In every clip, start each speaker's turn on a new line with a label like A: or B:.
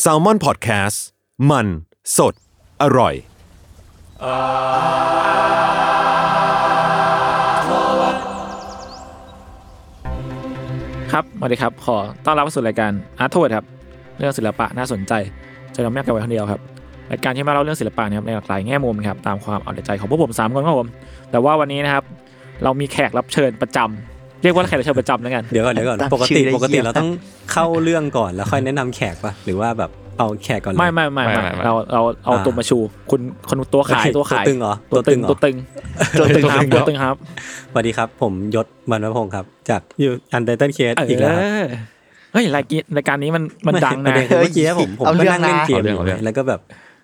A: แซลมอนพอดแคสต์มันสดอร่อย
B: ครับสวัสดีครับ ขอต้อนรับเข้าสู่รายการอาร์ทเวิร์ดครับ เรื่องศิลปะน่าสนใจ จะนำแม่กันไว้คนเดียวครับ รายการที่มาเล่าเรื่องศิลปะนะครับในหลากหลายแง่มุมครับ ตามความเอาแต่ใจของพวกผมสามคนครับผม แต่ว่าวันนี้นะครับ เรามีแขกรับเชิญประจำ เรียกว่าแขกรับเชิญประจำแล้วกัน
C: เดี๋ยวก่อนเดี๋ยวก่อน
D: ตั้ง
C: ปก
D: ชื่
C: ติ
D: อได้
C: ปกติ
D: เหี้ย
C: เราต้องเข้าเรื่องก่อนแล้วค่อยแนะนำแขกปะหรือว่าแบบเอาแขกก่อนเลย
B: ไม่ไม่ไม่ไม่
D: ไม่ไม่
B: เราเราเอา
C: อ่า
B: ตัวมาชู คุณคนตัวขาย
C: โอเค
B: ตัวขาย
C: ตัวตึงเหรอ
B: ตัวตึง
C: ตั
B: ตัว
C: วตึ
B: ตึง
C: ง
B: ค
D: ตัวตึง
B: รับตัวตึงครับ
C: สวัสดีครับ ผมยศวรรณพงศ์ครับ จากอยู่อันเดอร์ตันเคสอีกแล้วค
B: เอ
C: รับ
B: อเฮ้ยรายการรายการนี้มันมันดัง
C: ปร
B: นะ
C: เด็คือเมื่อกี้ผมผม
D: เอา
C: ก็
D: เรื่อง
C: นั่งเล่น
D: นะ
C: เกม
E: เอาเรื่อง
C: อยู่
E: เอาเรื่อง
C: แล้วก็แบบ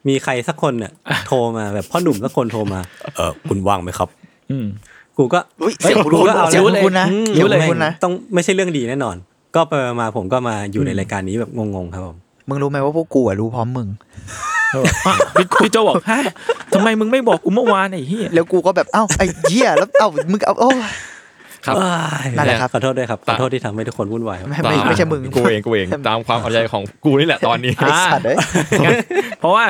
C: มีใครสักคนเนี่ยโทรมาแบบพ่อหนุ่มสักคนโทรมา เออคุณว่างไหมครับ
B: อืม
C: กูก็
D: อุ๊ยเสียง
C: ฮ้
D: คุณคุณ
C: อา
D: เสียงคุณนะ
C: อืม
D: เสียงคุณ
C: แม่
D: คุณนะ
C: ต้องไม่ใช่เรื่องดีแน่นอน ก็ไปมาผมก็มาอยู่ในรายการนี้แบบงงๆครับผม
D: มึงรู้ไหมว่าพวกกูอะรู้พร้อมมึง
B: เอออ่ะพี่พี่โจบอกฮะทำไมมึงไม่บอกกูเมื่อวานไอ้เหี้ย
D: แล้วกูก็แบบเอ้าไอ้เหี้ยแล้วเอ้ามึงเอาโอ้
C: ครับ
D: นั่นแหละครับ
C: ขอโทษด้วยครับขอโทษที่ทำให้ทุกคนวุ่นวายครับ
D: ไม่ไม่ไม่ใช่มึง
E: กูเองกูเองตามความเอาใจของกูนี่แหละตอนนี้
D: ไอ้สัตว์เอ้ย
B: งั้นเพราะว่า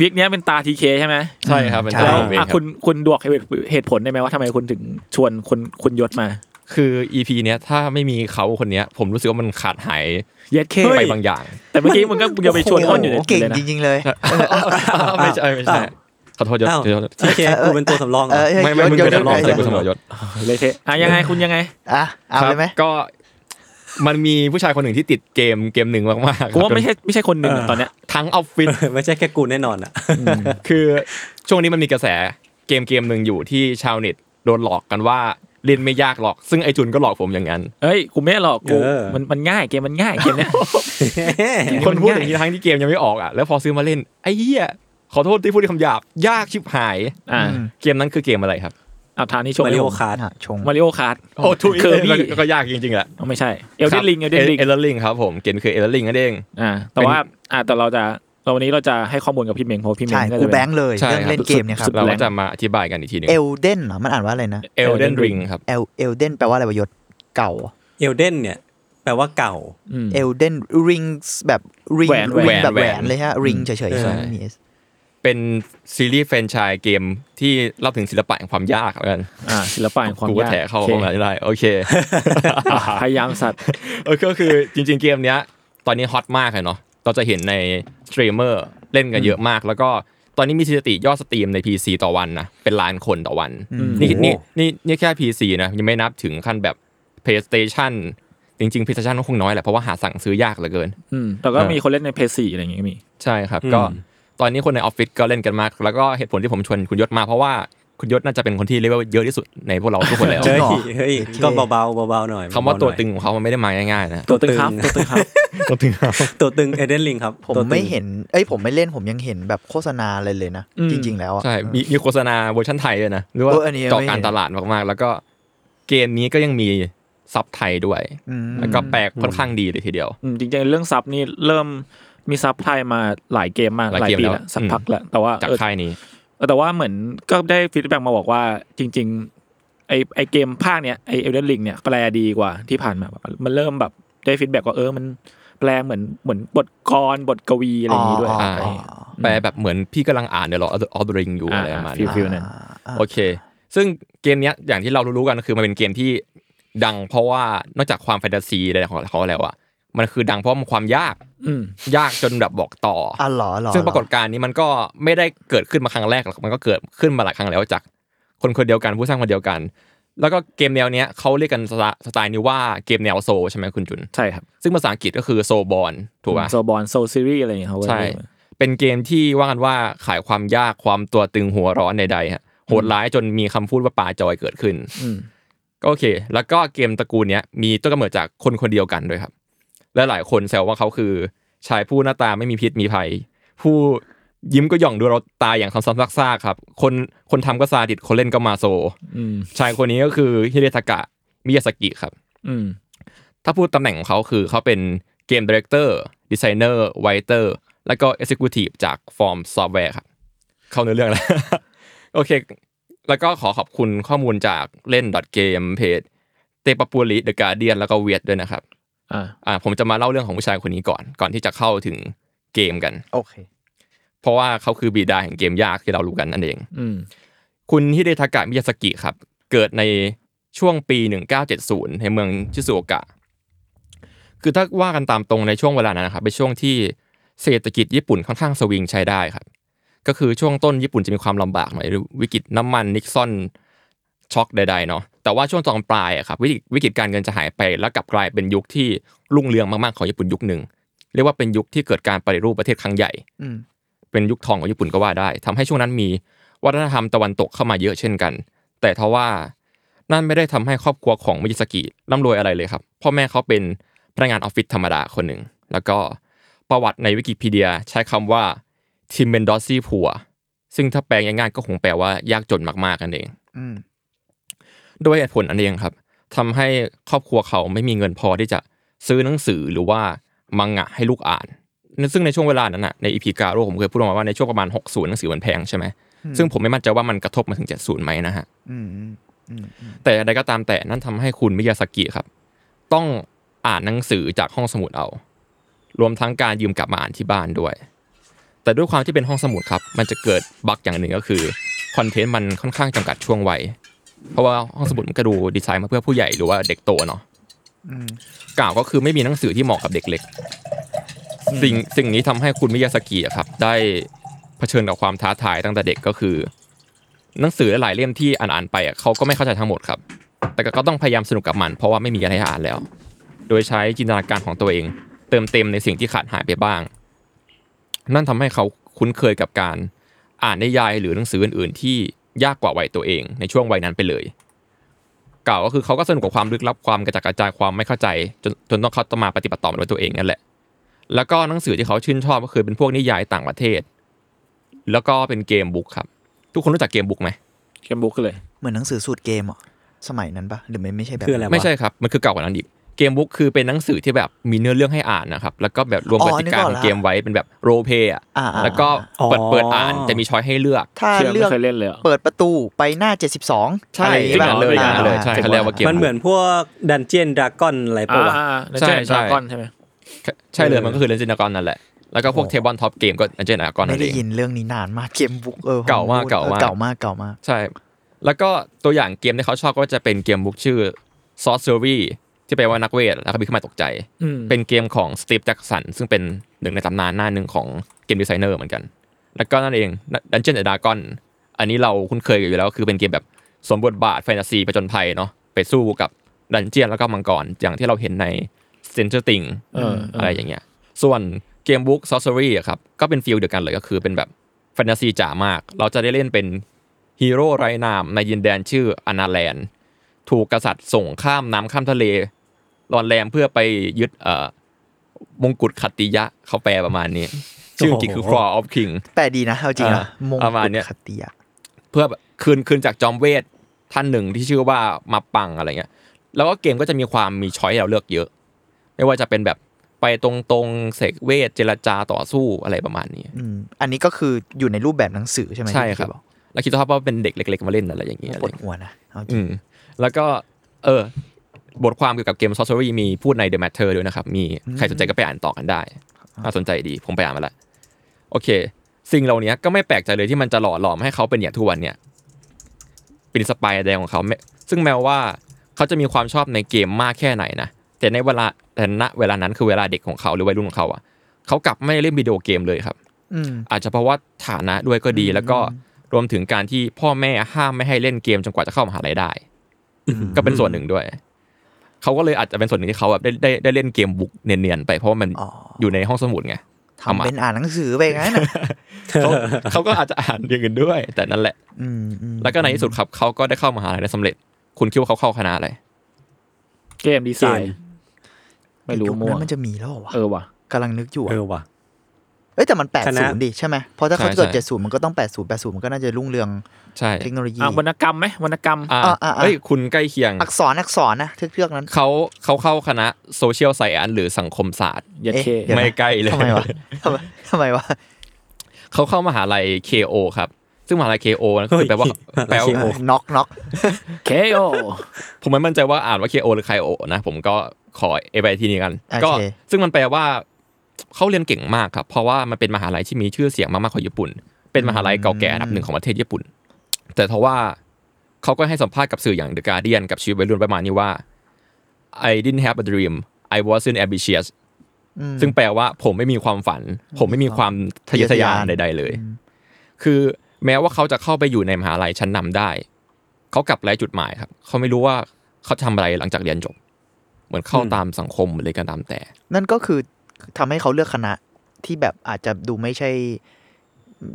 B: วิกเนี้ยเป็นตาทีเคใช่ไหม
E: ใช่ครับเป็น
D: ใช่
E: ตา
B: แล้ว
E: ผมเอง
B: อ่ะ
E: ครั
B: คุ
E: บ
B: ณคุณดวกเหตุเหตุผลได้ไหมว่าทำไมคุณถึงชวนคุณคุณยศมา
E: คือ EP เนี้ยถ้าไม่มีเขาคนเนี้ย ผมรู้สึกว่ามันขาดหาย
B: เย็ดเค
E: ไปบางอย่าง
B: แต่เมื่อกี้มึงก็ยังไปชวนอ้นอยู่ใน
D: เก่ง
B: เลยนะ
D: จริงๆเลย
E: ไม่ใช่ไม่ใช่
C: อ้าว
E: ขอโทษยศ
C: อ้าว
E: ขอโทษยศ
C: ทีเคกูเป็นตัวสำรองเหร
D: เอ
C: อ
D: อเฮ้ย
E: ไม่ไม่มึง
D: ย
E: เป็น
D: ย
E: นักร้อง
C: ยศ
E: ใส่กูเสมอยศ
B: เลยเทะอ่ะยังไงคุณยังไง
D: อ่ะเอาเลยไหม
E: ครับก็มันมีผู้ชายคนหนึ่งที่ติดเกมเกมหนึ่งมากๆ
B: กูว่าไม่ใช่ไม่ใช่คนหนึ่ง
C: เออ
B: ตอนเนี้ย
E: ทั้งออฟฟิศ
C: ไม่ใช่แค่กูแน่นอนอ่ะ
E: คือช่วงนี้มันมีกระแสเกมเกมหนึ่งอยู่ที่ชาวเน็ตโดนหลอกกันว่าเล่นไม่ยากหรอก ซึ่งไอจุนก็หลอกผมอย่างนั้น
B: เอ้ยกูไม่หรอกกู
C: เออ
B: มันมันง่ายเกมมันง่ายเกมเนี้ย
E: คนพูดอย่างนี้ทั้งที่เกมยังไม่ออกอ่ะแล้วพอซื้อมาเล่นไอ้เหี้ยขอโทษที่พูดคำหยาบยากชิบหาย
B: อ่า
E: เกมนั้นคือเกมอะไรครับ
B: เอาทางนี้ชม
C: มาริโอคาร์ด
D: อ่ะชง
B: มาริโอคาร์ด
E: โอ้ถูก
B: เคอร์บี้
E: ก็ก็ยากจริงๆแหละ
B: ไม่ใช่เอลเดนลิงเอลเดนลิง
E: เอลลิงครับผมเกมคือเอลลิงนั่นเอง
B: อ่าแต่ว่าอ่าแต่เราจะเราวันนี้เราจะให้ข้อมูลกับพี่เมงเพราะพี่เมง
D: ใช่
B: ก็
D: กู
B: จะ
D: แบ
B: เป็น
D: งค์เลย
E: ใช่
D: เรื่อง
E: ครับ
D: เล่นเกมเนี่ยครั
B: สุ
D: บ
B: ด
E: เราก็จะมาอธิบายกันอีกทีหนึง
D: เอลเดนเหรอมันอ่านว่าอะไรนะ
E: เอลเดนริงครับ
D: เอลเอลเดนแปลว่าอะไรวะยศเก่า
C: เอลเดนเนี่ย แปลว่าเก่า
B: อืม
D: เอลเดนริงแบบริง
B: แหวนแหวน
D: แบบแหว
E: แหวน น
D: เลยฮะริงเฉยๆ
E: ใช่
D: ไม่มี S
E: เป็นซีรีส์แฟรนไชส์เกมที่เล่าถึงศิลปะแห่งความยากแล้วกัน
B: อ่าศิลปะแห่งความ
E: กู
B: ยาก
E: ก็แถเข้า
B: โอค
E: เข้ามาได้โอเค
B: อ่ะพยายามสัตว์
E: เออก็คือจริงๆเกมเนี้ย ตอนนี้ฮอตมากเลยเนาะเราจะเห็นในสตรีมเมอร์เล่นกันเยอะมาก แล้วก็ตอนนี้มีสถิติยอดสตรีมใน PC ต่อวันนะเป็นล้านคนต่อวัน นี่
C: โอ้โห
E: นี่นี่นี่แค่ PC นะยังไม่นับถึงขั้นแบบ PlayStation จริงๆ PlayStation ก็คงน้อยแหละ เพราะว่าหาสั่งซื้อยากเหลือเกิน
B: อืมแต่ก็
E: เออ
B: มีคนเล่นในเพย์สี่อะไรอย่างเงี้ยก็มี
E: ใช่ครับ
C: อืม
E: ก็ตอนนี้คนในออฟฟิศก็เล่นกันมาก แล้วก็เหตุผลที่ผมชวนคุณยศมาเพราะว่าคุณยศน่าจะเป็นคนที่เรียกว่าเยอะที่สุดในพวกเราทุกคนแล้ว
D: จ
C: เฮ้ย
D: อหรอ
C: เฮ้ย
D: โอเค
C: ก็เบาๆเบาๆหน่อย
E: คำว่า
C: เบๆหน่อย
E: ตัวตึงของเขามันไม่ได้มาง่ายๆนะ
B: ตัวตึงครับ
C: ตั
B: ตัว
C: วตึ
B: ตึง
C: ง
B: ครับ
E: ตัวตึง
C: ตัวตึงเอลเดนลิงครับ
D: ผม
C: ตัวตึง
D: ไม่เห็นเอ้ยผมไม่เล่นผมยังเห็นแบบโฆษณาเลยเลยนะ
B: อืม
D: จริง ๆ แล้วอะ
E: ใช่ มีมีโฆษณาเวอร์ชันไทยด้วยนะหรือว่า
D: เอออันนี้ยัง
E: เจาะ
D: ไม่
E: การ
D: เห็น
E: ตลาดมากๆ แล้วก็เกมนี้ก็ยังมีซับไทยด้วย
D: อืม
E: แล้วก็แปลค่อนข้างดีเลยทีเดียว
B: อืมจริงๆเรื่องซับนี่เริ่มมีซับไทยมาหลายเกมมาก
E: หลาย
B: หลาย
E: เกม
B: ปี
E: แล้ว
B: แล้วสัก
E: อืม
B: พักแล้วแต่ว่า
E: จาก
B: เออ
E: ค่ายนี้
B: เออแต่ว่าเหมือนก็ได้ฟีดแบ็กมาบอกว่าจริง ๆ ไอไอเกมภาคเนี้ยไอเอลเดนลิงเนี่ยแปลดีกว่าที่ผ่านมามันเริ่มแบบได้ฟีดแบ็กว่าเออมันแปลเหมือนเหมือนบทกรบทกวีอะไรอย่างงี้ด้วย
D: อ๋ออ๋ออ๋อ
E: แปลแบบเหมือนพี่กำลังอ่านเดี๋ยวเราออฟเดริงอยู่
B: อ่า
E: อะไรประมาณ
B: ฟิลฟิ
E: นี้
B: ลนั้น
E: โอเค ซึ่งเกมเนี้ยอย่างที่เรารู้ๆกันก็คือมันเป็นเกมที่ดังเพราะว่านอกจากความแฟนตาซีอะไรของเขาแล้วอะ มันคือดังเพราะมันความยาก
B: อืม
E: ยากจนแบบบอกต่ออ
D: อ่ะหรอหรอ
E: ซึ่งปรากฏการณ์นี้มันก็ไม่ได้เกิดขึ้นมาครั้งแรกหรอกมันก็เกิดขึ้นมาหลายครั้งแล้วจาก คนคนเดียวกันผู้สร้างคนเดียวกัน แล้วก็เกมแนวเนี้ยเขาเรียกกันสไตสไตล์นี้ว่าเกมแนวโซลใช่ไหมคุณจุน
B: ใช่ครับ
E: ซึ่งภาษาอังกฤษก็คือโซบอนถูกป่ะ
B: โซบอลโซซีรีอะไรอย่างเงี้ยเขาเรียก
E: ใช่
B: ว่า
E: เป็นเกมที่ว่ากันว่าขายความยากความตัวตึงหัวร้อนใดๆฮะโหดร้ายจนมีคำพูดว่าป่าจอยเกิดขึ้น
B: อืม
E: ก็โอเค แล้วก็เกมตระกูลเนี้ยมีต้นกำเนิดจากคนคนเดียวกันด้วยครับ และหลายคนแซวว่าเขาคือ ชายผู้หน้าตาไม่มีพิษมีภัย ผู้ยิ้มก็หย่องดูเราตายอย่างซ้ำๆซากๆครับ คนคนทำก็ซาดิสคนเล่นก็มาโซ
B: อืม
E: ชายคนนี้ก็คือฮิเดทากะมิยาสกิครับ
B: อืม
E: ถ้าพูดตำแหน่งของเขาคือเขาเป็นเกมดีเรคเตอร์ดีไซเนอร์ไวเตอร์แล้วก็เอ็กซิคิวทีฟจากฟอร์มซอฟต์แวร์ครับ เข้าเนื้อเรื่องแล้ว โอเค แล้วก็ขอขอบคุณข้อมูลจากเล่น .game เพจเตปปูลิเดอะการเดียนแล้วก็เวียดด้วยนะครับ
B: อ่า
E: อ่าผมจะมาเล่าเรื่องของผู้ชายคนนี้ก่อน ก่อนที่จะเข้าถึงเกมกัน
D: โอเค
E: เพราะว่าเขาคือบิดาแห่งเกมยากที่เรารู้กันนั่นเอง
B: อืม
E: คุณฮิเดทากะมิยาสกิครับ เกิดในช่วงปี 1970 ในเมืองชิซูโอกะ คือถ้าว่ากันตามตรงในช่วงเวลานั้นนะครับเป็นช่วงที่เศรษฐกิจญี่ปุ่นค่อนข้างสวิงใช้ได้ครับ ก็คือช่วงต้นญี่ปุ่นจะมีความลำบากหน่อยวิกฤตน้ำมันนิกซอนช็อกใดๆเนาะแต่ว่าช่วงตอนปลายอะครับวิกฤตวิกฤตการเงินจะหายไปแล้วกลับกลายเป็นยุคที่รุ่งเรืองมากๆของญี่ปุ่นยุคหนึ่งเรียกว่าเป็นยุคที่เกิดการปฏิรูปประเทศครั้งใหญ่
D: อืม
E: เป็นยุคทองของญี่ปุ่นก็ว่าได้ทำให้ช่วงนั้นมีวัฒนธรรมตะวันตกเข้ามาเยอะเช่นกัน แต่ทว่านั่นไม่ได้ทำให้ครอบครัวของมิยาสกิร่ำรวยอะไรเลยครับ พ่อแม่เขาเป็นพนักงานออฟฟิศธรรมดาคนหนึ่ง แล้วก็ประวัติในวิกิพีเดียใช้คำว่าทิมเบนดอซี่พัวซึ่งถ้าแปลง่ายๆก็คงแปลว่ายากจนมากๆกันเอง
D: อืม
E: ด้วยเหตุผลอันเองครับทำให้ครอบครัวเขาไม่มีเงินพอที่จะซื้อหนังสือหรือว่ามังงะให้ลูกอ่าน ซึ่งในช่วงเวลานั้นน่ะในอีพีการโรผมเคยพูดมาว่าในช่วงประมาณ 60 หนังสือมันแพงใช่ไหมซึ่งผมไม่มั่นใจว่ามันกระทบมาถึง 70ไหมนะฮะ
D: อืมอืมอืมอืม
E: แต่อะไรก็ตามแต่นั่นทำให้คุณมิยาสกิครับ ต้องอ่านหนังสือจากห้องสมุดเอา รวมทั้งการยืมกลับมาอ่านที่บ้านด้วย แต่ด้วยความที่เป็นห้องสมุดครับ มันจะเกิดบั๊กอย่างหนึ่งก็คือคอนเทนต์มันค่อนข้างจำกัดช่วงวัยเพราะว่าห้องสมุดมันก็ดูดีไซน์มาเพื่อผู้ใหญ่หรือว่าเด็กโตเนาะ
D: อืม
E: กล่าวก็คือไม่มีหนังสือที่เหมาะกับเด็กเล็ก สิ่งสิ่งนี้ทำให้คุณมิยาสกิอะครับ ได้เผชิญกับความท้าทายตั้งแต่เด็กก็คือ หนังสือหลายๆเล่มที่อ่านๆไปอะเขาก็ไม่เข้าใจทั้งหมดครับ แต่ก็ต้องพยายามสนุกกับมัน เพราะว่าไม่มีอะไรให้อ่านแล้ว โดยใช้จินตนาการของตัวเอง เติมเต็มในสิ่งที่ขาดหายไปบ้าง นั่นทำให้เขาคุ้นเคยกับการอ่านนิยายหรือหนังสืออื่นๆ ที่ยากกว่าวัยตัวเองในช่วงวัยนั้นไปเลย กล่าวก็คือเขาก็สนุกกับความลึกลับความกระจัดกระจายความไม่เข้าใจจนจนต้องเขาต้องมาปฏิบัติต่อมันด้วยตัวเองนั่นแหละ แล้วก็หนังสือที่เขาชื่นชอบก็คือเป็นพวกนิยายต่างประเทศ แล้วก็เป็นเกมบุ๊กครับ ทุกคนรู้จักเกมบุ๊กไหม
B: เกมบุ๊กเลย
D: เหมือนหนังสือสูตรเกมเหรอ่ะสมัยนั้นปะหรือไม่ไม่ใช่แบบ
C: คืออะไรวะ
E: ไม่ใช่ครับ มันคือเก่ากว่านั้นอีก เกมบุ๊กคือเป็นหนังสือที่แบบมีเนื้อเรื่องให้อ่านนะครับ แล้วก็แบบรวมกติกาของเกมไว้เป็นแบบโรเพอ่ะ
D: อ่าอ่า
E: แล้วก็เปิด
C: อ๋อ
E: เปิดอ่านจะมีช้อยให้เลือก
D: ถ้า
B: เชื่อ
D: เลือก
B: ไม่เคยเล่นเลยเหรอ
D: เปิดประตูไปหน้าเจ็ดสิบสอง
E: ใช่
D: อะไรอย่าง
E: จริ
D: เงี้ย
E: งเหรอเลย
D: อ่า
E: นะเลยใช่เขาเรียกว่าเกม
C: มันเหมือนพวกดันเจียนดราก้อนอะไรปะวะ
B: อ่าใช่ใช่ก้อนใช่ไหม
E: ใช่เลยมันก็คือเล่นจินตนากรนั่นแหละ แล้วก็พวกเทเบิลท็อปเกมก็เจนอากร
D: ไม่
E: นั่น
D: ได้
E: เอง
D: ยินเรื่องนี้นานมากเกมบุ๊กเออ
E: เก่ามาก
D: ผม
E: เก่ามาก
D: ออเก่ามากเก่ามาก
E: ใช่ แล้วก็ตัวอย่างเกมที่เขาชอบก็จะเป็นเกมบุ๊กชื่อ Sorcery ที่แปลว่านักเวท แล้วก็มีขึ้นมาตกใจ
B: อืม
E: เป็นเกมของสตีฟแจ็กสันซึ่งเป็นหนึ่งในตำนานหน้าหนึ่งของเกมดีไซเนอร์เหมือนกัน แล้วก็นั่นเอง Dungeon and Dragon อันนี้เราคุ้นเคยกันอยู่แล้วคือเป็นเกมแบบสวมบทบาทแฟนตาซีประจนภัยเนาะไปสู้กับดันเจียนแล้วก็มังกร อย่างที่เราเห็นใน Stranger Things
B: เออเออ
E: อะไรอย่างเงี้ย ส่วนเกมบุ๊ก Sorcery อะครับ ก็เป็นฟิลเดียวกันเลยก็คือเป็นแบบแฟนตาซีจ๋ามาก เราจะได้เล่นเป็นฮีโร่ไร้นามในยินแดนชื่ออนาแลนด์ ถูกกษัตริย์ส่งข้ามน้ำข้ามทะเลรอนแรมเพื่อไปยึดเอ่อมงกุฎขัตติยะเขาแปลประมาณนี้ ชื่ออังกฤษคือ Claw of King
D: แต่ดีนะเอาจริงนะ
E: อ่าม
D: ง
E: ประมาณ
D: กุฎ
E: เนี้ย
D: คติยะ
E: เพื่อแบบคืนคืนจากจอมเวทท่านหนึ่งที่ชื่อว่ามาปังอะไรเงี้ย แล้วก็เกมก็จะมีความมีช้อยให้เราเลือกเยอะ ไม่ว่าจะเป็นแบบไปตรงๆเสกเวทเจรจาต่อสู้อะไรประมาณนี้
D: อืมอันนี้ก็คืออยู่ในรูปแบบหนังสือใช่ไหม
E: ใช่
D: ที่
E: ครับ
D: อก
E: แล้วคิดสภาพว่าเป็นเด็กเล็กๆมาเล่นอะไรอย่างเงี้ยอะไร
D: ปวด
E: เงี้ย
D: หัวนะเอาจริ
E: อื
D: ง
E: มแล้วก็เออบทความเกี่ยวกับเกม Sorcery มีพูดใน The Matter ด้วยนะครับ มีใครสนใจก็ไปอ่านต่อกันได้น่าสนใจดีผมไปอ่านมาแล้วโอเค สิ่งเหล่านี้ก็ไม่แปลกใจเลยที่มันจะหล่อหลอมให้เขาเป็นอย่างทุกวันเนี่ย เป็นสปายแดงของเขาแม้ซึ่งแม้ว่าเขาจะมีความชอบในเกมมากแค่ไหนนะ เท แต่ในเวลาแต่ณเวลานั้นคือเวลาเด็กของเขาหรือวัยรุ่นของเขาอะเขากลับไม่เล่นวิดีโอเกมเลยครับ
D: อืม
E: อาจจะเพราะว่าฐานะด้วยก็ดี แล้วก็รวมถึงการที่พ่อแม่ห้ามไม่ให้เล่นเกมจนกว่าจะเข้ามหาลัยได้ ก็เป็นส่วนหนึ่งด้วย เขาก็เลยอาจจะเป็นส่วนหนึ่งที่เขาแบบได้ได้ได้เล่นเกมบุกเนียนๆไปเพราะว่ามัน
D: อ๋ออ
E: อยู่ในห้องสมุดไง
D: ทำเป็นอ่านหนังสือไปงั้นน่ะ
E: เขาเขาก็อาจจะอ่านอย่างอื่นด้วย แต่นั่นแหละ
D: อืมอืม
E: แล้วก็ในที่สุดครับเขาก็ได้เข้ามหาลัยได้สำเร็จ คุณคิดว่าเขาเข้าคณะอะไร
B: เกมดีไซน์ ไม่รู้
D: ยุค
B: มั่ว
D: นั้นมันจะมีแล้วเหรอวะ
B: เออว่ะ
D: กำลังนึกอยู่อะ
C: เออว่ะ
D: เอ้ยแต่มันแปด
C: คณะ
D: ศูนย์ดิใช่ไหมเพราะถ้าเขา
E: ใช่
D: เกิด
E: ใช่
D: เจ็ดศูนย์มันก็ต้องแปดศูนย์แปดศูนย์มันก็น่าจะรุ่งเรือง
E: ใช่
D: เทคโนโลยี
B: อ่ะวรรณกรรมไหมวรรณกรรม
E: อ่า
D: อ่ะอ่ะอ่ะ
E: เฮ้ยคุณใกล้เคียง
D: อักษรอักษรนะเทือกๆนั้น
E: เขาเขาเข้าคณะโซเชียลไซแอนหรือสังคมศาสตร์
B: อย่าเค
D: เอ๊ะเดี๋ยวนะ
E: ไม่ใกล้เลย
D: ทำไมวะทำไมทำไมวะ
E: เขาเข้ามหาลัย KO ครับ ซึ่งมหาลัย KO นั่นก็คือแปลว่า
C: เฮ้ย
E: แปลว่า
C: มหาลัย KO
D: น็อกน็อก
B: เคโอ
E: ผมไม่มั่นใจว่าอ่านว่า KO หรือ KO นะ ผมก็ขอเอไปทีนี้กัน
D: โอเค
E: ก็ซึ่งมันแปลว่าเขาเรียนเก่งมากครับ เพราะว่ามันเป็นมหาลัยที่มีชื่อเสียงมากๆของญี่ปุ่น เป็นมหาลัยเก่าแก่อันดับหนึ่งของประเทศญี่ปุ่น แต่ทว่าเขาก็ให้สัมภาษณ์กับสื่ออย่าง The Guardian กับชีวิตวัยรุ่นประมาณนี้ว่า I didn't have a dream I wasn't ambitious ซึ่งแปลว่าผมไม่มีความฝัน ผมไม่มีความทะเยอทะยาน
D: ทะเยอทะยาน
E: ใด ๆ เลย คือแม้ว่าเขาจะเข้าไปอยู่ในมหาลัยชั้นนำได้ เขากลับไร้จุดหมายครับ เขาไม่รู้ว่าเขาทำอะไรหลังจากเรียนจบ เหมือนเข้าตามสังคมหรืออะไรก็ตามแต่
D: นั่นก็คือทำให้เขาเลือกคณะที่แบบอาจจะดูไม่ใช่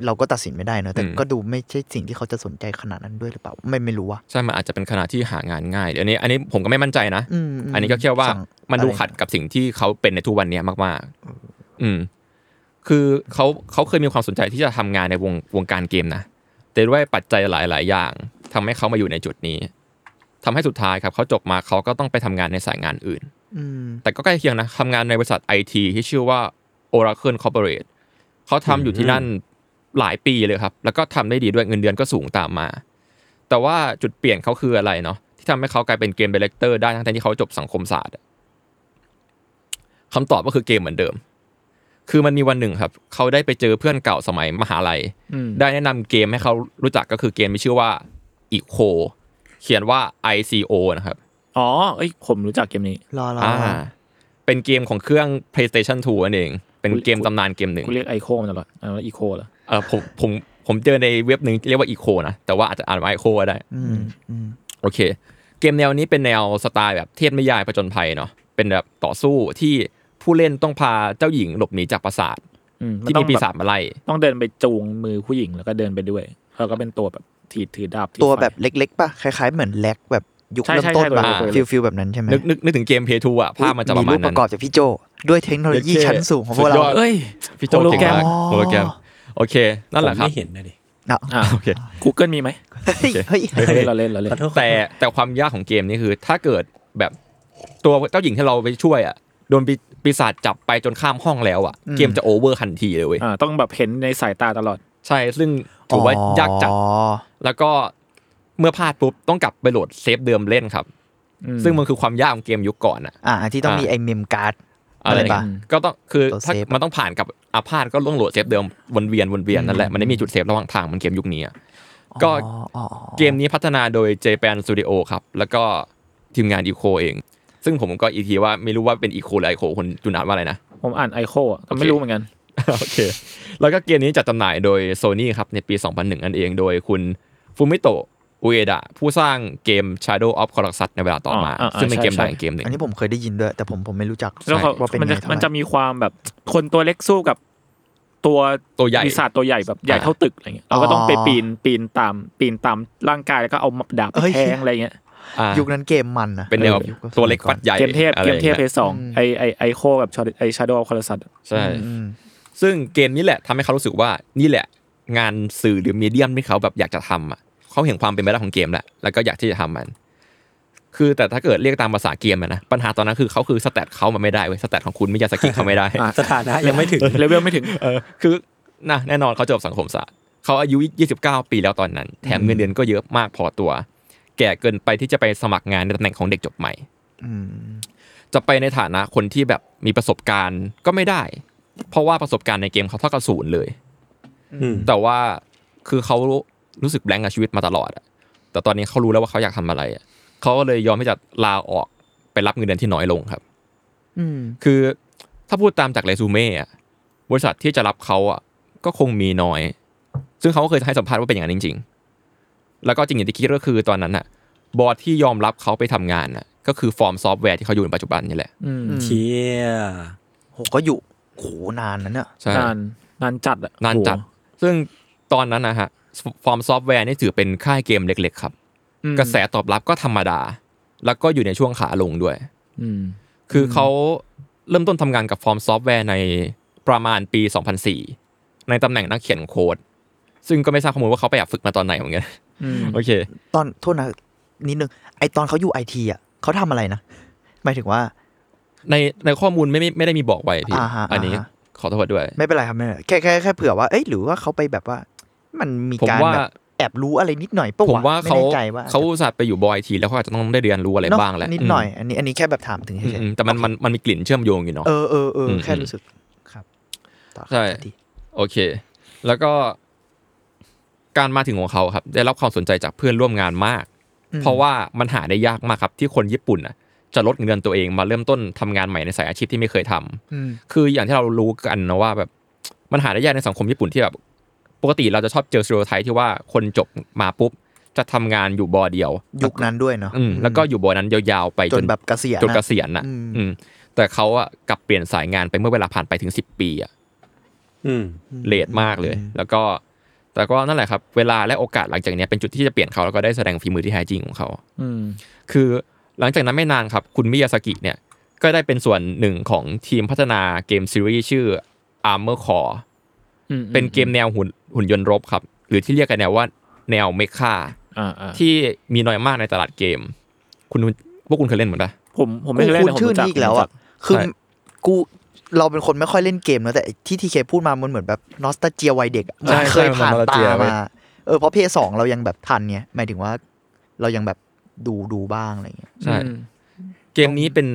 D: เราก็ตัดสินไม่ได้เนอะแต่
E: อืม
D: ก็ดูไม่ใช่สิ่งที่เขาจะสนใจขนาดนั้นด้วยหรือเปล่า ไม่ไม่รู้ว่ะ
E: ใช่ มันอาจจะเป็นคณะที่หางานง่ายเดี๋ยวนี้อันนี้ผมก็ไม่มั่นใจนะ
D: อืมอืม
E: อันนี้ก็แค่ว่า
D: สั่ง
E: มันดู
D: อะไร
E: ขัดกับสิ่งที่เขาเป็นในทุกวันเนี้ยมากๆ อืม คือเขาเขาเคยมีความสนใจที่จะทำงานในวงวงการเกมนะ แต่ด้วยปัจจัยหลาย ๆ อย่างทำให้เขามาอยู่ในจุดนี้ทำให้สุดท้ายครับเขาจบมาเขาก็ต้องไปทำงานในสายงานอื่น
D: อืม
E: แต่ก็ใกล้เคียงนะทำงานในบริษัทไอทีที่ชื่อว่า Oracle Corporate เขาทำอยู่ที่นั่นหลายปีเลยครับ แล้วก็ทำได้ดีด้วยเงินเดือนก็สูงตามมา แต่ว่าจุดเปลี่ยนเขาคืออะไรเนาะที่ทำให้เขากลายเป็นเกมเดเลกเตอร์ได้ทั้งๆที่เขาจบสังคมศาสตร์อะคำตอบก็คือเกมเหมือนเดิม คือมันมีวันหนึ่งครับ เขาได้ไปเจอเพื่อนเก่าสมัยมหาลัย ได้แนะนำเกมให้เขารู้จักก็คือเกมที่ชื่อว่าอีโคเขียนว่า ICO นะครับ
B: อ๋อเอ้ยผมรู้จักเกมนี้
D: รอรอ
E: อ่า
D: รอ
E: เป็นเกมของเครื่อง PlayStation 2นั่นเอง เป็นเกมตำนานเกมหนึ่ง
B: กูเรียกไอโคมันตลอดอ่าแล้วอีโคเหรอ
E: เออผมผมผมเจอในเว็บหนึ่งเรียกว่าอีโคนะ แต่ว่าอาจจะอ่านว่าไอโคก็ได้
D: อืมอืม
E: โอเค เกมแนวนี้เป็นแนวสไตล์แบบเทพนิยายผจญภัยเนาะ เป็นแบบต่อสู้ที่ผู้เล่นต้องพาเจ้าหญิงหลบหนีจากปราสาท
B: อืมน
E: ที่
B: ต้อ
E: มี
B: ง
E: ปี
B: แบบ
E: ศาจมาไล่
B: ต้องเดินไปจูงมือผู้หญิงแล้วก็เดินไปด้วยแล้วก็เป็นตัวแบบถือถือดาบถือ
D: ตัว
B: ไฟ
D: แบบเล็ก ๆ ป่ะ คล้ายๆ เหมือนแล็กแบบยุค
B: ใช่
D: เริ่ม
B: ใช่
D: ต้น
B: ใช่ตัว
D: ป่ะ
B: เล็กๆ
D: ฟิลฟิลแบบนั้นใช่ไหม
E: นึกนึกนึกถึงเกมเพย์ทูอะภาพมันจะประมาณ
D: รูปป
E: นั้น
D: ระกอบจากพี่โจ ด้วยเทคโนโลยีชั้นสูงของพวกเรา
E: สุดยด
B: เอ้ย
E: พี่โจเก่งมาก
D: โฮ
E: โฮ
D: โล
E: โล
D: แก
E: แก
D: ร
E: ร
D: ม
E: มโอเค นั่นแหละค
C: ผม
E: รับ
C: ไม่เห็นนะดิ
D: เนาะ
B: อ่า
E: โอเค
B: กูเกิลมีไหม
D: เฮ้ยเฮ้ย
B: เฮ้ยเราเล่นเราเล่นเราเล่น
C: ขอโทษครับ
E: แต่แต่ความยากของเกมนี่คือถ้าเกิดแบบตัวเจ้าหญิงที่เราไปช่วยอ่ะโดนปีปีศาจจับไปจนข้ามห้องแล้วอ่ะเกมจะโอเวอร์ทันทีเลยเว้ย
B: อ่าต้องแบบเห็นในสายตาตลอด
E: ใช่ซึ่งถือว่ายากจัด
D: อ๋อ
E: แล้วก็เมื่อพลาดปุ๊บต้องกลับไปโหลดเซฟเดิมเล่นครับ ซึ่งมันคือความยากของเกมยุคก่อนอ่ะ
D: อ่าที่ต้อง
E: อ่ามี
D: มีไอเมมการ์ด
E: อะไรอย่างเงี้ย
D: อะไรปะ
E: ก็ต้องคือ
D: ตัว
E: ถ้า
D: เซฟอะ
E: มันต้องผ่านกับอาพาธก็ต้องโหลดเซฟเดิมวนเวียนวนเวียนนั่นแหละมันไม่มีจุดเซฟระหว่างทางเหมันเกมยุคนี้อะก็
D: อ๋ออ๋ออ๋อ
E: เกมนี้พัฒนาโดย Japan Studio ครับ แล้วก็ทีมงานอีโคเอง ซึ่งผมก็อีกทีว่าไม่รู้ว่าเป็นอีโคหรือไอโคคนจุนัทว่าอะไรนะ
B: ผมอ่านไอโคอะแต่
E: โอเค
B: ไม่รู้เหมือนกัน
E: โอเค แล้วก็เกมนี้จัดจำหน่ายโดย Sony ครับ ในปี 2001 นั่นเองโดยคุณฟูมิโตะอุเอดะผู้สร้างเกม Shadow of Colossus ในเวลาต่อมา
B: อ่าอ่า
E: ซึ่งเป็นเกม
B: ใช่
E: ดั
B: ใช่
E: งอีกเกมหนึ่ง
D: อันนี้ผมเคยได้ยินด้วย แต่ผมผมไม่รู้จัก
B: แล้วเขา
D: ว่าเป็น
B: มัน
D: ไง
B: จะ
D: เท่าไหร่
B: มันจะมีความแบบคนตัวเล็กสู้กับตัว
E: ตัวใหญ่
B: ปีศาจตัวใหญ่แบบใหญ่
E: อ่า
B: เท่าตึกอะไรเงี้ยเราก็ต้องไปปีนปีนตามปีนตามร่างกายแล้วก็เอาดาบไปแทงอะไรเงี้ย
E: อ่า
D: ยุคนั้นเกมมันนะ
E: เป็นแนว
D: ออยุคสมัย
E: ตัวเล็กฟัดใหญ่
B: เกมเทพ
E: อะไร
B: เกม
E: อย่าง
B: เทพ
E: งี้ย
B: เพย์สองไอไอไอโคกับไอชาโดว์คอร์สัต
E: ใช่
D: อืม
E: ซึ่งเกมนี้แหละทำให้เขารู้สึกว่านี่แหละ งานสื่อหรือมีเดียมที่เขาแบบอยากจะทำอ่ะเขาเห็นความเป็นไปได้ของเกมแหละแล้วก็อยากที่จะทำมัน คือแต่ถ้าเกิดเรียกตามภาษาเกมอะนะปัญหาตอนนั้นคือเขาคือสแตทเขามันไม่ได้เว้ยสแตทของคุณมิยาสกิเขาไม่ได้
C: สถานะยังไม่ถึง
B: เลเวลไม่ถึง
E: เออคือนะแน่นอนเขาจบสังคมศาสตร์เขาอายุ 29 ปีแล้วตอนนั้น แถมเงินเดือนก็เยอะมากพอตัว แก่เกินไปที่จะไปสมัครงานในตำแหน่งของเด็กจบใหม่
D: อืม
E: จะไปในฐานะคนที่แบบมีประสบการณ์ก็ไม่ได้ เพราะว่าประสบการณ์ในเกมเขาเท่ากับศูนย์เลย
C: อืม
E: แต่ว่าคือเขารู้สึกแบงก์กับชีวิตมาตลอดอะแต่ตอนนี้เขารู้แล้วว่าเขาอยากทำอะไรอะเขาก็เลยยอมที่จะลาออกไปรับเงินเดือนที่น้อยลงครับ
D: อืม
E: คือถ้าพูดตามจากเรซูเม่อะบริษัทที่จะรับเขาอะก็คงมีน้อย ซึ่งเขาก็เคยให้สัมภาษณ์ว่าเป็นอย่างนั้นจริง ๆ แล้วก็จริงอย่างที่คิดก็คือตอนนั้นอะบอร์ดที่ยอมรับเขาไปทำงานน่ะก็คือฟอร์มซอฟต์แวร์ที่เขาอยู่ในปัจจุบันนี่แหละ
B: อืม
D: อืม
C: เชี่ย
D: โหก็อยู่โหนานนะเนี่ย
E: ใช่
B: นานนานจัดอะ
E: นานจัด
B: โห
E: ซึ่งตอนนั้นนะฮะ ฟอร์มซอฟต์แวร์นี่ถือเป็นค่ายเกมเล็กๆครับ
B: อืม
E: กระแสตอบรับก็ธรรมดา แล้วก็อยู่ในช่วงขาลงด้วย
B: อืม
E: คือเขาเริ่มต้นทำงานกับฟอร์มซอฟต์แวร์ในประมาณปี 2004 ในตำแหน่งนักเขียนโค้ด ซึ่งก็ไม่ทราบข้อมูลว่าเขาไปแอบฝึกมาตอนไหนเหมือนกัน
B: อืม
E: โอเค
D: ตอนโทษนะนิดนึงไอตอนเขาอยู่ไอทีอ่ะเขาทำอะไรนะหมายถึงว่า
E: ในในข้อมูลไม่ไม่ไม่ได้มีบอกไว้พี่
D: อ่าฮะ
E: อันนี้
D: อ่าฮะ
E: ขอโทษด้วย
D: ไม่เป็นไรครับไม่เป็นไรแค่แค่แค่เผื่อว่าเอ้ยหรือว่าเขาไปแบบว่า มันมี
E: ผม
D: การ
E: ว่า
D: แบบแอบรู้อะไรนิดหน่อยปะ
E: ผม
D: วะ
E: ว่า
D: ไม่
E: เขา
D: แน่ใจว่า
E: เขาอุตสัตว์ไปอยู่บอยที แล้วเขาอาจจะต้องได้เรียนรู้อะไร
D: เน
E: บ้างแหละ
D: นิดหน่อย อันนี้อันนี้แค่แบบถามถึง
E: อืม
D: เฉย
E: อืมแต่มันมันมันมีกลิ่นเชื่อมโยงอยู่เนาะ
D: ๆเออเออเออ
E: อืม
D: แค่
E: อืม
D: รู้สึกครับต่อครับ
E: ใช่
D: ขอโทษที
E: โอเค แล้วก็การมาถึงของเขาครับ ได้รับความสนใจจากเพื่อนร่วมงานมาก
D: อืม
E: เพราะว่ามันหาได้ยากมากครับ ที่คนญี่ปุ่นน่ะจะลดเงินเดือนตัวเองมาเริ่มต้นทำงานใหม่ในสายอาชีพที่ไม่เคยทำ
D: อืม
E: คืออย่างที่เรารู้กันนะว่าแบบมันหาได้ยากในสังคมญี่ปุ่นที่แบบปกติเราจะชอบเจอสโตรไทที่ว่าคนจบมาปุ๊บ จะทำงานอยู่บอเดียว
D: ยุคนั้นด้วยเนาะ
E: อืมแล้วก็อยู่บอนั้นยาวๆไป
D: จนแบบเกษียณ
E: จน
D: อะ
E: เกษียณน่ะ
D: อืม
E: อืมแต่เขาอะกลับเปลี่ยนสายงานไปเมื่อเวลาผ่านไปถึงสิบปีอะ
C: อืม
E: เลทมากเลย แล้วก็ แต่ก็นั่นแหละครับ เวลาและโอกาสหลังจากเนี้ยเป็นจุดที่จะเปลี่ยนเขาแล้วก็ได้แสดงฝีมือที่แท้จริงของเขา
B: อืม
E: คือหลังจากนั้นไม่นานครับ คุณมิยาสกิเนี่ย ก็ได้เป็นส่วนหนึ่งของทีมพัฒนาเกมซีรีส์ชื่อ Armor Core
B: อืม
E: เป็นเกมแนวหุ่นหุ่นยนต์รบครับ หรือที่เรียกกันแนวว่าแนวเมคา
B: อ่าอ่า
E: ที่มีน้อยมากในตลาดเกม คุณพวกคุณเคยเล่นเหมือนปะ
B: ผมผมไม่เคยเล่น
D: คุณ
B: นะผม
D: ชื่อ
B: รู้จัก
D: นี้อีกแล้วอ่ะ คือ
E: ใช่
D: กูเราเป็นคนไม่ค่อยเล่นเกมนะแต่ที่ทีเคพูดมามันเหมือนแบบนอสตาเจียวัยเด็กอะ
E: ใช่
D: มันเคย
E: ใช่
D: ผ่าน
E: มัน
D: ตา
E: nostalgia เว้
D: มาย เออเพราะเพย์สองเรายังแบบทันเนี่ยหมายถึงว่า เรายังแบบดูดูบ้างอะไรเงี้ย
E: ใช่
B: อืม
E: เกมนี้เป็น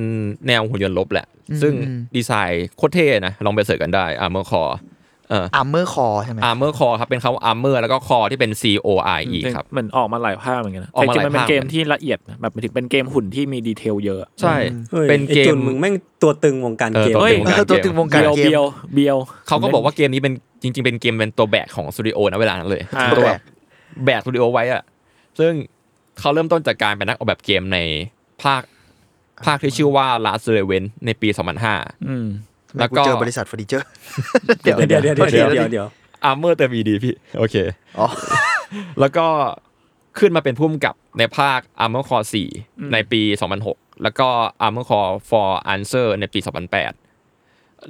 E: แนวหุ่นยนต์รบแหละ
D: อืม
E: ซึ่ง
D: อืม
E: ดีไซน์โคตรเท่นะลองไปเสิร์ชกันได้ Armor Core เออ
D: อาร์เมอร์คอใช่ไหม
E: อาร์เมอร์คอครับ เป็นคำว่าอาร์เมอร์แล้วก็คอที่เป็น C O R E ครับ
B: เหมือนออกมาหลายภาคเหมือนกันนะ
E: ออก
B: แต่จ
E: มา
B: ริง
E: ห
B: ๆ
E: ลาย
B: มันเป็น
E: ภาค
B: เกมที่ละเอียดนะแบบหมายถึงเป็นเกมหุ่นที่มีดีเทลเยอะ
E: ใช่
C: ฮ้ย
E: เป็นเก
C: ไอ้จุ
E: ม
C: นมึงแม่งตัวตึงวงการ
E: เออ
C: เกม
E: ตัวตึง
C: เออ
D: เออตัวตึงวงการ
B: เบียว
D: เกม
B: เบียวเบียว
E: เขาก็บอกว่าเกมนี้เป็นจริง ๆ เป็นเกมเป็นตัวแบกของสตูดิโอนะเวลานั้นเลย
B: อ่า
E: ตัวแบบแบกสตูดิโอไว้อะซึ่งเขาเริ่มต้นจากการเป็นนักออกแบบเกมในภาคภาคที่ชื่อว่า Last r e v e n ในปี 2005
B: อืม
D: แล้
E: แล้ว วก็
D: เจอบริษัทเฟอร์นิเจอร์
C: เดี๋ยวเดี๋ยวเดี๋ยวเดี๋ยวเดี๋ยวเดี๋ยว
E: Armor เติมดีพี่ โอเค
D: อ๋อ
E: แล้วก็ขึ้นมาเป็นผู้กำกับในภาค Armor Core 4 ในปี 2006 แล้วก็ Armor Core for Answer ในปี 2008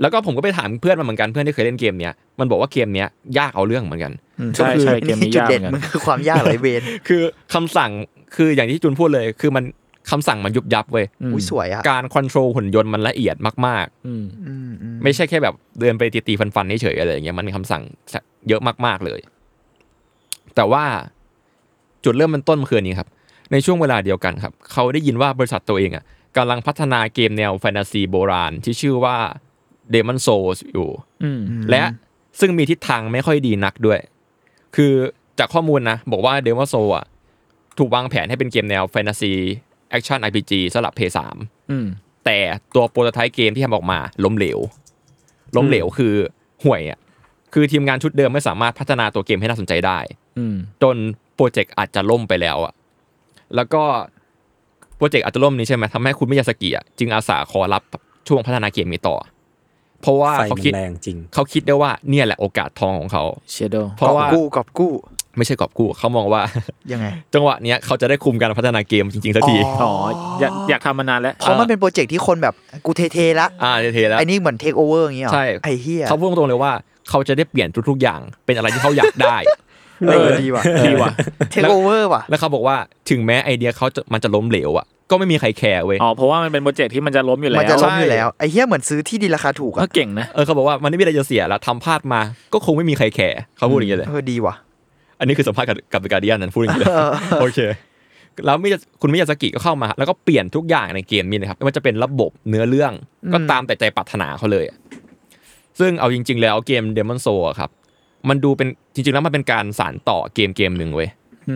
E: แล้วก็ผมก็ไปถามเพื่อนมาเหมือนกันเพื่อนที่เคยเล่นเกมเนี้ยมันบอกว่าเกมเนี้ยยากเอาเรื่องเหมือนกัน
B: อืมใช่
E: ก็คือ
B: ใช่เกมนี้
D: จุด
B: ยาก
D: เด่
B: ห
D: น
B: มือ
D: มัน น
B: กัน
D: คือความยากหลายเวน
E: คือคำสั่งคืออย่างที่จุนพูดเลย คือมันคำสั่งมันยุบยับเว้ย
B: อืม
D: อุ้ยสวยอ่ะ
E: การคอนโทรลหุ่นยนต์มันละเอียดมาก
B: อืม
D: อืมอืม
E: ๆ ไม่ใช่แค่แบบเดินไปตีตีๆฟันๆเฉยๆอะไรอย่างเงี้ยมันมีคำสั่งเยอะมากๆเลย แต่ว่าจุดเริ่มมันต้นมันคืออนนี้ครับ ในช่วงเวลาเดียวกันครับ เขาได้ยินว่าบริษัทตัวเองอ่ะกำลังพัฒนาเกมแนวแฟนตาซีโบราณที่ชื่อว่า Demon Souls อยู่
B: อืม
E: และซึ่งมีทิศทางไม่ค่อยดีนักด้วย คือจากข้อมูลนะ บอกว่า Demon Souls อ่ะถูกวางแผนให้เป็นเกมแนวแฟนตาซีแอคชั่น RPG สำหรับ PS3
B: อืม
E: แต่ตัวโปรโตไทป์เกมที่ทำออกมาล้มเหลว ล้มเหลวคือห่วยอ่ะคือทีมงานชุดเดิมไม่สามารถพัฒนาตัวเกมให้น่าสนใจได้
B: อืม
E: จนโปรเจกต์อาจจะล่มไปแล้วอะแล้วก็โปรเจกต์อาจจะล่มนี้ใช่ไหมทำให้คุณมิยาสกิอะจึงอาสาขอรับช่วงพัฒนาเกมนี้ต่อ เพราะว่า
C: ไฟ
E: เขา
C: มั
E: คิด
C: นแรงจริง
E: เขาคิดได้ว่าเนี่ยแหละโอกาสทองของเขา
B: เชโด
E: เพราะว่า
D: กอบกู้กอบกู้
E: ไม่ใช่กอบกู้เขามองว่า
D: ยังไง
E: จังหวะเนี้ยเขาจะได้คุมการพัฒนาเกมจริงๆสักที
B: อ๋ออยากอยากทำมานานแล้ว
D: เพราะมันเป็นโปรเจกต์ที่คนแบบกูเทๆละ
E: อ่าเทแล้ว
D: ไอ้นี่เหมือนเทคโอเวอร์อย่างเงี้ยหรอ
E: ใช่
D: ไอ้เฮีย
E: เขาพูดตรงๆเลยว่าเขาจะได้เปลี่ยนทุกๆอย่างเป็นอะไรที่เขาอยากได้
D: เออดีว่ะ
B: ดี ว่ะ
D: เทคโอเวอร์ว่ะ
E: แล้วเขาบอกว่าถึงแม้ไอเดียเขาจะมันจะล้มเหลวอะก็ไม่มีใครแคร์เว้ย
B: อ๋อเพราะว่ามันเป็นโปรเจกต์ที่มันจะล้มอยู่แล้ว
D: มันจะล้ม
E: ใช่
D: อยู่แล้วไอ้เฮียเหมือนซื้อที่ดินราคาถูก
B: ก็
D: อะ
B: เก่งนะ
E: เออเขาบอกว่ามันไม่มีอะไรจะเสียแล้วทำพลาดมาก็คงไม่มีใครแคร์เขาพูดอย่างเงี้ยเลย
D: เออดีว่ะ
E: อันนี้คือสัมภาษณ์กับกับการ์เดียนนั้นพูดอย่างนี้ เลย โอเค แล้วมิยาคุณมิยาสกิก็เข้ามา แล้วก็เปลี่ยนทุกอย่างในเกมนี้นะครับไม่ว่าจะเป็นระบบเนื้อเรื่องก็ตามแต่ใจปรารถนาเขาเลยอะซึ่งเอาจริง ๆ แล้วเกม Demon Soul อะครับ มันดูเป็นจริง ๆ แล้วมันเป็นการสานต่อเกมเกมหนึ่งเว้ย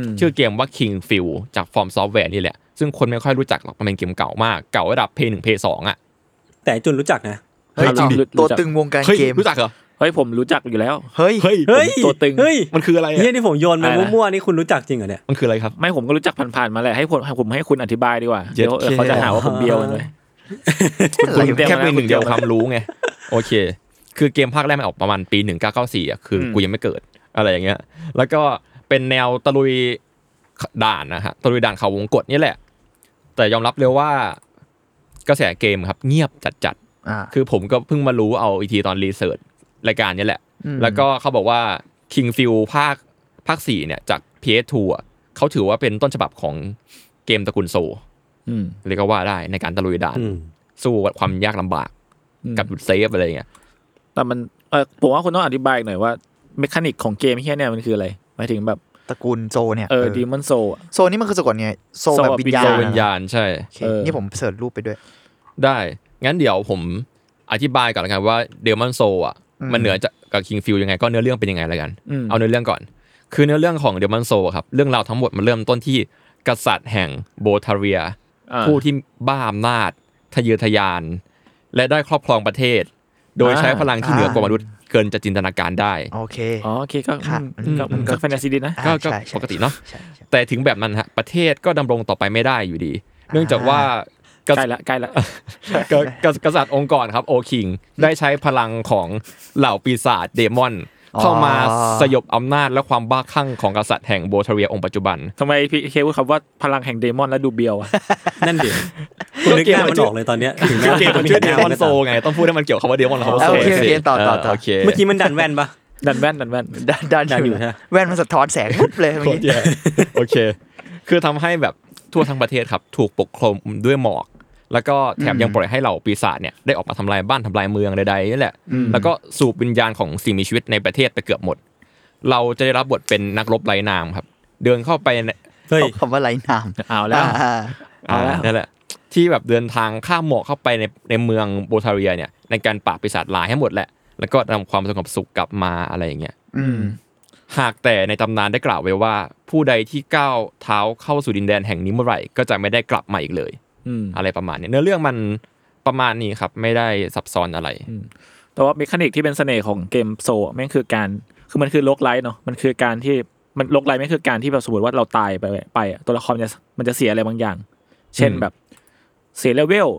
B: ม
E: ชื่อเกมว่า King f i e l จาก Form Software นี่แหละ ซึ่งคนไม่ค่อยรู้จักหรอกมันเป็นเกมเก่ามาก เก่าระดับ Play 1 Play 2อ่ะ
C: แต่จุนรู้จักนะ
E: เฮ้ยจริงดิ
B: รู้
D: ตัว
B: รู้จัก
D: ตึงวงการ
E: เฮ้ย
D: เกม
E: รู้จักเหรอ
B: เฮ้ยผมรู้จักอยู่แล้ว
D: เฮ้ย
E: เฮ้ย
C: เฮ้ย
B: ผมตัวตึง
C: เฮ้ย
E: มันคืออะไรอะ
C: เนี่ยที่ผมโยนมา
B: อะไรนะ
C: มั่วๆนี่คุณรู้จักจริงเหรอเนี่ย
E: มันคืออะไรครับ
B: ไม่ผมก็รู้จักผ่านๆมาแหละให้ผมให้ผมให้คุณอธิบายดีกว่า
E: เย็ด
B: เดี๋ยวเออ
E: เข้
B: เขาจะหาว่าผมเบียวเลย
D: อะไร
E: คุณ
D: อยู่
B: เตรียม
E: แค่
B: มา
E: ปี
B: แล้ว
E: หนึ่งเดียว
B: คุณเตรียมมา
E: ความรู้ไง โอเค คือเกมภาคแรกมันออกประมาณปี 1994อ่ะคืออ
B: ม
E: กูยังไม่เกิดอะไรอย่างเงี้ย แล้วก็เป็นแนวตะลุยด่านนะฮะตะลุยด่านเขาวงกฏนี่แหละ แต่ยอมรับเลยว่ากระแสเกมครับ เงียบจัด
D: อ่า
E: ๆ คือผมก็เพิ่งมารู้เอาอีกทีตอนรีเสิร์ชรายการนี้แหละ
D: อืม
E: แล้วก็เขาบอกว่า King f i e l ภาคภาค4เนี่ยจาก PS2 อะเขาถือว่าเป็นต้นฉบับของเกมตระกูลโซล
B: อืม
E: เรียกก็ว่าได้ในการตะลุยด่าน
C: อืม
E: สู้กับความยากลำบาก
B: อืม
E: กับหยุดเซฟอะไรอย่างเงี้ย
B: แต่มันเออผมว่าคุณต้องอธิบายหน่อยว่าเมคานิกของเกมเฮียเนี่ยมันคืออะไรหมายถึงแบบ
D: ตระกูลโซเนี่ย
B: เออ
D: เออ
B: ดีมอนโซ
D: โซนี่มันคือสะกดไงโซ
B: โซ
D: แบบวิญญาณ
E: โซ
B: แบบ
E: วิญญาณใช่
D: โอเค
B: เออ
D: นี่ผมเสิร์ชรูปไปด้วย
E: ได้ งั้นเดี๋ยวผมอธิบายก่อนละกันว่าเดมอนโซอ่ะ
D: อืม
E: มันเหนือจากกับคิงฟิลยังไง ก็เนื้อเรื่องเป็นยังไงละกัน
B: อืม
E: เอาเนื้อเรื่องก่อน คือเนื้อเรื่องของเดมอนโซครับ เรื่องราวทั้งหมดมันเริ่มต้นที่กษัตริย์แห่งโบทาเรีย
B: อ่า
E: ผู้ที่บ้าอำนาจทะเยอทะยาน และได้ครอบครองประเทศ โดย
B: อ่า
E: ใช้พลังที่เหนือกว่ามนุษย์เกินจะจินตนาการได้
D: โอเค
B: อ๋อโอเคก็
D: ค่ะ
B: อืม
D: มันก็
B: ก็
D: มันก็
B: ก็แฟนตาซีดีนะ
D: อ่า
E: ก็ก็
D: ใช่ใช่
E: ปกติเนอะ
D: ใช่ใช่
E: แต่ถึงแบบนั้นฮะประเทศก็ดำรงต่อไปไม่ได้อยู่ดี เนื่องจากว่า
B: ใกล้ละใกล้ละ
E: กกกษัตริย์องค์กรครับโอคิง ได้ใช้พลังของเหล่าปีศาจเดมอน
D: อ๋อ
E: เข้ามาสยบอำนาจและความบ้าคลั่งของกษัตริย์แห่งโบทาเรียองค์ปัจจุบัน
B: ทำไมพี่เคพูดคำว่าพลังแห่งเดมอนแล้วดูเบียวอะ
C: นั่นเดี๋ยวคุณนึกหน้ามันออกเลยตอนเนี้ยถึงหน้า
E: เกมมันชื่อเด
C: หาม
E: อนโซไง ต้องพูดให้มันเกี่ยวคำว่าเดมอนเขา
D: โอเคโอเคต่อต่อต่อ
E: โอเค
C: เมื่อกี้มันดันแว่นปะ
B: ดันแว่นดันแว่น
D: ด้านด้าน
C: ด้าน
D: อ
C: อยู่
D: ยู่
C: ฮะ
D: แว่นมันสะท้อนแสง ปุ๊บเลยเมื่อ
E: โคตร
D: กี้
E: แย่โอเค คือทำให้แบบทั่วทั้งประเทศครับ ถูกปกคลุมด้วยหมอก แล้วก็แถมยังปล่อยให้เหล่าปีศาจเนี่ยได้ออกมาทำลายบ้านทำลายเมืองใดๆนี่แหละ แล้วก็สูบวิญญาณของสิ่งมีชีวิตในประเทศไปเกือบหมด เราจะได้รับบทเป็นนักรบไร้นามครับ เดินเข้าไปใน
C: เฮ้ย
D: เอาคำว่าไรนาม
B: เอาแล้ว
D: อ่า
E: อ่านั่นแหละที่แบบเดินทางข้ามหมอกเข้าไปในในเมืองโบทาเรียเนี่ยในการปราบปีศาจร้ายให้หมดแหละ แล้วก็นำความสงบสุขกลับมาอะไรอย่างเงี้ย
D: อืม
E: หากแต่ในตำนานได้กล่าวไว้ว่า ผู้ใดที่ก้าวเท้าเข้าสู่ดินแดนแห่งนี้เมื่อไหร่ ก็จะไม่ได้กลับมาอีกเลย
B: อืม
E: อะไรประมาณเนี้ยเนื้อเรื่องมันประมาณนี้ครับ ไม่ได้ซับซ้อนอะไร
B: แต่ว่าเมคานิกที่เป็นเสน่ห์ของเกมโซอะแม่งคือการคือมันคือโลกไลท์เนาะมันคือการที่มันโลกไลท์ไม่งคือการที่แบบสมมติว่าเราตายไปไปอะตัวละครมันจะมันจะเสียอะไรบางอย่าง เช่น
E: อืม
B: แบบเสียเลเวล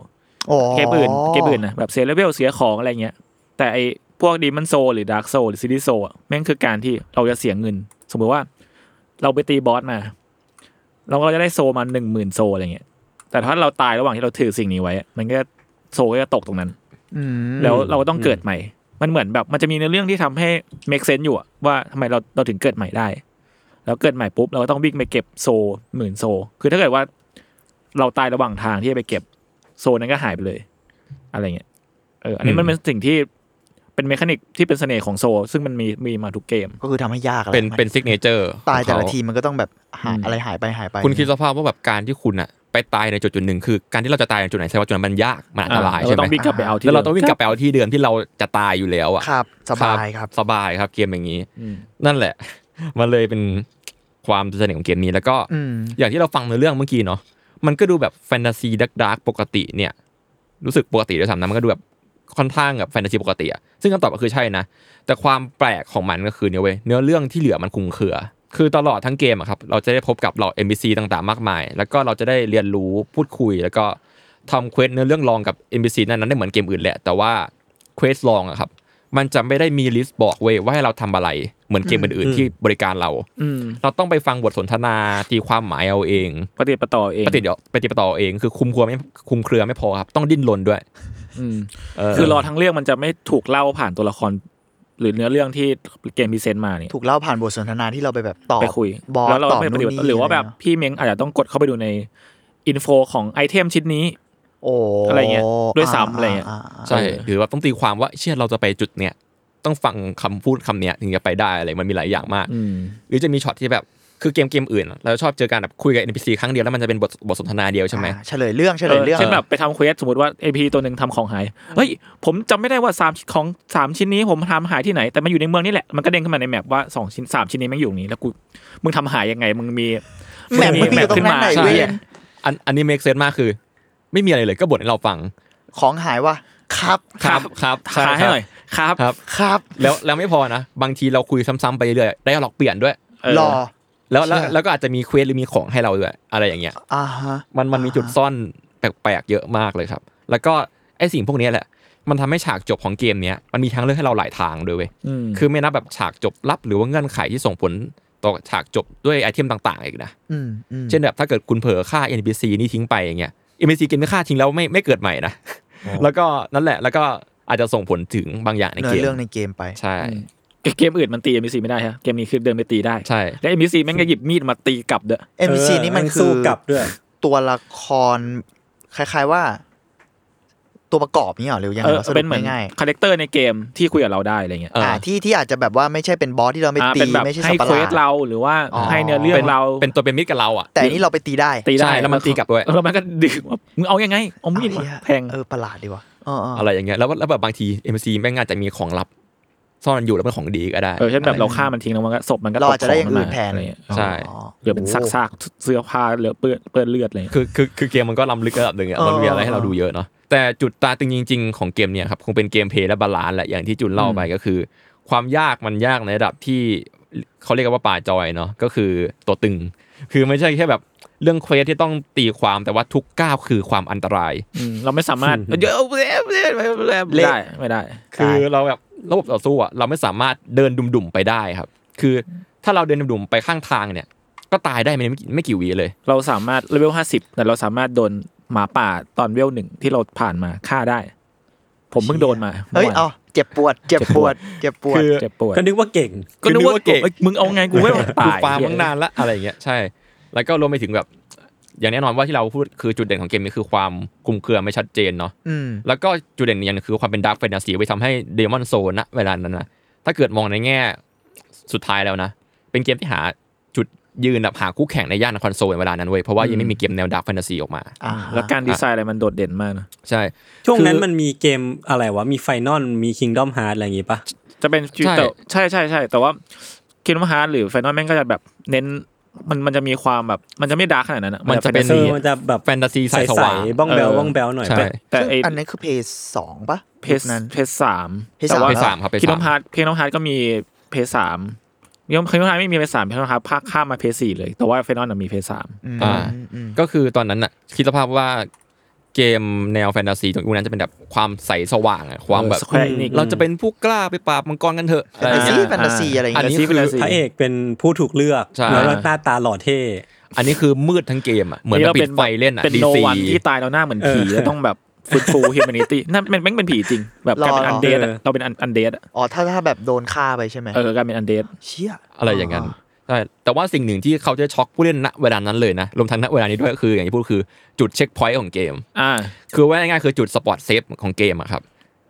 D: อ๋อ
B: เกมอื่นเกมอื่นนะแบบเสียเลเวลเสียของอะไรเงี้ยแต่ไอพวกดีมันโซหรือดาร์กโซหรือซิตี้โซอะแม่งคือการที่เราจะเสียเงิน สมมติว่าเราไปตีบอสมา เราก็จะได้โซมาหนึ่งหมื่นโซอะไรเงี้ยแต่ถ้าเราตายระหว่างที่เราถือสิ่งนี้ไว้อะมันก็จะโซก็จะตกตรงนั้น
D: อืม
B: แล้วเราก็ต้องเกิดใหม่ มันเหมือนแบบมันจะมีในเรื่องที่ทำให้ make sense อยู่อะว่าทำไมเราเราถึงเกิดใหม่ได้ แล้วเกิดใหม่ปุ๊บ เราก็ต้องวิ่งไปเก็บโซหมื่นโซ คือถ้าเกิดว่าเราตายระหว่างทางที่จะไปเก็บโซนั้นก็หายไปเลย อะไรเงี้ย เออ อันนี้มันเป็นสิ่งที่เป็นเมคานิกที่เป็นเสน่ห์ของโซ ซึ่งมันมีมีมาทุกเกม
D: ก็คือทำให้ยากแหละ
E: เป็นเป็นซิกเนเจอร์
D: ตายแต่ละทีมันก็ต้องแบบหาอะไรหายไปหายไป
E: คุณคิดสภาพว่าแบบการที่คุณอะไปตายในจุดจุดหนึ่งคือการที่เราจะตายในจุดไหนแสดงว่าจุดนั้นมันยากมันอันตราย
B: เร
E: ใช่ไหม
B: ต้องวิ่งกลับไปเอาที่
E: แล้วเราต้องวิ่งกลับไปเอาที่เดิมที่เราจะตายอยู่แล้วอะ
D: ครับสบายครับ
E: สบายครับเกมอย่างนี้
B: อืม
E: นั่นแหละ มันเลยเป็นความเสน่ห์ของเกมนี้แล้วก็
D: อืม
E: อย่างที่เราฟังในเรื่องเมื่อกี้เนาะมันก็ดูแบบแฟนตาซีดักดักปกติเนี่ย รู้สึกปกติด้วยซ้ำนะมันก็ดูแบบค่อนข้างแบบแฟนตาซีปกติอะซึ่งคำตอบก็คือใช่นะ แต่ความแปลกของมันก็คือเนี่ยเว้ยเนื้อเรื่องที่เหลือมันคลุมเครือ คือตลอดทั้งเกมอะครับเราจะได้พบกับเหล่า NPC ต่างๆ มากมาย แล้วก็เราจะได้เรียนรู้พูดคุย แล้วก็ทำเควสเนื้อเรื่องรองกับ NPC นั้นๆได้เหมือนเกมอื่นแหละ แต่ว่าเควสรองอะครับมันจะไม่ได้มีลิสต์บอกเว้ยว่าให้เราทำอะไรเหมือนเกมอื่นๆ ที่บริการเรา
B: อืม
E: เราต้องไปฟังบทสนทนาตีความหมายเอาเอง
B: ปฏิดประต่อเอง
E: ปฏิเดี๋ยวปฏิปต่อเองคือคุมเครือไม่คุมเครือไม่พอครับ ต้องดิ้นรนด้วย
B: อืม
E: เ
B: คือรอทั้งเรื่องมันจะไม่ถูกเล่าผ่านตัวละคร หรือเนื้อเรื่องที่เกมพรีเซนต์มาเนี่ย
D: ถูกเล่าผ่านบทสนทนาที่เราไปแบบตอบ
B: ไปคุย
D: บอส
B: แล้วเรา
D: ตอบ
B: ไม่ปฏิ
D: นู่
B: บั
D: น
B: ติ
D: นี่
B: หรือว่าแบบพี่เม้งอาจจะต้องกดเข้าไปดูในอินโฟของไอเทมชิ้นนี้
D: โอ้
B: อะไรเงี้ยด้วยซ้ำอะไรเงี้ย
D: าา
E: ใช่หรือว่าต้องตีความว่าเชื่อเราจะไปจุดเนี้ยต้องฟังคำพูดคำเนี้ยถึงจะไปได้อะไรมันมีหลายอย่างมาก
B: อืม
E: หรือจะมีช็อตที่แบบคือเกมเกมอื่น เราชอบเจอการแบบคุยกับ NPC ครั้งเดียวแล้วมันจะเป็นบทบทสนทนาเดียวใช่ไหม
D: อ่าเฉลยเรื่องเฉลยเรื่อง
B: นแบบไปทำเควสสมมติว่าเอพีตัวหนึ่งทำของหาย เฮ้ย ผมจำไม่ได้ว่าสามของสามชิ้นนี้ผมทำหายที่ไหน แต่มันอยู่ในเมืองนี่แหละ มันก็เด้งขึ้นมาในแมปว่าสองชิ้นสามชิ้นนี้แมันอยู่อย่างนี้ แล้วกู มึงทำหายยังไง มึงมี
D: แมปมันอยู่ตรงนั้นไหน
B: ใช่
D: เว้ย
E: อันอันนี้ make sense มากคือ ไม่มีอะไรเลยก็บทให้เราฟัง
D: ของหายวะครับ
E: ครับครับ
B: คา
E: ช่
B: ให้หน่อยครับ
E: ครับ
D: ครับ
E: แล้วแล้วไม่พอนะ บางทีเราคุยซ้ำๆไปเรื่อยๆได้หลอกเปลี่ยนด้วย
B: เออ
D: รอ
E: แล้วแล้ว
D: ใช่
E: แล้วก็อาจจะมีเควสหรือมีของให้เราด้วยอะไรอย่างเงี้ย
D: อ่าฮะ
E: มันมันมีจุดซ่อนแปลกๆเยอะมากเลยครับ แล้วก็ไอสิ่งพวกเนี้ยแหละ มันทำให้ฉากจบของเกมเนี้ยมันมีทางเลือกให้เราหลายทางด้วยเว้ย
B: อืม
E: คือไม่นับแบบฉากจบลับหรือว่าเงื่อนไขที่ส่งผลต่อฉากจบด้วยไอเทมต่าง ๆ อีกนะ
D: อืมอืม
E: เช่นแบบถ้าเกิดคุณเผลอฆ่า NPC นี่ทิ้งไปอย่างเงี้ย NPC เกมที่ฆ่าทิ้งแล้วไม่ไม่เกิดใหม่นะ แล้วก็นั่นแหละ แล้วก็อาจจะส่งผลถึงบางอย่างใน
D: เนื้
E: เก
D: อ
E: ม
D: เรื่องในเกมไป
E: ใช่
B: เกมอื่นมันตีเอ็มบีซีไม่ได้ฮะเกมนี้คือเดินไปตีได้
E: ใช่
B: และเอ็มบีซีแม่งก็หยิบมีดมาตีกลับเด้อ
D: NPC นี่มันคือ
C: เสู้กลับด้วย
D: ตัวละคร คล้าย ๆว่า ตัวประกอบนี่เหรอหรือยังไง
B: เออ
D: วะสรุ
B: เป็
D: ป
B: นเหมือน
D: ง่าย
B: คาแรคเตอร์ในเกมที่คุยกับเราได้อะไรเงี้ย
E: เอออ่
D: ๆ่าที่ที่อาจจะแบบว่าไม่ใช่เป็นบอสที่เราไป
B: อ่า
D: ตี
B: เป็นแบบ
D: ไม่ใช่สั
B: ให้
D: ตว์ประ
B: เค
D: ห
B: ว
D: ลา
B: ส
D: ด
B: เราหรือว่า
D: อ๋อ
B: ให้เนื้อเรื่องเรา
E: เป็นตัวเป็นมิตรกับเราอ่ะ
D: แต่อันนี่เราไปตีได้
B: ตีได้
E: ใช่แล้วมันตีกลับด้วย
B: แล้วมันก็ ดึงมามึงเอายังไงเอามีดมา
D: เอ้ย
B: แทง
D: เออประหลาดดีวะเออเอออ
E: อะไรอย่างเงี้ยแล้วแล้วแบบบางที MC แม่งอาจจะมีของลับ ซ่อนอยู่แล้วเป็นของดีก็ได้
B: เออเช่นแบบเราฆ่ามันทิ้งแล้วมันก็ศพมันก็
D: เรา
B: ตก
D: อาจจะได้อย่างอื่น
B: ข
D: แท
B: ม
D: น
B: อะไรเงี้ย
E: ใช่
D: อ๋อ
B: เหลือเป็นซากซากเสื้อผ้าเหลือเปื้อนเปื้อนเลือดอะไรเงี้ย
E: คือคือคือเกมมันก็ล้ำลึกระดับหนึ่งอะ
D: เออ
E: มันมีอะไรให้เราดูเยอะเนาะแต่จุดตาตึงจริง ๆ ของเกมเนี่ยครับคงเป็นเกมเพลย์และบาลานซ์แหละอย่างที่จุนเล่าไปก็คือ ความยากมันยากในระดับที่เขาเรียกกันว่าป่าจอยเนาะก็คือตัวตึง คือไม่ใช่แค่แบบเรื่องเควสที่ต้องตีความแต่ว่าทุกก้าวคือความอันตราย
B: มเราไม่สามารถเยอะไม่ได้ไม่ได้
E: คือเราแบบระบบต่อสู้อะเราไม่สามารถเดินดุ่มๆไปได้ครับ คือถ้าเราเดินดุ่มๆไปข้างทางเนี่ย ก็ตายได้ไม่กี่ไม่กี่วีเลย
B: เราสามารถเลเวลห้าสิบแต่เราสามารถโดนหมาป่าตอนเวลหนึ่งที่เราผ่านมาฆ่าได้ ผมเพิ่งโดนมา
D: เฮ้ย
B: มื่วาน
D: เอาเจ็บปวด เจ็บปวด เจ็บปวด
E: คือ
B: เจ็บปวด
C: ก็นึกว่าเก่ง
B: ก็นึกว่าเก่งมึงเอาไงกูไม่มา
E: กู
B: ตาย
E: ฟาร์มตั้งนานละอะไรอย่างเงี้ยใช่ แล้วก็รวมไปถึงแบบ อย่างแน่นอนว่าที่เราพูดคือจุดเด่นของเกมนี้คือความคลุมเครือไม่ชัดเจนเนาะ
D: อืม
E: แล้วก็จุดเด่นอกอย่างหนึงคือความเป็นดาร์ f แฟนตาซีไว้ทำให้เดมอนโซนนะเวลานั้นนะถ้าเกิดมองในแง่สุดท้ายแล้วนะ เป็นเกมที่หาจุดยืนแบบหาคู่แข่งในย่านคอนโซลเวลานั้นเว้ยเพราะว่ายังไม่มีเกมแนวดาร์ f แฟนตาซีออกมา
D: อ่า
B: แล้วการดีไซน์อะไรมันโดดเด่นมากนะ
E: ใช่
C: ช่วงนั้นมันมีเกมอะไรวะ มีไฟนอลมีคิงดอมฮาร์ดอะไรอย่างงี้ปะ
B: จะเป็นฟิว
E: ใช่
B: เตอร์ใช่ใช่ใช่แต่ว่าคินว่าฮาร์ดหรือไฟนอลแม่งก็จะแบบเน้นมันมันจะมีความแบบ มันจะไม่ดาร์กขนาดนั้นอ
E: มันจะเป็น
B: แฟตาซี
C: มันจะแบบ
E: แฟนตาซี
C: ใส
E: สายส
C: ใส
E: ว่าง
C: บ้องแบลบ้องแบลหน่อย
E: ใช่
C: ปะ
B: แต่
D: ซึ่ง
B: ไอ้
D: อันนั้นคือเพย์สองปะ
B: เพส
D: นั้น
B: เพสสาม
D: เพจ
B: แต่ว่
D: สาม
E: ครับเพจสาม
B: คิดน้องฮาร์ดเพจน้องฮาร์ดก็มีเพจสามยังคิดน้องฮาร์ดไม่มีเพจสามเพจน้องฮาร์ดภาคข้ามมาเพจสี่เลย แต่ว่าเฟนอลน่ะมีเพจสาม
D: อืม
E: อ่า
D: อืม
E: ก็คือตอนนั้นน่ะคิดสภาพว่าเกมแนวแฟนตาซีตรงยุคนั้นจะเป็นแบบความใสสว่างอะความแบบ
B: สแควร์นิก
E: เราจะเป็นผู้กล้าไปปราบมังกรกันเถอะอะไร
D: แฟนตา
E: อย่าง
D: ซี
E: เงี้ย
D: แฟนตาซีอะไรอย่าง
E: อัน
D: เงี้ย
E: นี้คือ
C: พระเอกเป็นผู้ถูกเลือก
E: ใช่
C: แล้วก็หน้าตาหล่อเท่
E: อันนี้คือมืดทั้งเกมอ่ะ เหมือนเราปิดไฟเล่นอ่ะ
B: เป็น
E: ดี
B: โน
E: ซี
B: วันที่ตายเราหน้าเหมือนผี
C: เออ
B: แล้วต้องแบบฟื้นฟู h u m a n i t y นั่นมันแม่งเป็นผีจริง แบบกลายเป็นอันเดดเราเป็นอันเดด
D: อ๋อถ้าถ้าแบบโดนฆ่าไปใช่ไหม
B: เออกลายเป็นอันเดด
D: เชี่ย
E: อะไรอย่างนั้นใช่แต่ว่าสิ่งหนึ่งที่เขาจะช็อกผู้เล่นณเวลานั้นเลยนะรวมทั้งณเวลานี้ด้วยคืออย่างที่พูดคือจุดเช็คพอยต์ของเกม
B: อ่า
E: คือว่าง่ายๆคือจุดสปอตเซฟของเกมอะครับ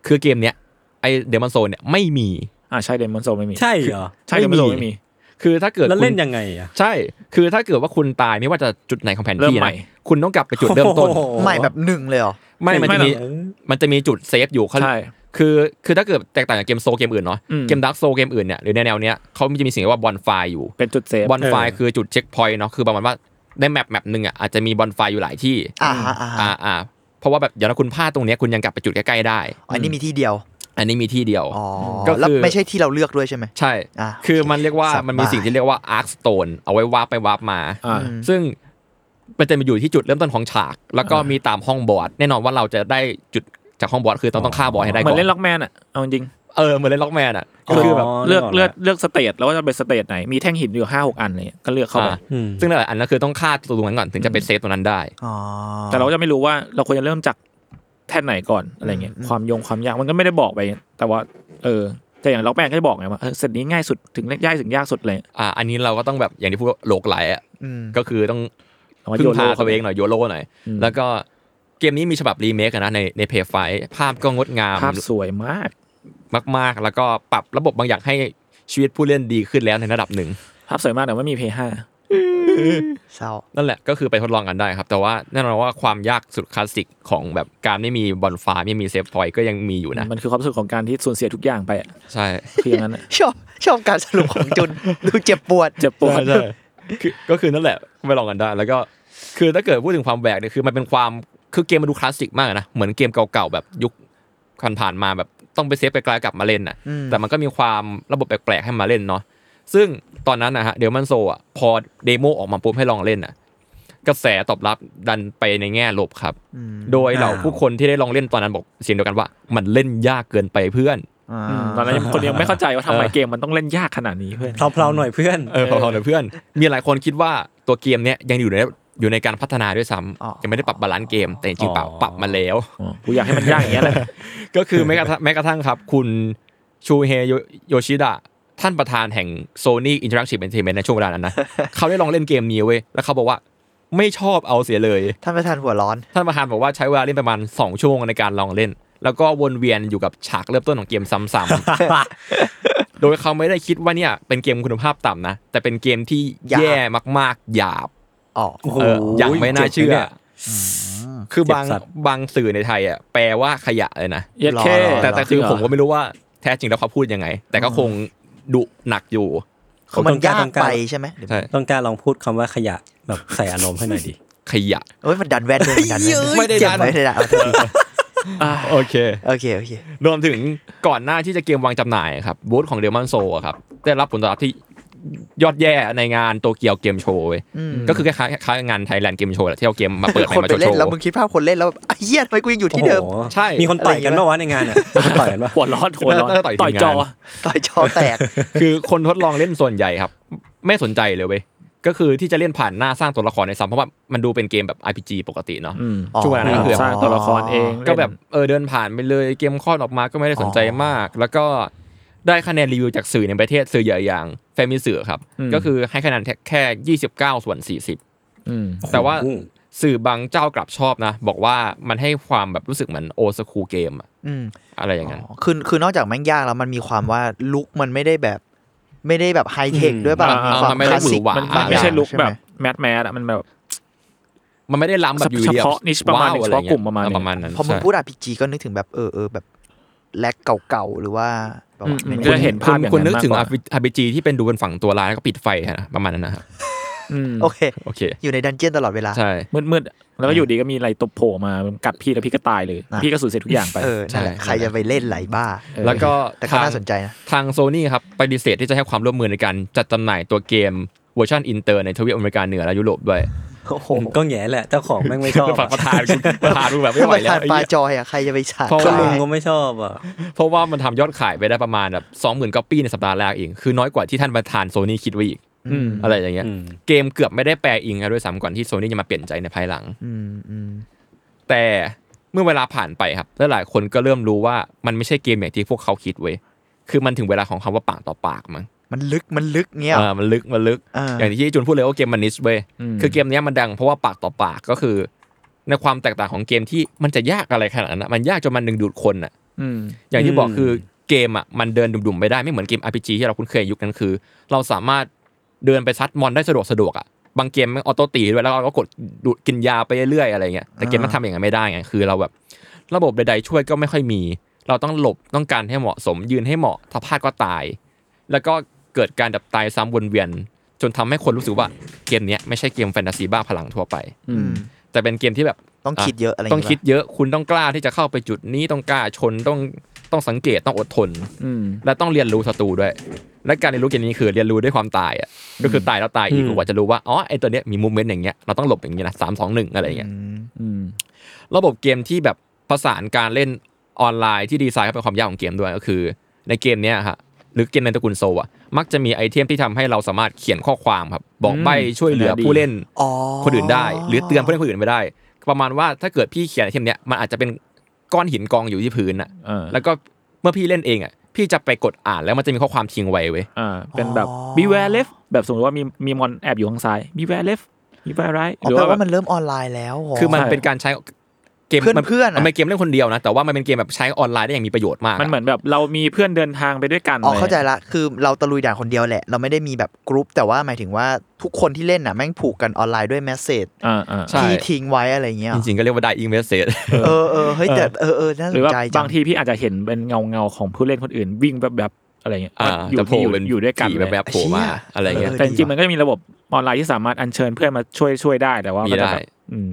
E: คือเกมเนี้ยไอเดมอนโซนเนี่ยไม่มี
B: อ่าใช่เดมอนโซไม่มี
C: ใช่เหรอ
B: ใช่เดมอนโซไม่มี
E: คือถ้าเกิด
C: แล้ว
E: คุณ
C: เล่นยังไงอ่ะ
E: ใช่ คือถ้าเกิดว่าคุณตายไม่ว่าจะจุดไหนของแผน
B: เริ่ม
E: ที่
B: ใหม่
E: นะคุณต้องกลับไปจุดเริ่มต้น
C: โอ้โห
D: ใหม่แบบหนึ่งเลยเหรอ
E: ไม่มันจะมีมันจะมีจุดเซฟอยู่เขา
B: ใช่
E: คือคือถ้าเกิดแตกต่างจากเกมโซลเกมอื่นเนาะ
B: อืม
E: เกมดักโซลเกมอื่นเนี่ยหรือในแนวเนี้ยเขาจะมีสิ่งเรียกว่าบอลไฟอยู่
B: เป็นจุดเซฟ
E: บอลไฟ
C: เออ
E: คือจุดเช็คพอยต์เนาะคือประมาณว่าในแมปแมปหนึ่งอ่ะอาจจะมีบอลไฟอยู่หลายที่
D: อ่าฮะอ่าฮะ
E: อ่าเพราะว่าแบบเดี๋ยวถ้าคุณพลาดตรงเนี้ยคุณยังกลับไปจุดใกล้ๆได้
D: อันนี้มีที่เดียว
E: อันนี้มีที่เดียว
D: อ๋อ
E: ก็คือ
D: แล้วไม่ใช่ที่เราเลือกด้วยใช่ไหม
E: ใช่
D: อ่ะ
E: คือมันเรียกว่า
D: สับ
E: มันมีสิ่ง
D: บ่าย
E: ที่เรียกว่าอาร์คสโตนเอาไว้วาร์ปไปวาร์ปมา
B: อ่า
E: ซึ่งมันจะมาอยู่ที่จุดเริ่มต้นของฉาก แล้วก็มีตามห้องบอสแน่นอนว่าเราจะได้จุดจากห้องบอสคือต้องต้องฆ่าบอสให้ได้
B: เหมือ
E: ก่อน น
B: เล่นล็อกแมนอ่ะเอาจริง
E: เออเหมือนเล่นล็อกแมนอ่ะ
C: อ๋
E: ก็
C: อ
E: คือแบบ
B: เลือก
C: นึ
B: เลื
C: อ
B: อ
C: อก ก
B: เลือกสเตทแล้วว่าจะเป็นสเตทไหนมีแท่งหินอยู่ห้าหกอันอะไรเงี้ยก็เลือกเข้าไป
E: อ่า
C: อืม
E: ซึ่งหลายๆอันนั้นคือต้องฆ่าตัวตรงนั้นก่อนถึงจะไปเซฟตัวนั้นได้
D: อ๋อ
B: แต่เราก็จะไม่รู้ว่าเราควรจะเริ่มจากแท่นไหนก่อนอะไรเงี้ยความยงความยากมันก็ไม่ได้บอกไป แต่ว่า เออแต่อย่างล็อกแมนก็จะบอกไงว่าเออเซตนี้ง่ายสุดถึงยากถึงยากสุดเลย
E: อ่า อันนี้เราก็ต้องแบบอย่างที่พูดว่าโหลกไหลอ่ะ
D: อืม
E: ก็คือต้อง
B: เอามา
E: พึ่
B: โย
E: ง
B: นโล
E: พาก ตัวเองหน่อยโยโลหน่อย
B: อืม
E: แล้วก็เกมนี้มีฉบับรีเมคอะนะในในเพจไฟภาพก็งดงาม
B: ภาพสวยมาก
E: มากๆ แล้วก็ปรับระบบบางอย่างให้ชีวิตผู้เล่นดีขึ้นแล้วในระดับหนึ่ง
B: ภาพสวยมากแต่ว่ามีเพย์ห้า
D: เศร้า
E: นั่นแหละก็คือไปทดลองกันได้ครับ แต่ว่าแน่นอนว่าความยากสุดคลาสสิกของแบบการไม่มีบอลฟ้าไม่มีเซฟพอยต์ก็ยังมีอยู่นะ
B: มันคือความรู้สึกของการที่สูญเสียทุกอย่างไป อะ
E: ใช่
B: คืออย่างนั้นอะ
D: ชอบชอบการสรุปของจุน ดูเจ็บปวด
B: เจ็บปวด
E: ใช่คือก็คือนั่นแหละไปลองกันได้ แล้วก็คือถ้าเกิดพูดถึงความแหวกเนี่ยคือมันเป็นความ คือเกมมันดูคลาสสิกมากนะ เหมือนเกมเก่าๆแบบยุคผ่านๆมาแบบต้องไปเซฟไปไกลกลับมาเล่นน่ะ
D: อืม
E: แต่มันก็มีความระบบแปลกๆให้มาเล่นเนาะ ซึ่งตอนนั้นนะฮะเดลมันโซอ่ะพอเดโมออกมาปุ๊บให้ลองเล่นน่ะ กระแสตอบรับดันไปในแง่ลบครับ
D: อืม
E: โดยเหล่า
C: อ้าว
E: ผู้คนที่ได้ลองเล่นตอนนั้นบอกเสียงเดียวกันว่า มันเล่นยากเกินไปเพื่อน
D: อ่า
B: อืมตอนนั้นยังคนยังไม่เข้าใจว่าทำไม
E: เออ
B: เกมมันต้องเล่นยากขนาดนี้เพื่อน
C: เพลาๆหน่อยเพื่อน
E: เออเผาๆหน่อยเพื่อน มีหลายคนคิดว่าตัวเกมเนี้ยยังอยู่ในอยู่ในการพัฒนาด้วยซ้
D: อ๋อ
E: ำยังไม่ได้ปรับบาลานซ์เกม แต่จริงๆเปล่า
C: อ๋อ
E: ปรับมาแล้ว
B: กูอยากให้มันยากอย่างเงี้ยแหละ
E: ก็คือแม้กระทั่งแม้กระทั่งครับ คุณชูเฮโยโยชิดะท่านประธานแห่ง Sony Interactive Entertainment ในช่วงเวลานั้นนะ เขาได้ลองเล่นเกมนี้เว้ยแล้วเขาบอกว่าไม่ชอบเอาเสียเลย
D: ท่านประธานหัวร้อน
E: ท่านประธานบอกว่าใช้เวลาเล่นประมาณ 2 ชั่วโมงในการลองเล่น แล้วก็วนเวียนอยู่กับฉากเริ่มต้นของเกมซ้ำ ๆ โดยเขาไม่ได้คิดว่าเนี่ยเป็นเกมคุณภาพต่ำนะ แต่เป็นเกมที่
D: หยาบ
E: แย่มากๆ หยาบ
D: อ๋อ
C: โอ้โห
E: เอออย่างไม่น่าเชื่อ
C: จ็บะย
E: คือบาง
C: เจ็บสัตว์
E: บางสื่อในไทยอ่ะแปลว่าขยะเลยนะ
B: เย็ดเค
D: รอรอ
E: แต่แต่
B: จริ
E: คือง
B: เหร
E: ผมก็ไม่รู้ว่าแท้จริงแล้วเขาพูดยังไง แต่ก็คงดุหนักอยู่
D: คือมันยาก
C: ต้องการ
D: ไปใช่ไหมเดี๋ยว
E: ใช่
C: ต้องการลองพูดคำว่าขยะแบบใส่อารมณ์ให้หน่อยดิ
E: ขยะ
D: เอ้ยมันดันแว่นด้วยมันดันแว่นด้วย
E: ไม่ได้
D: เจ็บ
E: ดัน
D: ไม่ได้ดันเอาเถอะ
E: โอเค
D: โอเคโอเค
E: รวมถึงก่อนหน้าที่จะเกมวางจำหน่ายครับบูธของเดลมันโซครับ ได้รับผลตอบรับที่ยอดแย่ในงานโตเกียวเกมโชว์เว้ย
D: อืม
E: ก็คือคล้ายๆคล้ายๆงานไทยแลนด์เกมโชว์แหละที่เอาเกมมาเปิดใหม่
D: คน
E: มา
D: ไป
E: โช
D: เล่น
E: ว์
D: แล้วมึงคิดภาพคนเล่นแล้วแบบไอ้เหี้ยทำไมกูยังอยู่ที่เดิม
C: โอ้โห
E: ใช่
C: มีคนต่อยกันปะวะในงานอ่ะมีคนต่อยกันปะ
B: หัวร้อนหัวร้อน
E: น่าจะต่อยทีม
B: ต่อยจอ
E: งาน
D: ต่อยจอแตก
E: คือคนทดลองเล่นส่วนใหญ่ครับ ไม่สนใจเลยเว้ยก็คือที่จะเล่นผ่านหน้าสร้างตัวละครในซ้ำเพราะว่ามันดูเป็นเกมแบบ RPG ปกติเนาะ
B: อืม
D: อ๋อ
E: ช่วงเวลานั้นก็คือ
B: สร้างตัวละครเอง
E: ก็แบบเออเดินผ่านไปเลยเกมคลอดออกมาก็ไม่ได้สนใจมาก แล้วก็ได้คะแนนรีวิวจากสื่อในประเทศสื่อใหญ่อย่างแฟมิสื่อครับ ก็คือให้คะแนนแค่ 29 ส่วน 40
B: อืม
E: แต่ว่าสื่อบางเจ้ากลับชอบนะ บอกว่ามันให้ความแบบรู้สึกเหมือนโอสคูเกม
D: อืม
E: อะไรอย่างนั้น
D: อ๋อคือคือนอกจากแม่งยากแล้วมันมีความว่าลุกมันไม่ได้แบบ ไม่ได้แบบไฮเทคด้วยป่ะ
B: อ่
D: มีความ
E: มันไม่
D: ค
E: ได้
D: ลาสสิก
E: หวือหวา
B: มันมันไม่ใช่ลุกแบบแมสแมสอะมันแบบ
E: มันไม่ได้ล้ำแบบอยู่
B: เฉ
E: เดียว
B: พาะนิชประมาณหนึ่ง
E: ว้วอ
B: เฉพาะ
E: ไงี้ย
B: กลุ่มประมาณหนึ่ง
E: ประมาณนั้น
D: พอมึง
E: ใช่
D: พูดอาพีจีก็นึกถึงแบบเออเออแบบแลกเก่าๆหรือว่าแบบว่า
B: อืม
D: ไม่
B: อืม
D: ได้
B: จะเห็นภาพอย่างนั้น
E: คุณนึกถึง
B: มากกว่า
E: RPG ที่เป็นดูเป็นฝั่งตัวร้ายแล้วก็ปิดไฟนะประมาณนั้นนะครับ
B: อืม
D: โอเค
E: โอเค
D: อยู่ในดันเจียนตลอดเวลา
E: ใช่
B: มืดๆแล้วก็อยู่ดีก็มีอะไรตบโผล่มามันกัดพี่แล้วพี่ก็ตายเลย
D: อ่ะ
B: พี่ก็สูญเสียทุกอย่างไป
D: เออนั่นแหละ
E: ใช่
D: ใครจะไปเล่นไหลบ้า
E: แล้วก็
D: แต่ก็น่าสนใจนะ
E: ทางโซนี่ครับปฏิเสธที่จะให้ความร่วมมือในการจัดจำหน่ายตัวเกมเวอร์ชันอินเตอร์ในทวีปอเมริกาเหนือและยุโรปด้วย
D: โอ้โห
C: ผมก็แย่แหละเจ้าของแม่งไม่ชอบ
E: ฝั่
C: อะ
E: งประธานประธานดูแบบไม่
D: ถ้า
E: ไหว
D: ไป
E: แล้
D: ทา
E: วน ไอ้
D: ปลา
E: เหี้ย
D: จอยอ่ะใครจะไปฉาย
E: เพราะ
C: ก็
D: ขาย
C: ลุง
D: ให้
C: ก็ไม่ชอบอ่ะ
E: เพราะว่ามันทำยอดขายไปได้ประมาณแบบสองหมื่นก๊อปปี้ในสัปดาห์แรกเองคือน้อยกว่าที่ท่านประธานโซนี่คิดไว้อีก
B: อืม
E: อะไรอย่างเงี้ย
C: อืม
E: เกมเกือบไม่ได้แปลอิงกันด้วยซ้ำก่อนที่โซนี่จะมาเปลี่ยนใจในภายหลัง
D: อืมอืม
E: แต่เมื่อเวลาผ่านไปครับและหลายคนก็เริ่มรู้ว่ามันไม่ใช่เกมอย่างที่พวกเขาคิดเว้ยคือมันถึงเวลาของคำว่าปากต่อปากมั้ง
D: มันลึกมันลึกเงี้ยเหร
E: เออ
D: อ
E: มันลึก มันลึก
D: อ่า
E: อย่างที่จุนพูดเลยว่าเกมมันนิชเว้ย คือเกมเนี้ยมันดังเพราะว่าปากต่อปากก็คือ ในความแตกต่างของเกมที่มันจะยากอะไรขนาดนั้นอะมันยากจนมันดึงดูดคนอ่ะ
B: อืม
E: อย่างที่บอก
C: อืม
E: คือเกมอ่ะมันเดินดุ่มๆไม่ได้ไม่เหมือนเกม RPG ที่เราคุ้นเคยยุคนั้นคือ เราสามารถเดินไปซัดมอนได้สะดวกสะดวกอ่ะ บางเกมมันออโต้ตีด้วยแล้วเราก็กดดูดกินยาไปเรื่อยๆอะไรเงี้ย แต่เกมมันทำอย่างนั้นไม่ได้ไง คือเราแบบระบบใดๆช่วยก็ไม่ค่อยมี เราต้องหลบต้องการให้เหมาะสมยืนให้เหมาะถ้าพลาดก็ตาย แล้วก็เกิดการดับตายซ้ำวนเวียน จนทำให้คนรู้สึกว่าเกมเนี้ยไม่ใช่เกมแฟนตาซีบ้าพลังทั่วไป
B: อืม
E: แต่เป็นเกมที่แบบ
D: ต้องคิดเยอะอะไร
E: ต้องคิดเยอะคุณต้องกล้าที่จะเข้าไปจุดนี้ต้องกล้าชนต้องต้องสังเกตต้องอดทน
B: อืม
E: และต้องเรียนรู้ศัตรูด้วย และการเรียนรู้เกมนี้คือเรียนรู้ด้วยความตายอ่ะก็คือตายแล้วตายอีก
C: อืม
E: กว่าจะรู้ว่าอ๋อไอตัวเนี้ยมีมูเมนต์อย่างเงี้ยเราต้องหลบอย่างเงี้ยนะสามสองหนึ่งอะไรอย่างเงี้ย
B: อืม
E: ระบบเกมที่แบบประสานการเล่นออนไลน์ที่ดีไซน์เข้าเป็นความยากของเกมด้วยก็คือ ในเกมเนี้ยฮะหรือเกมในตระกูลโซลอ่ะมักจะมีไอเทมที่ทำให้เราสามารถเขียนข้อความครับบอกใบ
B: อืม
E: ช่วยเหลือ
B: น่าดี
E: ผู้เล่น
D: อ๋อ
E: คนอื่นได้ หรือเตือนผู้เล่นคนอื่นไม่ได้ ประมาณว่าถ้าเกิดพี่เขียนไอเทมเนี้ยมันอาจจะเป็นก้อนหินกองอยู่ที่พื้นอ่ะ
B: เออ
E: แล้วก็เมื่อพี่เล่นเองอ่ะพี่จะไปกดอ่านแล้วมันจะมีข้อความทิ้งไว้เว้ย
B: อ่า เป็นแบบ beware left แบบสมมติว่ามีมีมอนแอบอยู่ข้างซ้าย beware left beware right
D: อ๋อแปลว่ามันเริ่มออนไลน์แล้วเหร
E: คือมันเป็นการใช้เกม
D: เพื่อน
E: มั
D: เพื่อนอะ
E: มันเป็นเกมเล่นคนเดียวนะแต่ว่ามันเป็นเกมแบบใช้ออนไลน์ได้อย่างมีประโยชน์มากอะ
B: มันเหมือนแบบเรามีเพื่อนเดินทางไปด้วยกัน
D: อ๋อเข้าใจละ คือเราตะลุยด่านคนเดียวแหละ เราไม่ได้มีแบบกรุ๊ป แต่ว่าหมายถึงว่าทุกคนที่เล่นน่ะแม่งผูกกันออนไลน์ด้วยแมสเซจ
B: อ่าอ่า
E: ใช่
D: ที่ทิ้งไว้อะไรเงี้ย
E: จริงๆก็เรียกว่าได้อิงเวสเซ
D: เออเออเฮ้ยแต่เออเออน่าส
B: หรือน ว่า
D: ใจจั
B: บางทีพี่อาจจะเห็นเป็นเงาเงาๆของผู้เล่นคนอื่นวิ่งแบบแบบๆอะไรเงี้ย
E: อ่า
B: อยู่
E: จะโผล่
B: ที่อยู่
E: เป็น
B: อยู่ด้วยกัน
E: ผีแบบๆโผล่มาอะไรเงี้ย
B: แต่จริงๆมันก็จะมีระบบออนไลน์ที่สามารถอัญเชิญเพื่อนมาช่วยช่วยได้แต่ว่า
E: มี
B: ก็จะ
E: ได้
B: แบบอืม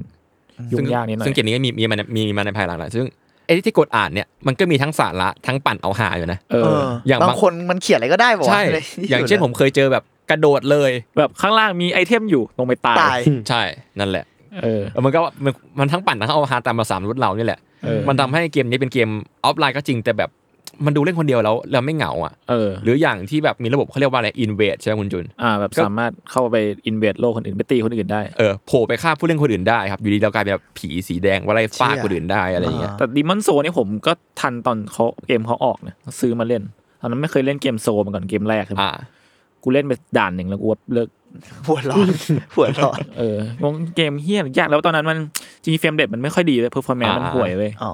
B: ยุ่
E: ซึ่
B: งยากนิดหน่อย
E: ซึ่งเกมนี้ก็มีมีมาในมีมาในภายหลังแหละซึ่งไอ้ที่กดอ่านเนี่ยมันก็มีทั้งสาระทั้งปั่นเอาหาอยู่นะ
B: เอ
D: เอ
B: อ
D: ออย่าง บา
E: บาง ง
D: คนมันเขียนอะไรก็ได้ป่าวะ
E: ใช่
D: ะไร
E: อย่างเช่นผมเคยเจอแบบกระโดดเลย
B: แบบข้างล่างมีไอเทมอยู่ลงไปตาย
D: ตาย
E: ใช่นั่นแหละ
B: เออ
E: มันก็มันมันทั้งปั่นทั้งเอาฮาตามภาษามรุ่นเรานี่แหละ
B: เออ
E: มันทำให้เกมนี้เป็นเกมออฟไลน์ก็จริงแต่แบบมันดูเล่นคนเดียวแล้วแล้วไม่เหงาอ่ะ
B: เออ
E: หรืออย่างที่แบบมีระบบเขาเรียกว่าอะไรอินเวดใช่ไหมคุณจุน
B: อ่า แบบ
E: ก็
B: สามารถเข้าไปอินเวดโลกคนอื่นไปตีคนอื่นได้
E: เออโผล่ไปฆ่าผู้เล่นคนอื่นได้ครับอยู่ดีเรากลายเป็นแบบผีสีแดงว่าไล่ฟาดคนอื่นได้อะไรอย่างเงี้ย
B: แต่ดิมอนโซนี่ผมก็ทันตอนเขาเกมเขาออกเนี่ยซื้อมาเล่นตอนนั้นไม่เคยเล่นเกมโซมาก่อนเกมแรกใช่ไหม
E: อ่า
B: กูเล่นไปด่านหนึ่งแล้วกูว่าเลิก
D: หัวร้อนหัวร้อน
B: เอองงเกมเฮี้ยยากแล้วตอนนั้นมันจริงเฟรมเรทมันไม่ค่อยดีเลยเพอร์ฟอร์แมนซ์
E: อ่ามั
B: มันห่วยเว้ย
D: อ๋อ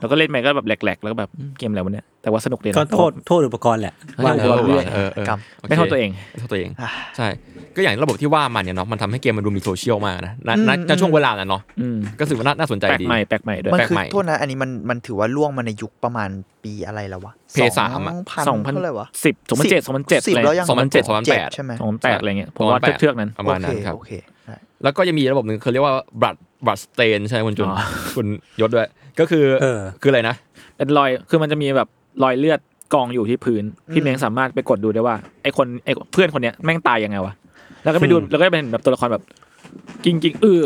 B: แล้วก็เล่นไปก็แบบแหลกๆ แล้วก็แบบอืมเกมอะไรวะเนี่ยแต่ว่าสนุกดีนะ
C: ก็โทษโทษอุปกรณ์แหละ
B: ว่าง
E: เออว่ะเออเออโอค
B: ไม่โทษตัวเอง
E: ไม่โทษตัวเอง ใช่ ก็อย่างระบบที่ว่ามันเนี่ยเนาะมันทำให้เกมมันดูมีโซเชียลมากนะณณณช่วงเวลานั้นเนาะ
B: อืม
E: ก็ถือว่าน่าน่าสนใจ
B: แปลก
E: ดี
B: ใหม่แปลกใหม่ด้วย
D: มัน
E: แปลก
D: คือ
E: ใหม่
D: โทษนะอันนี้มันมันถือว่าล่วงมาในยุคประมาณปีอะไรแล้ววะ
E: เพสามอะ
D: พัน
B: สองพัน
D: เท่าไหร่วะ
B: สิบสองพันเจ็ดสองพันเจ็ด
D: สิบ
B: อะไร
D: แล้วยัง
E: สองพันเจ็ดสองพันแปด
D: ใช่ไหม
B: สองพันแปดอะไรเงี้ยผมว่า
E: ประณ
B: เทือกๆนั้น
E: แปดประมาณนั้นครับ
D: โอเคโอเคได้
E: แล้วก็ยังมีระบบหนึ่งเขาเรียกว่าบัตบัตสเตนใช่ไหมคุณจุน
B: อ๋อ
E: คุณยศด้วย ก็คือ
C: เออ
E: คืออะไรนะ
B: เป็นรอยคือมันจะมีแบบรอยเลือดกองอยู่ที่พื้นพี่เม้งสามารถไปกดดูได้ว่าไอคนไอเพื่อนคนเนี้ยแม่งตายยังไงวะแล้วก็ไปดูแล้วก็เป็นแบบตัวละครแบบกิ้งกิ้งเอื้อ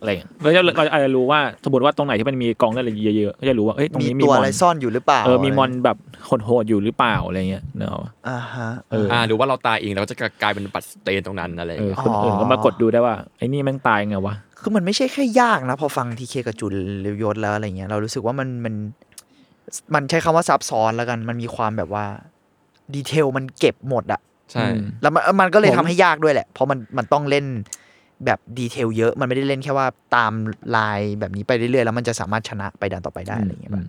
B: อะไรเงี้ยแล้วเราเราจะรู้ว่าสมมติว่าตรงไหนที่มันมีกองเลือดอะไรเยอะๆก็จะรู้ว่าเอ้ยตรง
D: มี
B: นี้มี
D: ตัว
B: มอ
D: อะไร
B: น
D: ซ่อนอยู่หรือเปล่า
B: เออ มีมอนแบบโหดๆอยู่หรือเปล่าอะไรเงี้ยเนกอะ
D: อ่าฮะ
B: เออ
E: อ่าหรือว่าเราตายเองเราก็จะกลายเป็นบัตสเตนตรงนั้นอะไรอย่าง
B: เออ
E: เงี้ย
B: คนอื่น
D: อ๋อ
B: ก็มากดดูได้ว่าไอ้นี่แม่งตายไงวะ
D: คือมันไม่ใช่แค่ยากนะ พอฟังทีเคกับจุนหรือยศแล้วอะไรเงี้ยเรารู้สึกว่ามันมันมันใช้คำว่าซับซ้อนแล้วกัน มันมีความแบบว่าดีเทลมันเก็บหมดอะ
E: ใช่
B: อืม
D: แล้วมันมันก็เลย
E: ผม
D: ทำให้ยากด้วยแหละ เพราะมันมันต้องเล่นแบบดีเทลเยอะมันไม่ได้เล่นแค่ว่าตามลายแบบนี้ไปเรื่อยๆแล้วมันจะสามารถชนะไปด่านต่อไปได้อะไรเงี้ยแบบ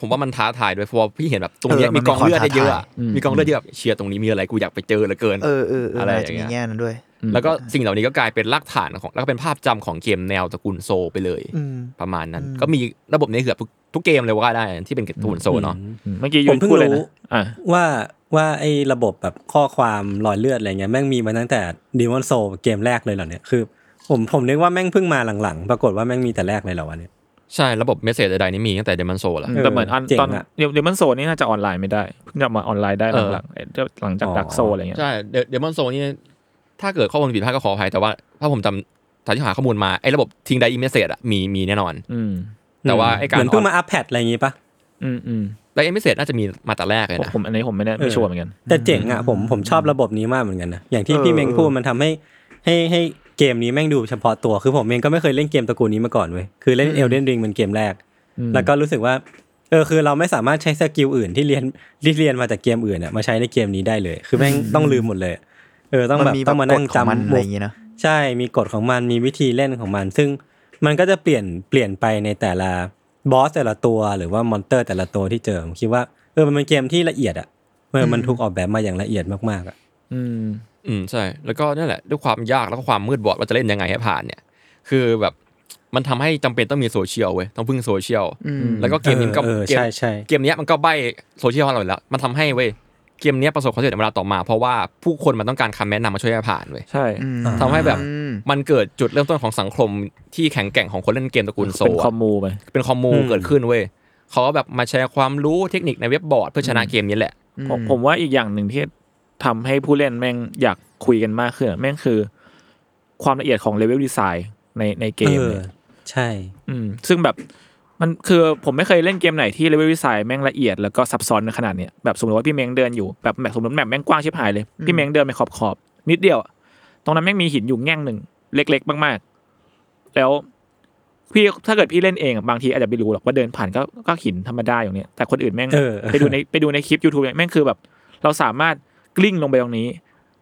E: ผมว่ามันท้าทายด้วยเพราะว่าพี่เห็นแบบตรงเนี้ย
D: เออมั
E: มี
D: น
E: กองเลือดเยอะๆอะ
B: อืม
E: มีกองเลือดที่แบบเชียร์ตรงนี้มีอะไรกูอยากไปเจอเหลือเกิน
D: เออเออเออ
E: อะ
D: อะไร ไร
E: อย่างเงี้ย
D: จะมีแง่นั้นด้วย
B: อืม
E: แล้วก็สิ่งเหล่านี้ก็กลายเป็นรากฐานของแล้วก็เป็นภาพจำของเกมแนวตระกูลโซลไปเลย
D: อืม
E: ประมาณนั้น
D: อืม
E: ก็มีระบบในเกือบทุกทุกเกมเลยว่าได้ที่เป็นการ์ตูนโซลเนาะ
B: อืมเมื่อกี้
C: ผ
B: ยู
C: มเพิ่ง
B: พูดเลย
C: รู้
B: นะอ่ะ
C: ว่าว่าไอ้ระบบแบบข้อความรอยเลือดอะไรเงี้ยแม่งมีมาตั้งแต่ดีมอนโซเกมแรกเลยเหรอเนี่ยคือ ผมผมนึกว่าแม่งเพิ่งมาหลังๆ ปรากฏว่าแม่งมีแต่แรกเลยเหรอวะเนี่ย
E: ใช่ระบบเมสเซจใดๆนี่มีตั้งแต่เดมันโซละ
B: อืมแต่เหมือนอัน
C: เจ๋ง
B: ตอน
C: อะ
B: เดมอนโซนี่น่าจะออนไลน์ไม่ได้ เพิ่งจะมาออนไลน์ได้
E: เออ
B: หลังๆเอ้ยหลังจากดักโซอะไรเงี้ย
E: ใช่เดมอนโซนี่ถ้าเกิดข้อมูลผิดพลาดก็ขออภัยแต่ว่าถ้าผมจำตามที่หาข้อมูลมาไอ้ระบบทิ้งไดอีเมสเซจอะมีมีแน่นอน
B: อืม
E: แต่ว่าไอ้การ
C: เหมือนเพิ่งมาอัปแพทอะไรอย่างงี้ปะ
B: อืมอืม
E: ไดอีเมสเซจน่าจะมีมาแต่แรกเลย
B: ผม
E: นะ
B: ผมอันนี้ผมไม่แน่ไม่ชัวร์เหมือนกัน
C: แต่เจ๋งอ่ะผมผมชอบระบบนี้มากเหมือนกันนะอย่างที่พี่เมงพูดมันทำให้ให้ให้เกมนี้แม่งดูเฉพาะตัวคือผมเองก็ไม่เคยเล่นเกมตระกูลนี้มาก่อนเว้ยคือเล่นเอลเดนริงเป็นเกมแรก
B: อืม
C: แล้วก็รู้สึกว่าเออคือเราไม่สามารถใช้สกิลอื่นที่เรียนที่เรียนมาจากเกมอื่นอะมาใช้ในเกมนี้ได้เลย คือแม่งต้องลืมหมดเลยเออต้องแบบต้องมานั่ง
D: กฎของมัน
C: จำ
D: อะไรอย่างเงี้ยนะ
C: ใช่มีกฎของมันมีวิธีเล่นของมัน ซึ่งมันก็จะเปลี่ยนเปลี่ยนไปในแต่ละบอสแต่ละตัวหรือว่ามอนเตอร์แต่ละตัวที่เจอผมคิดว่าเออมันเป็นเกมที่ละเอียดอะเออมันถูกออกแบบมาอย่างละเอียดมากๆอะ
B: อืม
E: อืมใช่ แล้วก็นั่นแหละด้วยความยากแล้วก็ความมืดบอดว่าจะเล่นยังไงให้ผ่านเนี่ย คือแบบมันทำให้จำเป็นต้องมีโซเชียลเว้ยต้องพึ่งโซเชียลแล้วก็เกมนี้มันก็
C: เออเออ
E: เกม
C: ใช่ใช่
E: เกมเนี้ยมันก็ใบโซเชียลให้เราอยู่แล้ว มันทำให้เว้ยเกมเนี้ยประสบความสำเร็จในเวลาต่อมา เพราะว่าผู้คนมันต้องการคำแนะนำมาช่วยให้ผ่านเว้ย
B: ใช่
E: ทำให้แบบ
D: อืม
E: มันเกิดจุดเริ่มต้นของสังคมที่แข็งแกร่งของคนเล่นเกมตระกูลโซ
B: เป็นคอ
E: อะ
B: มมูไป
E: เป็นคอมมูเกิดขึ้นเว้ยเขาก็แบบมาแชร์ความรู้เทคนิคในเว็บบอร์ดเพื่อชนะเกมนี้แหละ
B: ผมผมว่าอีกอย่างหนึ่งที่ทำให้ผู้เล่นแม่งอยากคุยกันมากขึ้นอะแม่งคือ ความละเอียดของเลเวลดีไซน์ในในเก
C: เอ
B: ม
C: อ
B: เนี่ย
C: ใช่
B: มซึ่งแบบมันคือผมไม่เคยเล่นเกมไหนที่เลเวลดีไซน์แม่งละเอียดแล้วก็ซับซ้อนขนาดเนี้ยแบบสมมติว่าพี่เม้งเดินอยู่แบบแบบสมมติแมปแม่งกว้างชิบหายเลยพี่เม้งเดินไปขอบขอบๆนิดเดียวอะตรงนั้นแม่งมีหินอยู่แง่งหนึ่งเล็ก ๆ มากๆ แล้วพี่ถ้าเกิดพี่เล่นเองอะบางทีอาจจะไม่รู้หรอกว่าเดินผ่านก็ก็หินธรรมดาอย่างเนี้ยแต่คนอื่นแม่ง
C: เออ
B: ไปดูในไปดูในคลิป YouTube เนี่ยแม่งคือแบบเราสามารถกลิ้งลงไปตรงนี้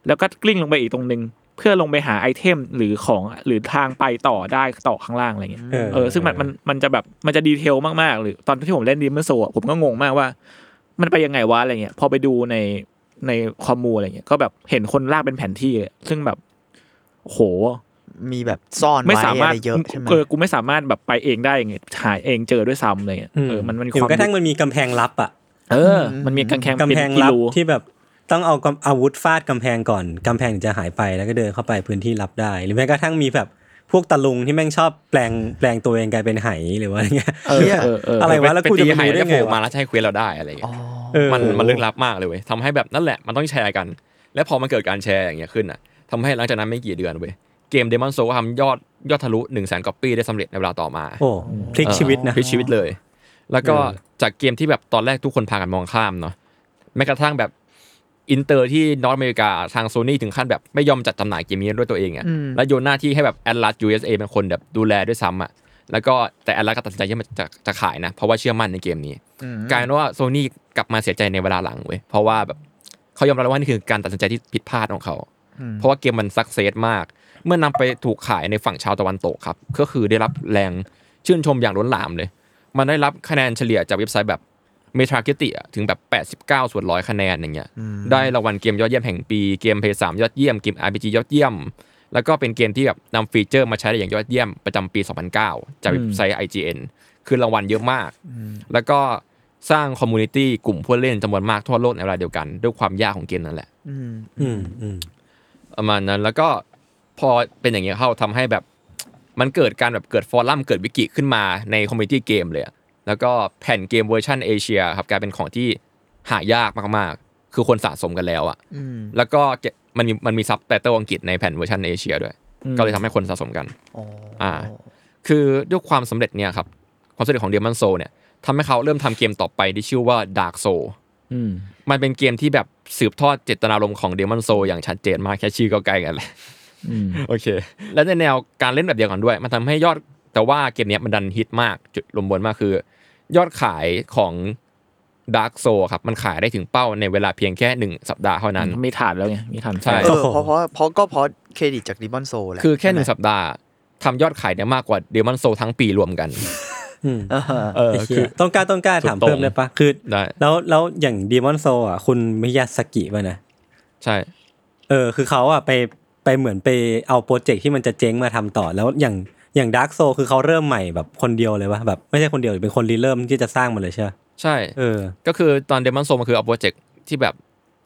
B: แล้วก็กลิ้งลงไปอีกตรงนึง เพื่อลงไปหาไอเทมหรือของหรือทางไปต่อได้ต่อข้างล่างอะไรเงี้ยเออซึ่งมันมันมันจะแบบมันจะดีเทลมากๆ หรือตอนที่ผมเล่นดีมเมอร์โซผมก็งงมากว่า มันไปยังไงวะอะไรเงี้ยพอไปดูในในคอมมูอะไรเงี้ยก็แบบเห็นคนลากเป็นแผนที่เลยซึ่งแบบโอ้โห
D: มีแบบซ่อน
B: ไม่
D: ไว้
B: สา
D: อะ
B: มารถ
D: ไรเยอะใช่ไหม
B: เออกูไม่สามารถแบบไปเองได้ไงหาเองเจอด้วยซ้ำอะไรเงี้ยเออมันมัน
C: หรื
B: ความ
C: กระทั่งมันมีกำแพงลับอะ
B: เออ มันมีกำแพง
C: กำแพง
B: กิ
C: ลับ
B: โ
C: ที่แบบต้องเอากำอาวุธฟาดกำแพงก่อนกำแพงถึงจะหายไปแล้วก็เดินเข้าไปพื้นที่ลับได้ หรือแม้กระทั่งมีแบบ พวกตะลุงที่แม่งชอบแปลงแปลงตัวเองกลายเป็นไหหรือว่าอะไรเงี้ย
D: เออ
C: เนี่ย
B: เออเอออ
C: อะไรวะแล้วกูจะ
E: ไป
C: ไป
E: ตีหา
C: รู้
E: ย
C: ได้
E: ได้โผล่มาว
C: ไงะ
E: แล้วจะใช้เควสเราได้อะไรอย่างเงี้ย
C: เออ
E: มันมันลึกลับมากเลยเว้ยทำให้แบบนั่นแหละมันต้องแชร์กัน และพอมันเกิดการแชร์อย่างเงี้ยขึ้นอ่ะทำให้หลังจากนั้นไม่กี่เดือนเว้ยเกม Demon Souls ทำยอดยอดทะลุ1 0 0 0 0 0ก๊อปปี้ได้สำเร็จในเวลาต่อมา
C: โอ้พลิกชีวิตนะ
E: พลิกชีวิตเลย แล้วก็
C: เออ
E: จากเกมที่แบบตอนแรกทุกคนพากันมองข้ามเนาะแม้กระทั่งแบบอินเตอร์ที่นอร์ทอเมริกาทางโซนี่ถึงขั้นแบบไม่ยอมจัดจำหน่ายเกมนี้ด้วยตัวเองอ่ะ
D: อืม
E: แล้วโยนหน้าที่ให้แบบ Atlas USA เป็นคนแบบดูแลด้วยซ้ำอ่ะแล้วก็แต่ Atlas ก็ตัดสินใจที่มันจะจะขายนะเพราะว่าเชื่อมั่นในเกมนี้
D: อืม
E: กลายเป็นว่าโซนี่กลับมาเสียใจในเวลาหลังเว้ยเพราะว่าแบบเขายอมรับแล้วว่านี่คือการตัดสินใจที่ผิดพลาดของเขา
D: อืม
E: เพราะว่าเกมมันสักเซสมาก เมื่อนำไปถูกขายในฝั่งชาวตะวันตกครับ ก็คือได้รับแรงชื่นชมอย่างล้นหลามเลย มันได้รับคะแนนเฉลี่ยจากเว็บไซต์แบบเมทาคิติถึงแบบ 89 ส่วนร้อยคะแนนอย่างเงี้ยได้รางวัลเกมยอดเยี่ยมแห่งปีเกมเพย์สามยอดเยี่ยมเกม RPG ยอดเยี่ยม แล้วก็เป็นเกมที่แบบนำฟีเจอร์มาใช้ได้อย่างยอดเยี่ยมประจำปี 2009 จากเว็บไซต์ IGN คือรางวัลเยอะมาก แล้วก็สร้างคอมมูนิตี้กลุ่มผู้เล่นจำนวนมากทั่วโลกในเวลาเดียวกัน ด้วยความยากของเกมนั่นแหละ
D: อืม
C: อืมอืม
E: ประมาณนั้นแล้วก็พอเป็นอย่างเงี้ยเข้าทำให้แบบมันเกิดการแบบเกิดฟอรัมเกิดวิกิขึ้นมาในคอมมิ i ตี้เกมเลยอะแล้วก็แผ่นเกมเวอร์ชันเอเชียครับกลายเป็นของที่หายากมากๆ คือคนสะสมกันแล้วอะ
D: อืม
E: แล้วก็เกมันมีมันมีซับไตเติลอังกฤษในแผ่นเวอร์ชันเอเชียด้วย ก็เลยทำให้คนสะสมกัน
D: อ๋อ
E: อ่า คือด้วยความสำเร็จเนี่ยครับความสำเร็จของเดมอนโซเนี่ยทำให้เขาเริ่มทำเกมต่อไปที่ชื่อว่า Dark Soul
B: อืม
E: มันเป็นเกมที่แบบสืบทอดเจตนารมณ์ของเดมอนโซอย่างชัดเจนมากแค่ชื่อก็ใกล้กันแหละ
B: อืม
E: โอเค และในแนวการเล่นแบบเดียวกันด้วย มันทำให้ยอดแต่ว่าเกมเนี้ยมันดันฮิตมาก จุดลมบนมากคือ ยอดขายของ Dark Soul ครับ มันขายได้ถึงเป้าในเวลาเพียงแค่ 1 สัปดาห์เท่านั้น
B: มีถาดแล้วไงมีถาด
E: ใช่
D: เออเพราะเพราะเพราะก็เพราะเครดิตจากดิบอนโซแหละ
E: คือแค่หนึ่ง
D: ใช่
E: สัปดาห์ทำยอดขายได้มากกว่าเดมอนโซทั้งปีรวมกัน
C: อืม
D: ไหมอ่า
E: เออ
C: ไอ้เหี้ย
E: คือ
C: ต้องกล้ารต้องกล้ารถาม
E: สุดโต่ง
C: เพิ่มได้ปะคือ
E: ได้
C: แล้วแล้วอย่างดีมอนโซอ่ะคุณมิยาสกิป่ะนะ
E: ใช่
C: เออคือเขาอะไปไปเหมือนไปเอาโปรเจกต์ที่มันจะเจ๊งมาทำต่อแล้วอย่างอย่างดาร์กโซคือเขาเริ่มใหม่แบบคนเดียวเลยวะแบบไม่ใช่คนเดียวเป็นคนรีเริ่มที่จะสร้างมันเลยใช่ปะ
E: ใช่
C: เออ
E: ก็คือตอนเดมอนโซมันคือเอาโปรเจกต์ที่แบบ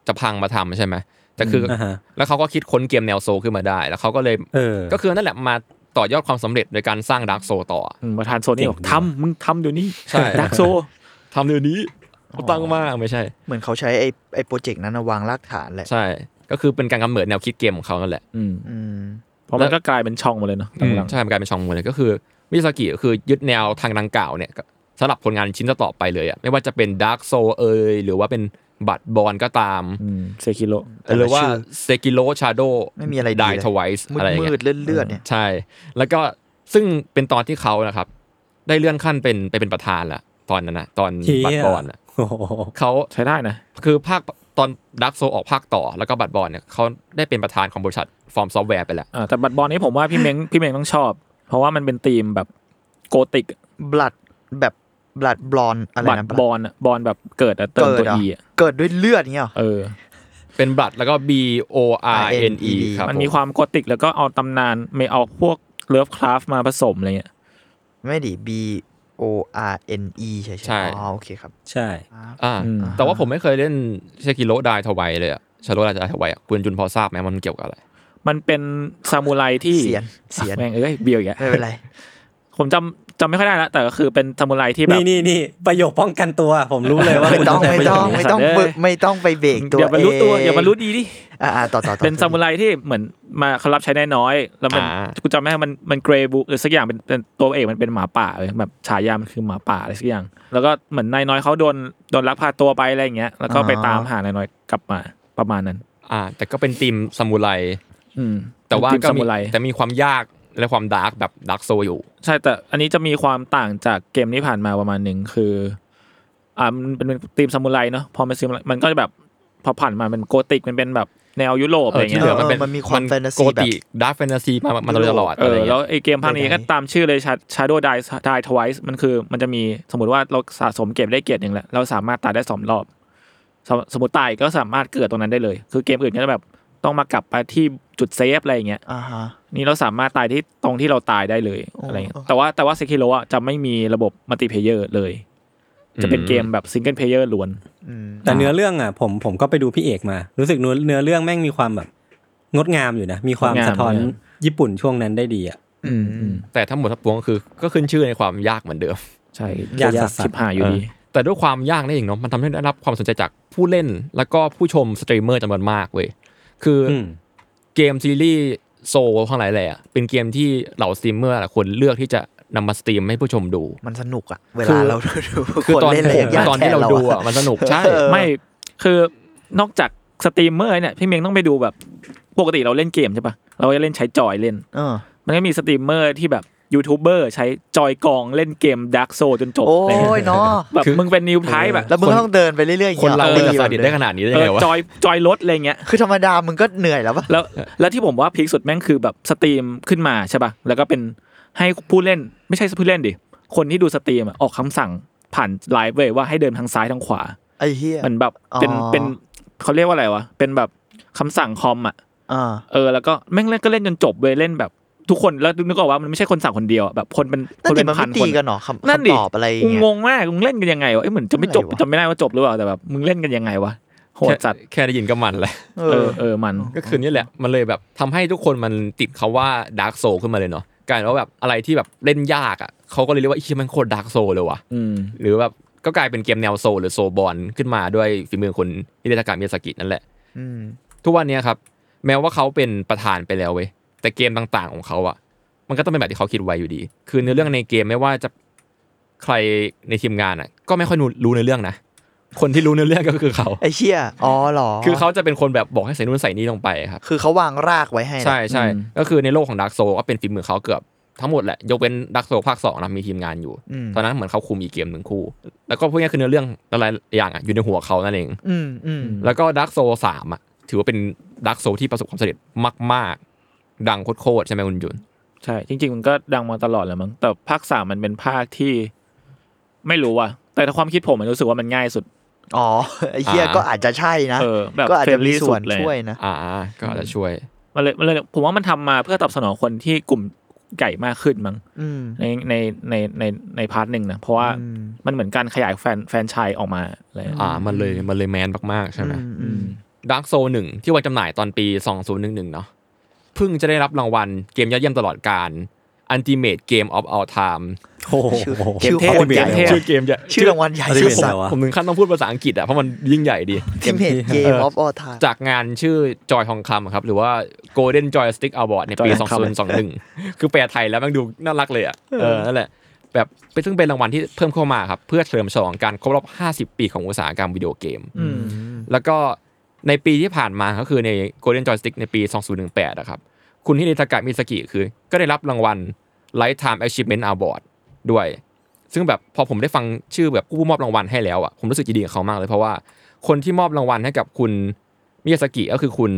E: จะพังมาทำใช่ไหมแต่คืออ
C: อ่าฮะ
E: แล้วเขาก็คิดค้นเกมแนวโซขึ้นมาได้ แล้วเขาก็เลย
C: เออ
E: ก็คือนั่นแหละมาต่อยอดความสำเร็จโดยการสร้างดาร์กโซต่อ
B: อืมประธานโซนี่บอก
C: เจ๋งดี
B: ทำมึงทำเดี๋ยวนี้
E: ใช่
B: ดักโซ
E: ทำเดี๋ยวนี้เอาตังค์มาไม่ใช่
D: เหมือนเขาใช้ไอ้ไอ้โปรเจกต์นั้นน่ะวางรากฐานแหละ
E: ใช่ ก็คือเป็นการกำเนิดแนวคิดเกมของเขานั่นแหละ
B: อืม
D: อืม
B: เพราะมันก็กลายเป็นช่องหมาเลยเนาะหลังๆ
E: ใช่มันกลายเป็นช่องมวยเลยก็คือมิซากิก็คือยึดแนวทางดังกล่าวเนี่ยสำหรับผลงานชิ้นต่อๆไปเลยอะไม่ว่าจะเป็น Dark Soul เอยหรือว่าเป็นบัตบอลก็ตาม
B: อืมเซคิโล
E: หรือว่า Sekiro Shadow
D: ไม่มีอะไรดี
E: ได้
D: เลย
E: Twice
D: มืด
E: อะไรอย่าง
D: มื
E: เงี้ย
D: ดเลือดเลือดเนี่ย
E: ใช่ แล้วก็ซึ่งเป็นตอนที่เขานะครับ ได้เลื่อนขั้นเป็นไปเป็นประธานละตอนนั้นนะตอน
C: เหี้ย
E: บัตบอลน่ะ
C: โอ้โห
E: เขา
B: ใช้ได้นะ
E: คือภาคตอนดักโซออกภาคต่อแล้วก็บัตรบอลเนี่ยเขาได้เป็นประธานของบริษัทฟอร์มซอฟต์แวร์ไปแล้ว
B: อ่าแต่บัตรบอลนี้ผมว่าพี่ เม้ง พี่เม้งต้องชอบ เพราะว่ามันเป็นธีมแบบโกติก
D: บลัดแบบบลัดบลอนอะไร
B: บัต
D: นะ
B: รบอลอะบอลแบบเกิดอะเติม
D: เกิด
B: ตัว
D: เหรอ
B: อีอะ
D: เกิดด้วยเลือดเงี้ยเหรอ
B: เออ
E: เป็นบัตรแล้วก็ B O R N E ครับ
B: มันมีความโกติกแล้วก็เอาตำนานไม่เอาพวกเลิฟคราฟมาผสมอะไรเงี้ย
D: ไม่ดิ B O R N E ใช่ใช่อ๋อโอเคครับ
C: ใช่
E: อ่า
B: อืม
E: แต่ว่าผมไม่เคยเล่นเชคิโรดายทวายเลยอะชาโรดายทวายอะคุณจุนพอทราบไหมมันเกี่ยวกับอะไร
B: มันเป็นซามูไรที่
D: เสียนเสียน
B: แม่งเอ้ยเบียวอีกอะ
D: ไม่เป็นไร
B: ผมจำจำไม่ค่อยได้ละแต่ก็คือเป็นซามูไรที่แบบ
C: นี่นี่นี่ประโยคป้องกันตัวผมรู้เลยว่า
D: ไม่ต้อง
C: คุณ
D: ไม่ต้องไม่ต้อง
B: ไม่ต้อง
D: บึกไม่ต้องไปเบรกตัว
B: อย่ามารู้ตัว
D: เง
B: อย่ามารู้ดีดิ
D: อ่าๆต่อต่อต่อ
B: เป็นซามูไรที่เหมือนมาเขารับใช้ได้น้อย แล้วมัน
E: อ่า
B: กูจำไม่ได้มันมันเกรบุหรือสักอย่างเป็นเป็นตัวเอกมันเป็นหมาป่าเลยแบบฉายามันคือหมาป่าอะไรสักอย่าง แล้วก็เหมือนนายน้อยเขาโดนโดนลักพาตัวไปอะไรอย่างเงี้ยแล้วก็ไปตามหานายน้อยกลับมาประมาณนั้น
E: อ่า แต่ก็เป็นทีมซามูไร
B: อืม
E: แต่ว่า
B: เป็นทีมซา
E: ก็มี
B: มูไร
E: แต่มีความยากและความดาร์กแบบดาร์กโซอยู่
B: ใช่แต่อันนี้จะมีความต่างจากเกมที่ผ่านมาประมาณหนึ่งคืออ่ามันเป็นทีมซามูไรเนาะพอมันซามูไรมันก็จะแบบพอผ่านมามันโกติกมันเป็นแบบแนวยุโรปอะไรเงี้ย
E: ที่เหลือมันเป็น
D: มันมีความแฟนตา
E: โก
D: ซีแบบ
E: ติดาร์กแฟนตาซีมามาโดยตลอด
B: เอ
E: อะไร
B: อ
E: เงี้ย
B: แล้วไอเกมภาคนี้
D: ใดๆ
B: ก็ตามชื่อเลยชา Shadow Die Die Twice มันคือมันจะมีสมมติว่าเราสะสมเก็บได้เกียรติหนึ่งแล้วเราสามารถตายได้สองรอบสมสมมติตายก็สามารถเกิดตรงนั้นได้เลย คือเกมอื่นก็จะแบบต้องมากลับไปที่จุดเซฟอะไรอย่างเงี้ย
D: อ่าฮะ
B: นี่เราสามารถตายที่ตรงที่เราตายได้เลยอะไรเงี้ย
D: อ๋อ
B: แต่ว่าแต่ว่าเซคิโรจะไม่มีระบบมัลติเพเยอร์เลย จะเป็นเกมแบบซิงเกิลเพเยอร์ล้วน
D: อืม
C: แต่เนื้อเรื่องอ่ะผมผมก็ไปดูพี่เอกมา รู้สึกเนื้อเนื้อเรื่องแม่งมีความแบบงดงามอยู่นะ มีควา
B: ง
C: ม
B: ดงาม
C: สะท้อน
B: งดงาม
C: ญี่ปุ่นช่วงนั้นได้ดีอ่ะ
D: อืมอืม
E: แต่ทั้งหมดทั้งปวงคือก็ขึ้นชื่อในความยากเหมือนเดิม
B: ใช่
C: ยากสัส
B: ชิบหายอยู่ดี
E: แต่ด้วยความยากนี่เองเนาะมันทำให้ได้รับความสนใจจากผู้เล่น แล้วก็ผู้ชมสตรีมเมอร์จำนวนมากเว้ยคืออ
C: อืม
E: เกมซีรีส์โซทั้งหลายแหละเป็นเกมที่เหล่าสตรีมเมอร์หลายคนเลือกที่จะนำมาสตรีมให้ผู้ชมดู
D: มันสนุกอะเว
E: คื
D: ลา
E: อ
D: เราดู
E: คือตอน
D: เล่น
E: ผ
D: เล่
E: ม
D: นยาก
E: ตอนที่เรา
D: แท
E: ดู
D: อะ
E: อ่ะมันสนุกใช่
D: เออ
B: ไม่คือนอกจากสตรีมเมอร์เนี่ยพี่เมงต้องไปดูแบบปกติเราเล่นเกมใช่ปะเราจะเล่นใช้จอยเล่น
D: เออ
B: มันก็มีสตรีมเมอร์ที่แบบยูทูบเบอร์ใช้จอยกองเล่นเกมด r k กโซจนจบ
D: โอ้
B: อะไรเงี้ย
D: ยเนาะ
B: แบบ
E: คือ
B: มึงเป็นนิวไทป์แบบ
D: แล้วมึงต้องเดินไปเรื่อยๆอย่ง
E: คน
D: งี้ย
E: เรา
D: อ
E: เป็นกับ
D: ดี
E: ซาดิสได้ขนาดนี้ได้
B: เอ
E: ไง
B: อ
E: วะ
B: จอยจอยรถอะไรเงี้ย
D: คือธรรมดามึงก็เหนื่อยแล้วปะ
B: แล้วแล้วที่ผมว่าพีคสุดแม่งคือแบบสตรีมขึ้นมาใช่ปะแล้วก็เป็นให้ผู้เล่นไม่ใช่ผู้เล่นดิคนที่ดูสตรีมอะออกคำสั่งผ่านไลฟ์เว้ยว่าให้เดินทางซ้ายทางขวา
D: ไอ้เหี้ย
B: มันแบบเป็น
D: อ๋อ
B: เป็นเขาเรียกว่าอะไรวะเป็นแบบคำสั่งคอมอ่ะ
D: อ่า
B: เออแล้วก็แม่งเล่นก็เล่นจนจบเว้ยเล่นแบบทุกคนแล้วนึกออกว่ามันไม่ใช่คนสั่งคนเดียวอะแบบคนเป็นค
D: นั่น
B: น
D: ดิ
B: เป็น
D: มัน
B: พั
D: ไม่
B: น
D: ตี
B: คน
D: กันเหรอคำ
B: นนดิ
D: คำตอบอะไรอย่าง
B: กู
D: เงี้ย
B: งงมากมึงเล่นกันยังไงวะเอ้ยเหมือนจะไม่จบ
D: อะไรวะ
B: จำไม่ได้ว่าจบหรือเปล่าแต่แบบมึงเล่นกันยังไงวะโหดจัด
E: แค่ได้ยินก็มันแล้ว
D: เอ
B: เอ
D: อ
B: อเออมัน
E: ก็คือนี่แหละมันเลยแบบทำให้ทุกคนมันติดคาว่าดาร์กโซขึ้นมาเลยเนาะกลายเป็นว่าแบบอะไรที่แบบเล่นยากอ่ะเขาก็เลยเรียกว่าไอเหียมันโคตรดาร์กโซเลยว่ะ
B: อืม
E: หรือแบบก็กลายเป็นเกมแนวโซหรือโซบอลขึ้นมาด้วยฝีมือคนนิรศการมิยาสกินั่นแหละ
D: อืม
E: ทุกวันเนี้ยครับ แม้ว่าเขาเป็นประธานไปแล้วเว้ยแต่เกมต่างๆของเขาอะมันก็ต้องเป็นแบบที่เขาคิดไว้อยู่ดี คือเนื้อเรื่องในเกมไม่ว่าจะใครในทีมงานอะก็ไม่ค่อยรู้เนื้อเรื่องนะคนที่รู้เนื้อเรื่องก็คือเขา
D: ไอ้เชี่ยอ๋อเหรอ
E: คือเขาจะเป็นคนแบบบอกให้ใส่นู่นใส่นี่ลงไปครับ
D: คือเขาวางรากไว้ให้นะ
E: ใช่ใช่ก็คือในโลกของดาร์กโซก็เป็นฝีมือเขาเกือบทั้งหมดแหละ ยกเว้นดาร์กโซภาคสองนะมีทีมงานอยู่
D: อืม
E: ตอนนั้นเหมือนเขาคุมอีกเกมหนึ่งคู่ แล้วก็พวกนี้คือเนื้อเรื่องอะไรอย่างอะอยู่ในหัวเขานั่นเอง
D: อืมอืม
E: แล้วก็ดาร์กโซสามอ่ะถือว่าเป็นดาร์กโซที่ประสบความสำเร็จมาก ๆ ดังโคตรๆใช่ไหมคุณหยุน
B: ใช่ จริง ๆ มันก็ดังมาตลอดแหละมั้งแต่ภาคสามมันเป็นภาคที่ ไม่รู้ว่ะแต่ถ้าความคิดผมมันรู้สึกว่ามันง่ายสุด
D: อ๋อไอ้เชี่ย
E: อ่า
D: ก็อาจจะใช่นะ
B: เออแบบ
D: ก็อาจจะมี
B: friendly
D: ส่วน
B: สุดเลย
D: ช่วยนะ
E: อ่า ก็อาจจะช่วย
B: มันเลยมันเลยผมว่ามันทำมาเพื่อตอบสนองคนที่กลุ่มใหญ่มากขึ้นมั้ง
D: อืม
B: ในในในในในพาร์ทหนึ่งนะเพราะว่า
D: อืม
B: มันเหมือนการขยายแฟนแฟรนไชายออกมาอะไร
E: อ่า มันเลยมันเลยแมนมากๆ ใช่ไหม
D: อืมอืม
E: ดาร์กโซหนึ่งที่วางจำหน่ายตอนปี 2011 เนาะเพิ่งจะได้รับรางวัลเกมยอดเยี่ยมตลอดการ Ultimate Game of All Time
C: โอ้โห
D: ชื่อโคตรใหญ่
B: เท่
E: ชื่อเกมจะ
D: ชื่อรางวัลใหญ่
C: ชื่อผม
D: ชื่อสัตว์
C: วะ
E: ผมถึงขั้นต้องพูดภาษาอังกฤษอ่ะเพราะมันยิ่งใหญ่ดี
D: ทีมเมทเกมออฟออทา
E: จากงานชื่อจอยทองคำครับหรือว่า Golden Joystick Award ในปี
B: Joy ทองค
E: 2021 คือแปลไทยแล้วมันดูน่ารักเลยอ่ะเออนั่นแหละแบบเป็นซึ่งเป็นรางวัลที่เพิ่มเข้ามาครับ เพื่อเฉลิมฉลองการครบรอบ 50 ปีของอุตสาหกรรมวิดีโอเกม
B: อืม
E: แล้วก็ในปีที่ผ่านมาก็คือใน Golden Joystick ในปี 2018นะครับ คุณฮิเดทากะมิสกิคือ ก็ได้รับรางวัล Lifetime Achievement Award ด้วย ซึ่งแบบพอผมได้ฟังชื่อแบบผู้มอบรางวัลให้แล้วอ่ะผมรู้สึกยินดีกับเขามากเลย เพราะว่าคนที่มอบรางวัลให้กับคุณมิยาสกิก็คือคุณ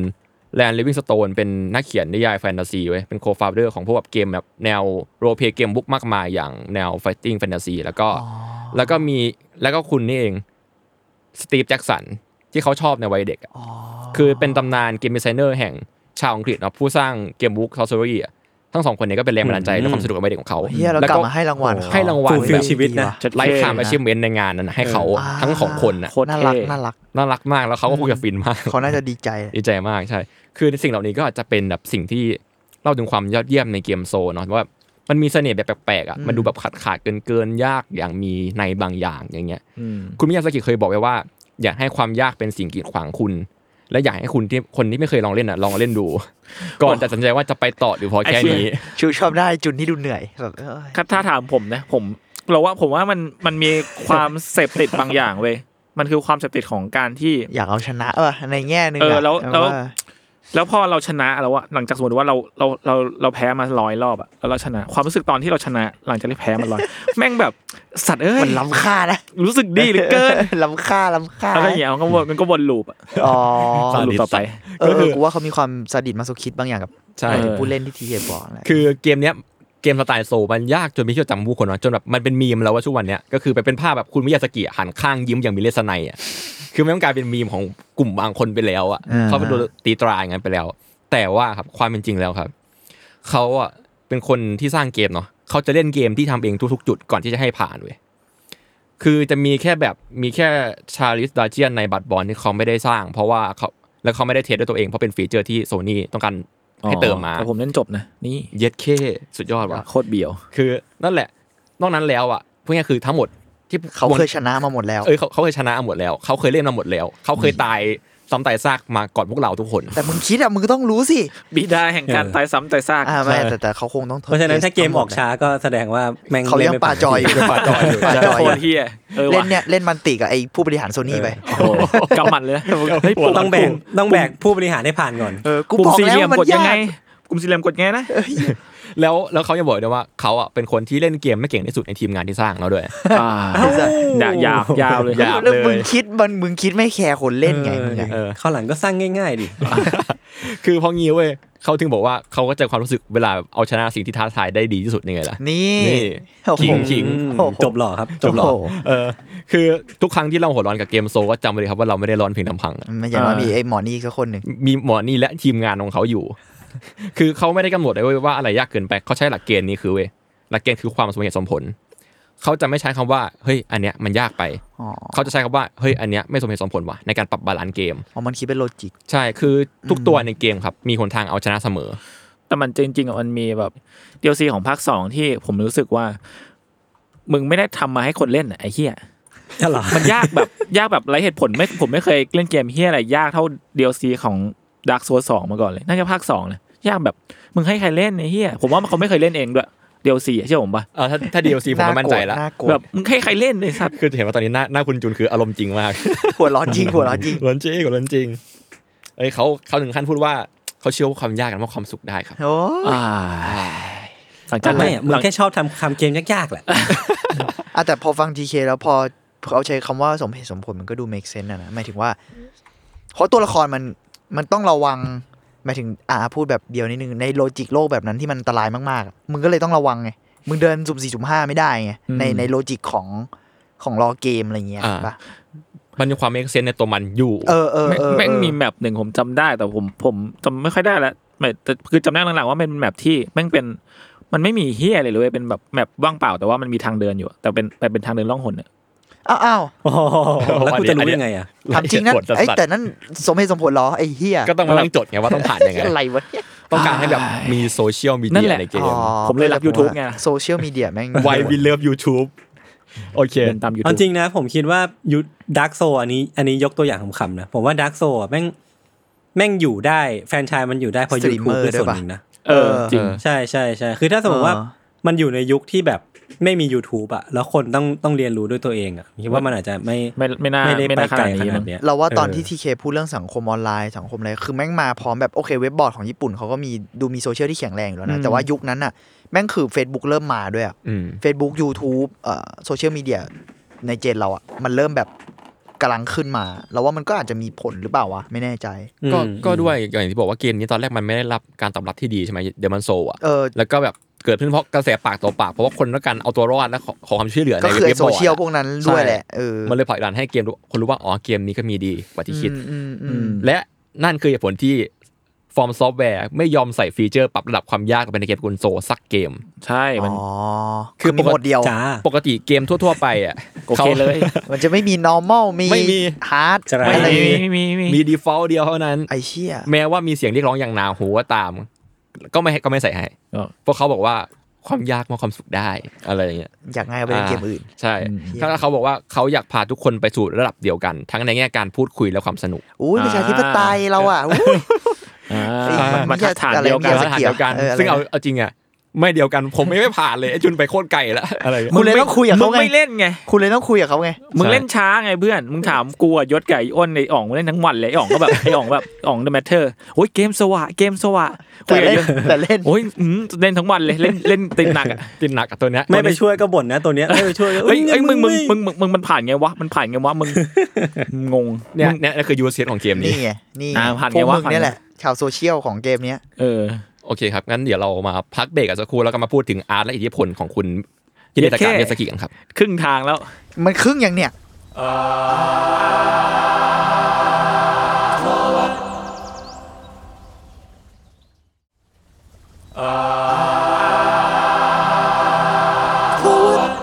E: แลนลิวิงสโตนเป็นนักเขียนนิยายแฟนตาซีเว้ยเป็นโคฟาวเดอร์ของพวกแบบเกมแบบแนวโรเ a y เกมบุ๊กมากมายอย่างแนว Fighting Fantasy แล้วก็แล้วก็มีแล้วก็คุณนี่เองสตีฟแจ็กสันที่เขาชอบในวัยเด็กอะคือเป็นตำนานเกมดีไซเนอร์แห่งชาวอังกฤษเนาะผู้สร้างเกมบุ๊กทอสเซอรี่อะทั้งสองคนเนี้ก็เป็นแรงบันดาลใจและความสนุกในวัยเด็กของเขา
D: เฮียเรากลับมาให้รางวัล
E: ให้รางวัล
C: ฟูลฟิ
E: แบ
C: ล
E: บ
C: ชีวิตนะ
B: จัด
E: ไลฟ์ไท
B: เท่
E: ม์
B: นะ
E: อาชีพเมนในงานนั้นนะให้เขา
B: เอออ่า
E: ทั้งสองคนน่ะ
B: โคตร
D: น่ารัก
B: เท่
D: น่ารัก
E: น่ารักมากแล้วเขาก็คงจะฟินมาก
D: เขาน่าจะดีใจ
E: ดีใจมากใช่ คือในสิ่งเหล่านี้ก็อาจจะเป็นแบบสิ่งที่เล่าถึงความยอดเยี่ยมในเกมโซลเนาะว่ามันมีเสน่ห์แบบแปลกๆอ่ะ
D: อืม
E: มันดูแบบขาดขาดเกินเกินๆยากอย่างมีในบางอย่างอย่างเงี้ย
B: อืม
E: คุณมิยาสกิเคยบอกไว้ว่า อย่าให้ความยากเป็นสิ่งกีดขวางคุณ และอยากให้คุณที่คนที่ไม่เคยลองเล่นอ่ะลองเล่นดู ก่อนตัดสินใจว่าจะไปต่อหรือพอแค่นี้
D: ชูชอบได้จุนที่ดูเหนื่อยแบบเอ้ย
B: ครับถ้าถามผมนะผมเราว่าผมว่ามันมันมีความเสพติดบางอย่างเว้ยมันคือความเสพติดของการที่
D: อยากเอาชนะเออในแง่หนึง
B: เออ
D: อะ
B: แล้วแล้ว
D: า
B: แล้วพอเราชนะแล้วอะหลังจากสมมติว่าเราเราเราเราแพ้มาร้อยรอบอะแล้วเราชนะ ความรู้สึกตอนที่เราชนะ หลังจากที่แพ้มาร้อย แม่งแบบสัตว์เอ้ย
D: มันล้ำค่านะ
B: รู้สึกดีเหลือเกิน
D: ล้ำค่าล้ำค่า
B: อะไรอย่างเงี้ยมันก็วนมันก็วนลูปอะ
D: อ๋อ
B: วนลูปต่อไป
D: เออเออกูว่าเขามีความซาดิสมาสุคิดบางอย่างกับ
E: ใช่
B: เออ
D: ผู้เล่นที่ทีเบอกนะ
E: คือเกมเนี้ยเกมสไตล์โซลมันยากจนไม่เชื่อจำผู้คนเนอะจนแบบมันเป็นมีมแล้วว่าช่วงวันเนี้ยก็คือไปเป็นภาพแบบคุณมิยาสกิหันข้างยิ้มอย่างมีเลสไนยอ่ะคือมันต้องกลายเป็นมีมของกลุ่มบางคนไปแล้วอ่ะเขาไปโดนตีตราอย่างนั้นไปแล้ว แต่ว่าครับความเป็นจริงแล้วครับเขาอ่ะเป็นคนที่สร้างเกมเนาะเขาจะเล่นเกมที่ทำเองทุกๆ จุดก่อนที่จะให้ผ่านเว้ยคือจะมีแค่แบบมีแค่ชาลิสดาเจียนในบัตรบอลที่เขาไม่ได้สร้าง เพราะว่าเขาแล้วเขาไม่ได้เทสด้วยตัวเองเพราะเป็นฟีเจอร์ที่โซนี่ต้องการ ให้เติมมา
B: แต่ผมเล่นจบนะ นี่
E: เย็ดเข้สุดยอดว่ะ
B: โคตรเบียว
E: คือนั่นแหละ นอกนั้นแล้วอ่ะพวกเนี้ยคือทั้งหมดที่
D: เขาเคยชนะมาหมดแล้ว
E: เออเขาเขาเคยชนะหมดแล้ว เขาเคยเล่นมาหมดแล้ว เขาเคยตายซ้ำตายซากมาก่อนพวกเราทุกคน
D: แต่มึงคิดอะมึงก็ต้องรู้สิ
B: บิดาแห่งการตายซ้ำตายซาก
D: อ่าไม่แต่แต่เขาคงต้อง
C: เพราะฉะนั้นถ้าเกมออกช้าก็แสดงว่าแม่ง
D: เขายั
C: ล่น
D: ง
C: ไม่
D: ป่าจอยอยู่
E: ป่าจอยอยู่
D: ป่าจอย
B: โค
D: อยู่
B: ตรเฮียออ
D: เล่
B: ว่ะ
D: นเนี่ยเล่นมันติกับไอ้ผู้บริหารโซนี่ไป
B: โอ้โหกำหมัดเลยนะเฮ้ยปุ่ม
C: ต้องแบ่งต้องแบกผู้บริหารให้ผ่านก่อน
D: เออ กู
B: ปุ่ม
D: บอก
B: สี่
D: แล้
B: เหลี่ยว ม
D: มัน
B: กดยัง
D: ยา
B: ไง
D: ก
B: ปุ่มสี่เหลี่ยมกดไงนะ
E: แล้วแล้วเขายังบอกด้วยว่าเขาอ่ะเป็นคนที่เล่นเกมไม่เก่งที่สุดในทีมงานที่สร้างเรา ด้วย
B: อ่าด่ายาบยาวเลย
E: ยาว
D: แล้วมึงคิดมันมึงคิดไม่แคร์คนเล่นไงมึงอะ
C: เออข้าวหลังก็สร้างง่าย ๆดิ
E: คือเพองี้เว้ยเขาถึงบอกว่าเขาก็เจอความรู้สึกเวลาเอาชนะสิ่งที่ท้าทายได้ดีที่สุดยังไงล่ะ
D: นี่
E: นี่
D: โอ้โห
E: ขิงขิง
D: โอ้โห
C: จบหล่อครับ จบหล่อ
D: โอ้โห
E: เออคือทุกครั้งที่เราหัวร้อนกับเกมโซก็จำไว้เลยครับว่าเราไม่ได้ร้อนเพียงลำพังอะ
D: มันอย่างน้อยมีไอ้หมอนี่ก็คนหนึ่ง
E: มีหมอนี่และทีมงานของเขาอยู่ คือเขาไม่ได้กำหนดเลยเว้ยว่าอะไรยากเกินไป เขาใช้หลักเกณฑ์นี้คือเว้ยหลักเกณฑ์คือความสมเหตุสมผล เขาจะไม่ใช้คำว่า เฮ้ย อันเนี้ยมันยากไป
D: อ๋อ
E: เขาจะใช้คำว่า เฮ้ย อันเนี้ยไม่สมเหตุสมผลว่ะ ในการปรับบาลานซ์เกม
D: อ๋อมันคิดเป็นโลจิก
E: ใช่ คือทุกตัวในเกมครับ มีหนทางเอาชนะเสมอ
B: แต่มันจริงๆอ่ะมันมีแบบ DLC ของภาคสองที่ผมรู้สึกว่า มึงไม่ได้ทำมาให้คนเล่นอ่ะไอ้เฮีย
C: จะหล่อ
B: มันยากแบบ ยากแบบไรเหตุผลไม่ผมไม่เคยเล่นเกมเฮียอะไรยากเท่า DLC ของ Dark Souls สองมาก่อนเลยน่าจะภาคสองเลยยากแบบมึงให้ใครเล่นไอ้เฮียผมว่ามันเขาไม่เคยเล่นเองด้วย DLC อ่ะเชื่อผมปะ
E: เออถ้าถ้า DLC ผมก็มั่นใจแล้ว
D: น่ากลัว
B: แบบมึงให้ใครเล่นไอ้สัตว์
E: คือจะเห็นว่าตอนนี้หน้าหน้าคุณจุนคืออารมณ์จริงมาก
D: หัวร้อนจริงหัวร้อนจริง
E: ร้อนจริงร้อนจริงเอ้ยเขาเขาถึงขั้นพูดว่าเขาเชื่อว่าความยากกันว่าความสุขได้ครับ
D: โอ้ย
B: อ่าหลังจากนั้
C: ไม่
B: น
C: อะมึงแค่ชอบทำคำเกมยากๆแหละ
D: อ่ะแต่พอฟังทีเคแล้วพอเขาใช้คำว่าสมเหตุสมผลมันก็ดู make sense นะนะหมายถึงว่าเพราะตัวละครมันมันต้องระวังหมายถึงอ่าพูดแบบเดียวนิดนึงในโลจิกโลกแบบนั้นที่มันอันตรายมากๆ มึงก็เลยต้องระวังไงมึงเดินสุ่มสี่สุ่มห้าไม่ได้ไงในในโลจิกของของรอเกมอะไรเงี้ย
E: อ่า
D: ปะ
E: มันมีความเมคเซนในตัวมันอยู่
D: เออเออ
B: แม่ง
D: เออ
B: แม่ง
D: เออ
B: มีแมปหนึ่งผมจำได้แต่ผมผมจำไม่ค่อยได้ละไม่แต่คือจำได้หลังๆว่ามันเป็นแมปที่แม่งเป็นมันไม่มีเฮียอะไรเลยเว้ยเป็นแบบแมปว่างเปล่าแต่ว่ามันมีทางเดินอยู่อะแต่เป็นแต่เป็นทางเดินล่องหนอะ
D: อ้าวอ้าว
C: โอ้โหแล้วกูจะ
E: อัน
C: รู้
E: นี้
C: ยังไงอ่ะ
D: ทำจริงนั่น
E: เหตุผลสัสๆ
D: ไอ้ยแต่นั่นสมเหตุสมผลเหรอไอ้เฮีย
E: ก็ต้องมานั่งจดไงว่าต้องผ่านยังไง
D: อะไรวะเนี่ย
E: ต้องการให้แบบมีโซเชียลมี
B: นั่
E: เดี
B: น
E: ย
B: แหละ
E: ในเกม
D: อ๋อ
B: ผมเลยรับ YouTube ไง
D: โซเชียลมีเดีย แม่ง
E: Why we love YouTube โอเค
B: เดินตามยู
C: เอา
B: ทูบ
C: จริงนะผมคิดว่ายุดักโซอันนี้อันนี้ยกตัวอย่างขำๆนะ ผมว่าดักโซแม่งแม่งอยู่ได้แฟรนไชายมันอยู่ได้เพราะยูทูบ
D: Streamer
C: เป็นส่วน
D: ด้วยปะ
C: หนึ่งนะ
B: เออจริง
E: เออ
C: ใช่ใช่ใช่คือถ้าสมมติว่า
D: เออ
C: มันอยู่ในยุคที่แบบไม่มี YouTube อะแล้วคนต้องต้องเรียนรู้ด้วยตัวเองอะผมคิดว่ามันอาจจะไม่
B: ไม่ไม่น่า
C: ไม่ได้
B: ไม่
C: ไป
B: น่าข
C: ไกล
B: นาด
C: ข
B: นี้
C: นา
B: มั้
C: ด
B: ง
C: เนี้ย
D: เราว่าตอน
C: เออ
D: ที่ทีเคพูดเรื่องสังคมออนไลน์สังคมอะไรคือแม่งมาพร้อมแบบโอเคเว็บบอร์ดของญี่ปุ่นเขาก็มีดูมีโซเชียลที่แข็งแรงอยู่แล้วนะ แต่ว่ายุคนั้นน่ะแม่งคือ Facebook เริ่มมาด้วยอะ
E: อืม
D: Facebook YouTube เอ่อโซเชียลมีเดียในเจนเราอ่ะ มันเริ่มแบบกำลังขึ้นมา เราว่ามันก็อาจจะมีผลหรือเปล่าวะไม่แน่ใจ
C: อืม
E: ก็ก็ด้วยอย่างที่บอกว่าเกมนี้ตอนแรกมันไม่ได้รับการตอบรับที่ดีใช่ไหมเดมันโซอ่ะ
D: เออ
E: แล้วก็แบบเกิดขึ้นเพราะกระแสปากต่อปาก เพราะว่าคนต้องการเอาตัวรอดและขอขอความช่วยเหลือ
D: ก็
E: ใน
D: คือ
E: เว็
D: ไอ้
E: บ
D: โซ
E: บอ
D: เชียลพ
E: ร์ด
D: วกนั้นด้วยแหละเออ
E: มันเลยผลักดันให้เกมรู้คนรู้ว่าอ๋อเกมนี้ก็มีดีกว่าที่คิด
D: อืมอืมอืม
E: และนั่นคือเหตุผลที่ฟอร์มซอฟต์แวร์ไม่ยอมใส่ฟีเจอร์ปรับระดับความยากลงไปในเกมคอนโซลสักเกม
B: ใช่มัน
D: อ๋อ
E: คื
D: คือ อ
E: ป
D: มี
E: กติ
D: หมดเดียว
C: จ้า
E: ปกติเกมทั่ว ๆ ไปอ่ะ
B: โอเคเลย
D: มันจะไม่มี normal มี
E: ไม่มี
D: hard
C: จะ
D: อะ
B: ไม่
D: ไร
B: มี
C: ด้
B: ไม่มีไม่มี
E: มี default เดียวเท่านั้น
D: ไอเชี่ย
E: แม้ว่ามีเสียงเรียกร้องอย่างหนาหูก็ตาม ก็ไม่ให้ก็ไม่ใส่ให้
B: เออ
E: เพราะเขาบอกว่าความยากมากความสุขได้อะไรอย่างเงี้ย
D: อยากง่ายเอาไปเล่นเกมอื่น
E: ใช่ถ้าเขาบอกว่าเขาอยากพาทุกคนไปสู่ระดับเดียวกัน ทั้งในแง่การพูดคุยและความสนุก
D: อุ้ยประชาธิปไตยเราอ่ะอุ้ย
B: อ่า
D: มัน
B: มันฐาน
D: อะไร
B: เดียวกั
D: มี
B: น
D: อะไร
E: และทางเดียวกัน
D: เอออะไรนะ
E: ซึ่งเอาเอาจริงอ่ะไม่เดียวกันผมไม่ผ่านเลยไอ้จุนไปโคตรไกลแล้วอะไรอย่างเงี้ย
D: คุณเลยต้องคุยกับ
B: มึ
D: เขา
B: ง
D: ไง
B: ไม่เล่นไง
D: คุณเลยต้องคุยกับเขาไง
B: มึง
E: ใช่
B: เล่นช้าไงเพื่อน มึงถามกูอะยศกับไอ้อ้นไอ้อ่องเล่นทั้งวันเลยไอ้อ่องก็แบบ ไอ้อ่องแบบอ่องเดอะแมทเทอร์โอ้ยเกมสวะเกมสวะ คุ
D: แต่
B: ยกับยศ
D: เล่นแต่เล่น
B: โอ้ยอืมเล่นทั้งวันเลยเล่นเล่นติดหนักอะ
E: ติดหนักกับตัวเนี้ย
C: ไม่ไป
E: ตัวนี้
C: ช่วยก็บ่นนะตัวเนี้ยไม่ไปช่วยก็
B: เฮ้ยเอ้ยมึงมึง
C: ไ
B: มึงมึงมึงมันผ่านไงวะมันผ่านไงวะมึงงง
E: เนี่ยเนี่ยเนี่ยคือยูเซของเกมนี้
D: นี่ไง นี่
B: อ่าผ่านไง
D: พวก
B: วะ
D: มึง
B: ผ่าน
D: เนี่ยแหละ ชาวโซเชียลของเกมเนี้ย
B: เออ
E: โอเคครับ งั้นเดี๋ยวเรามาพักเบรกกันสักครู่แล้วก็มาพูดถึงอาร์ตและอิทธิพลของคุณฮิเดตากะ
B: เย็ดเข้
E: เมสกิกันครับ
B: ครึ่งทางแล้ว
D: มันครึ่งอย่างเนี่ย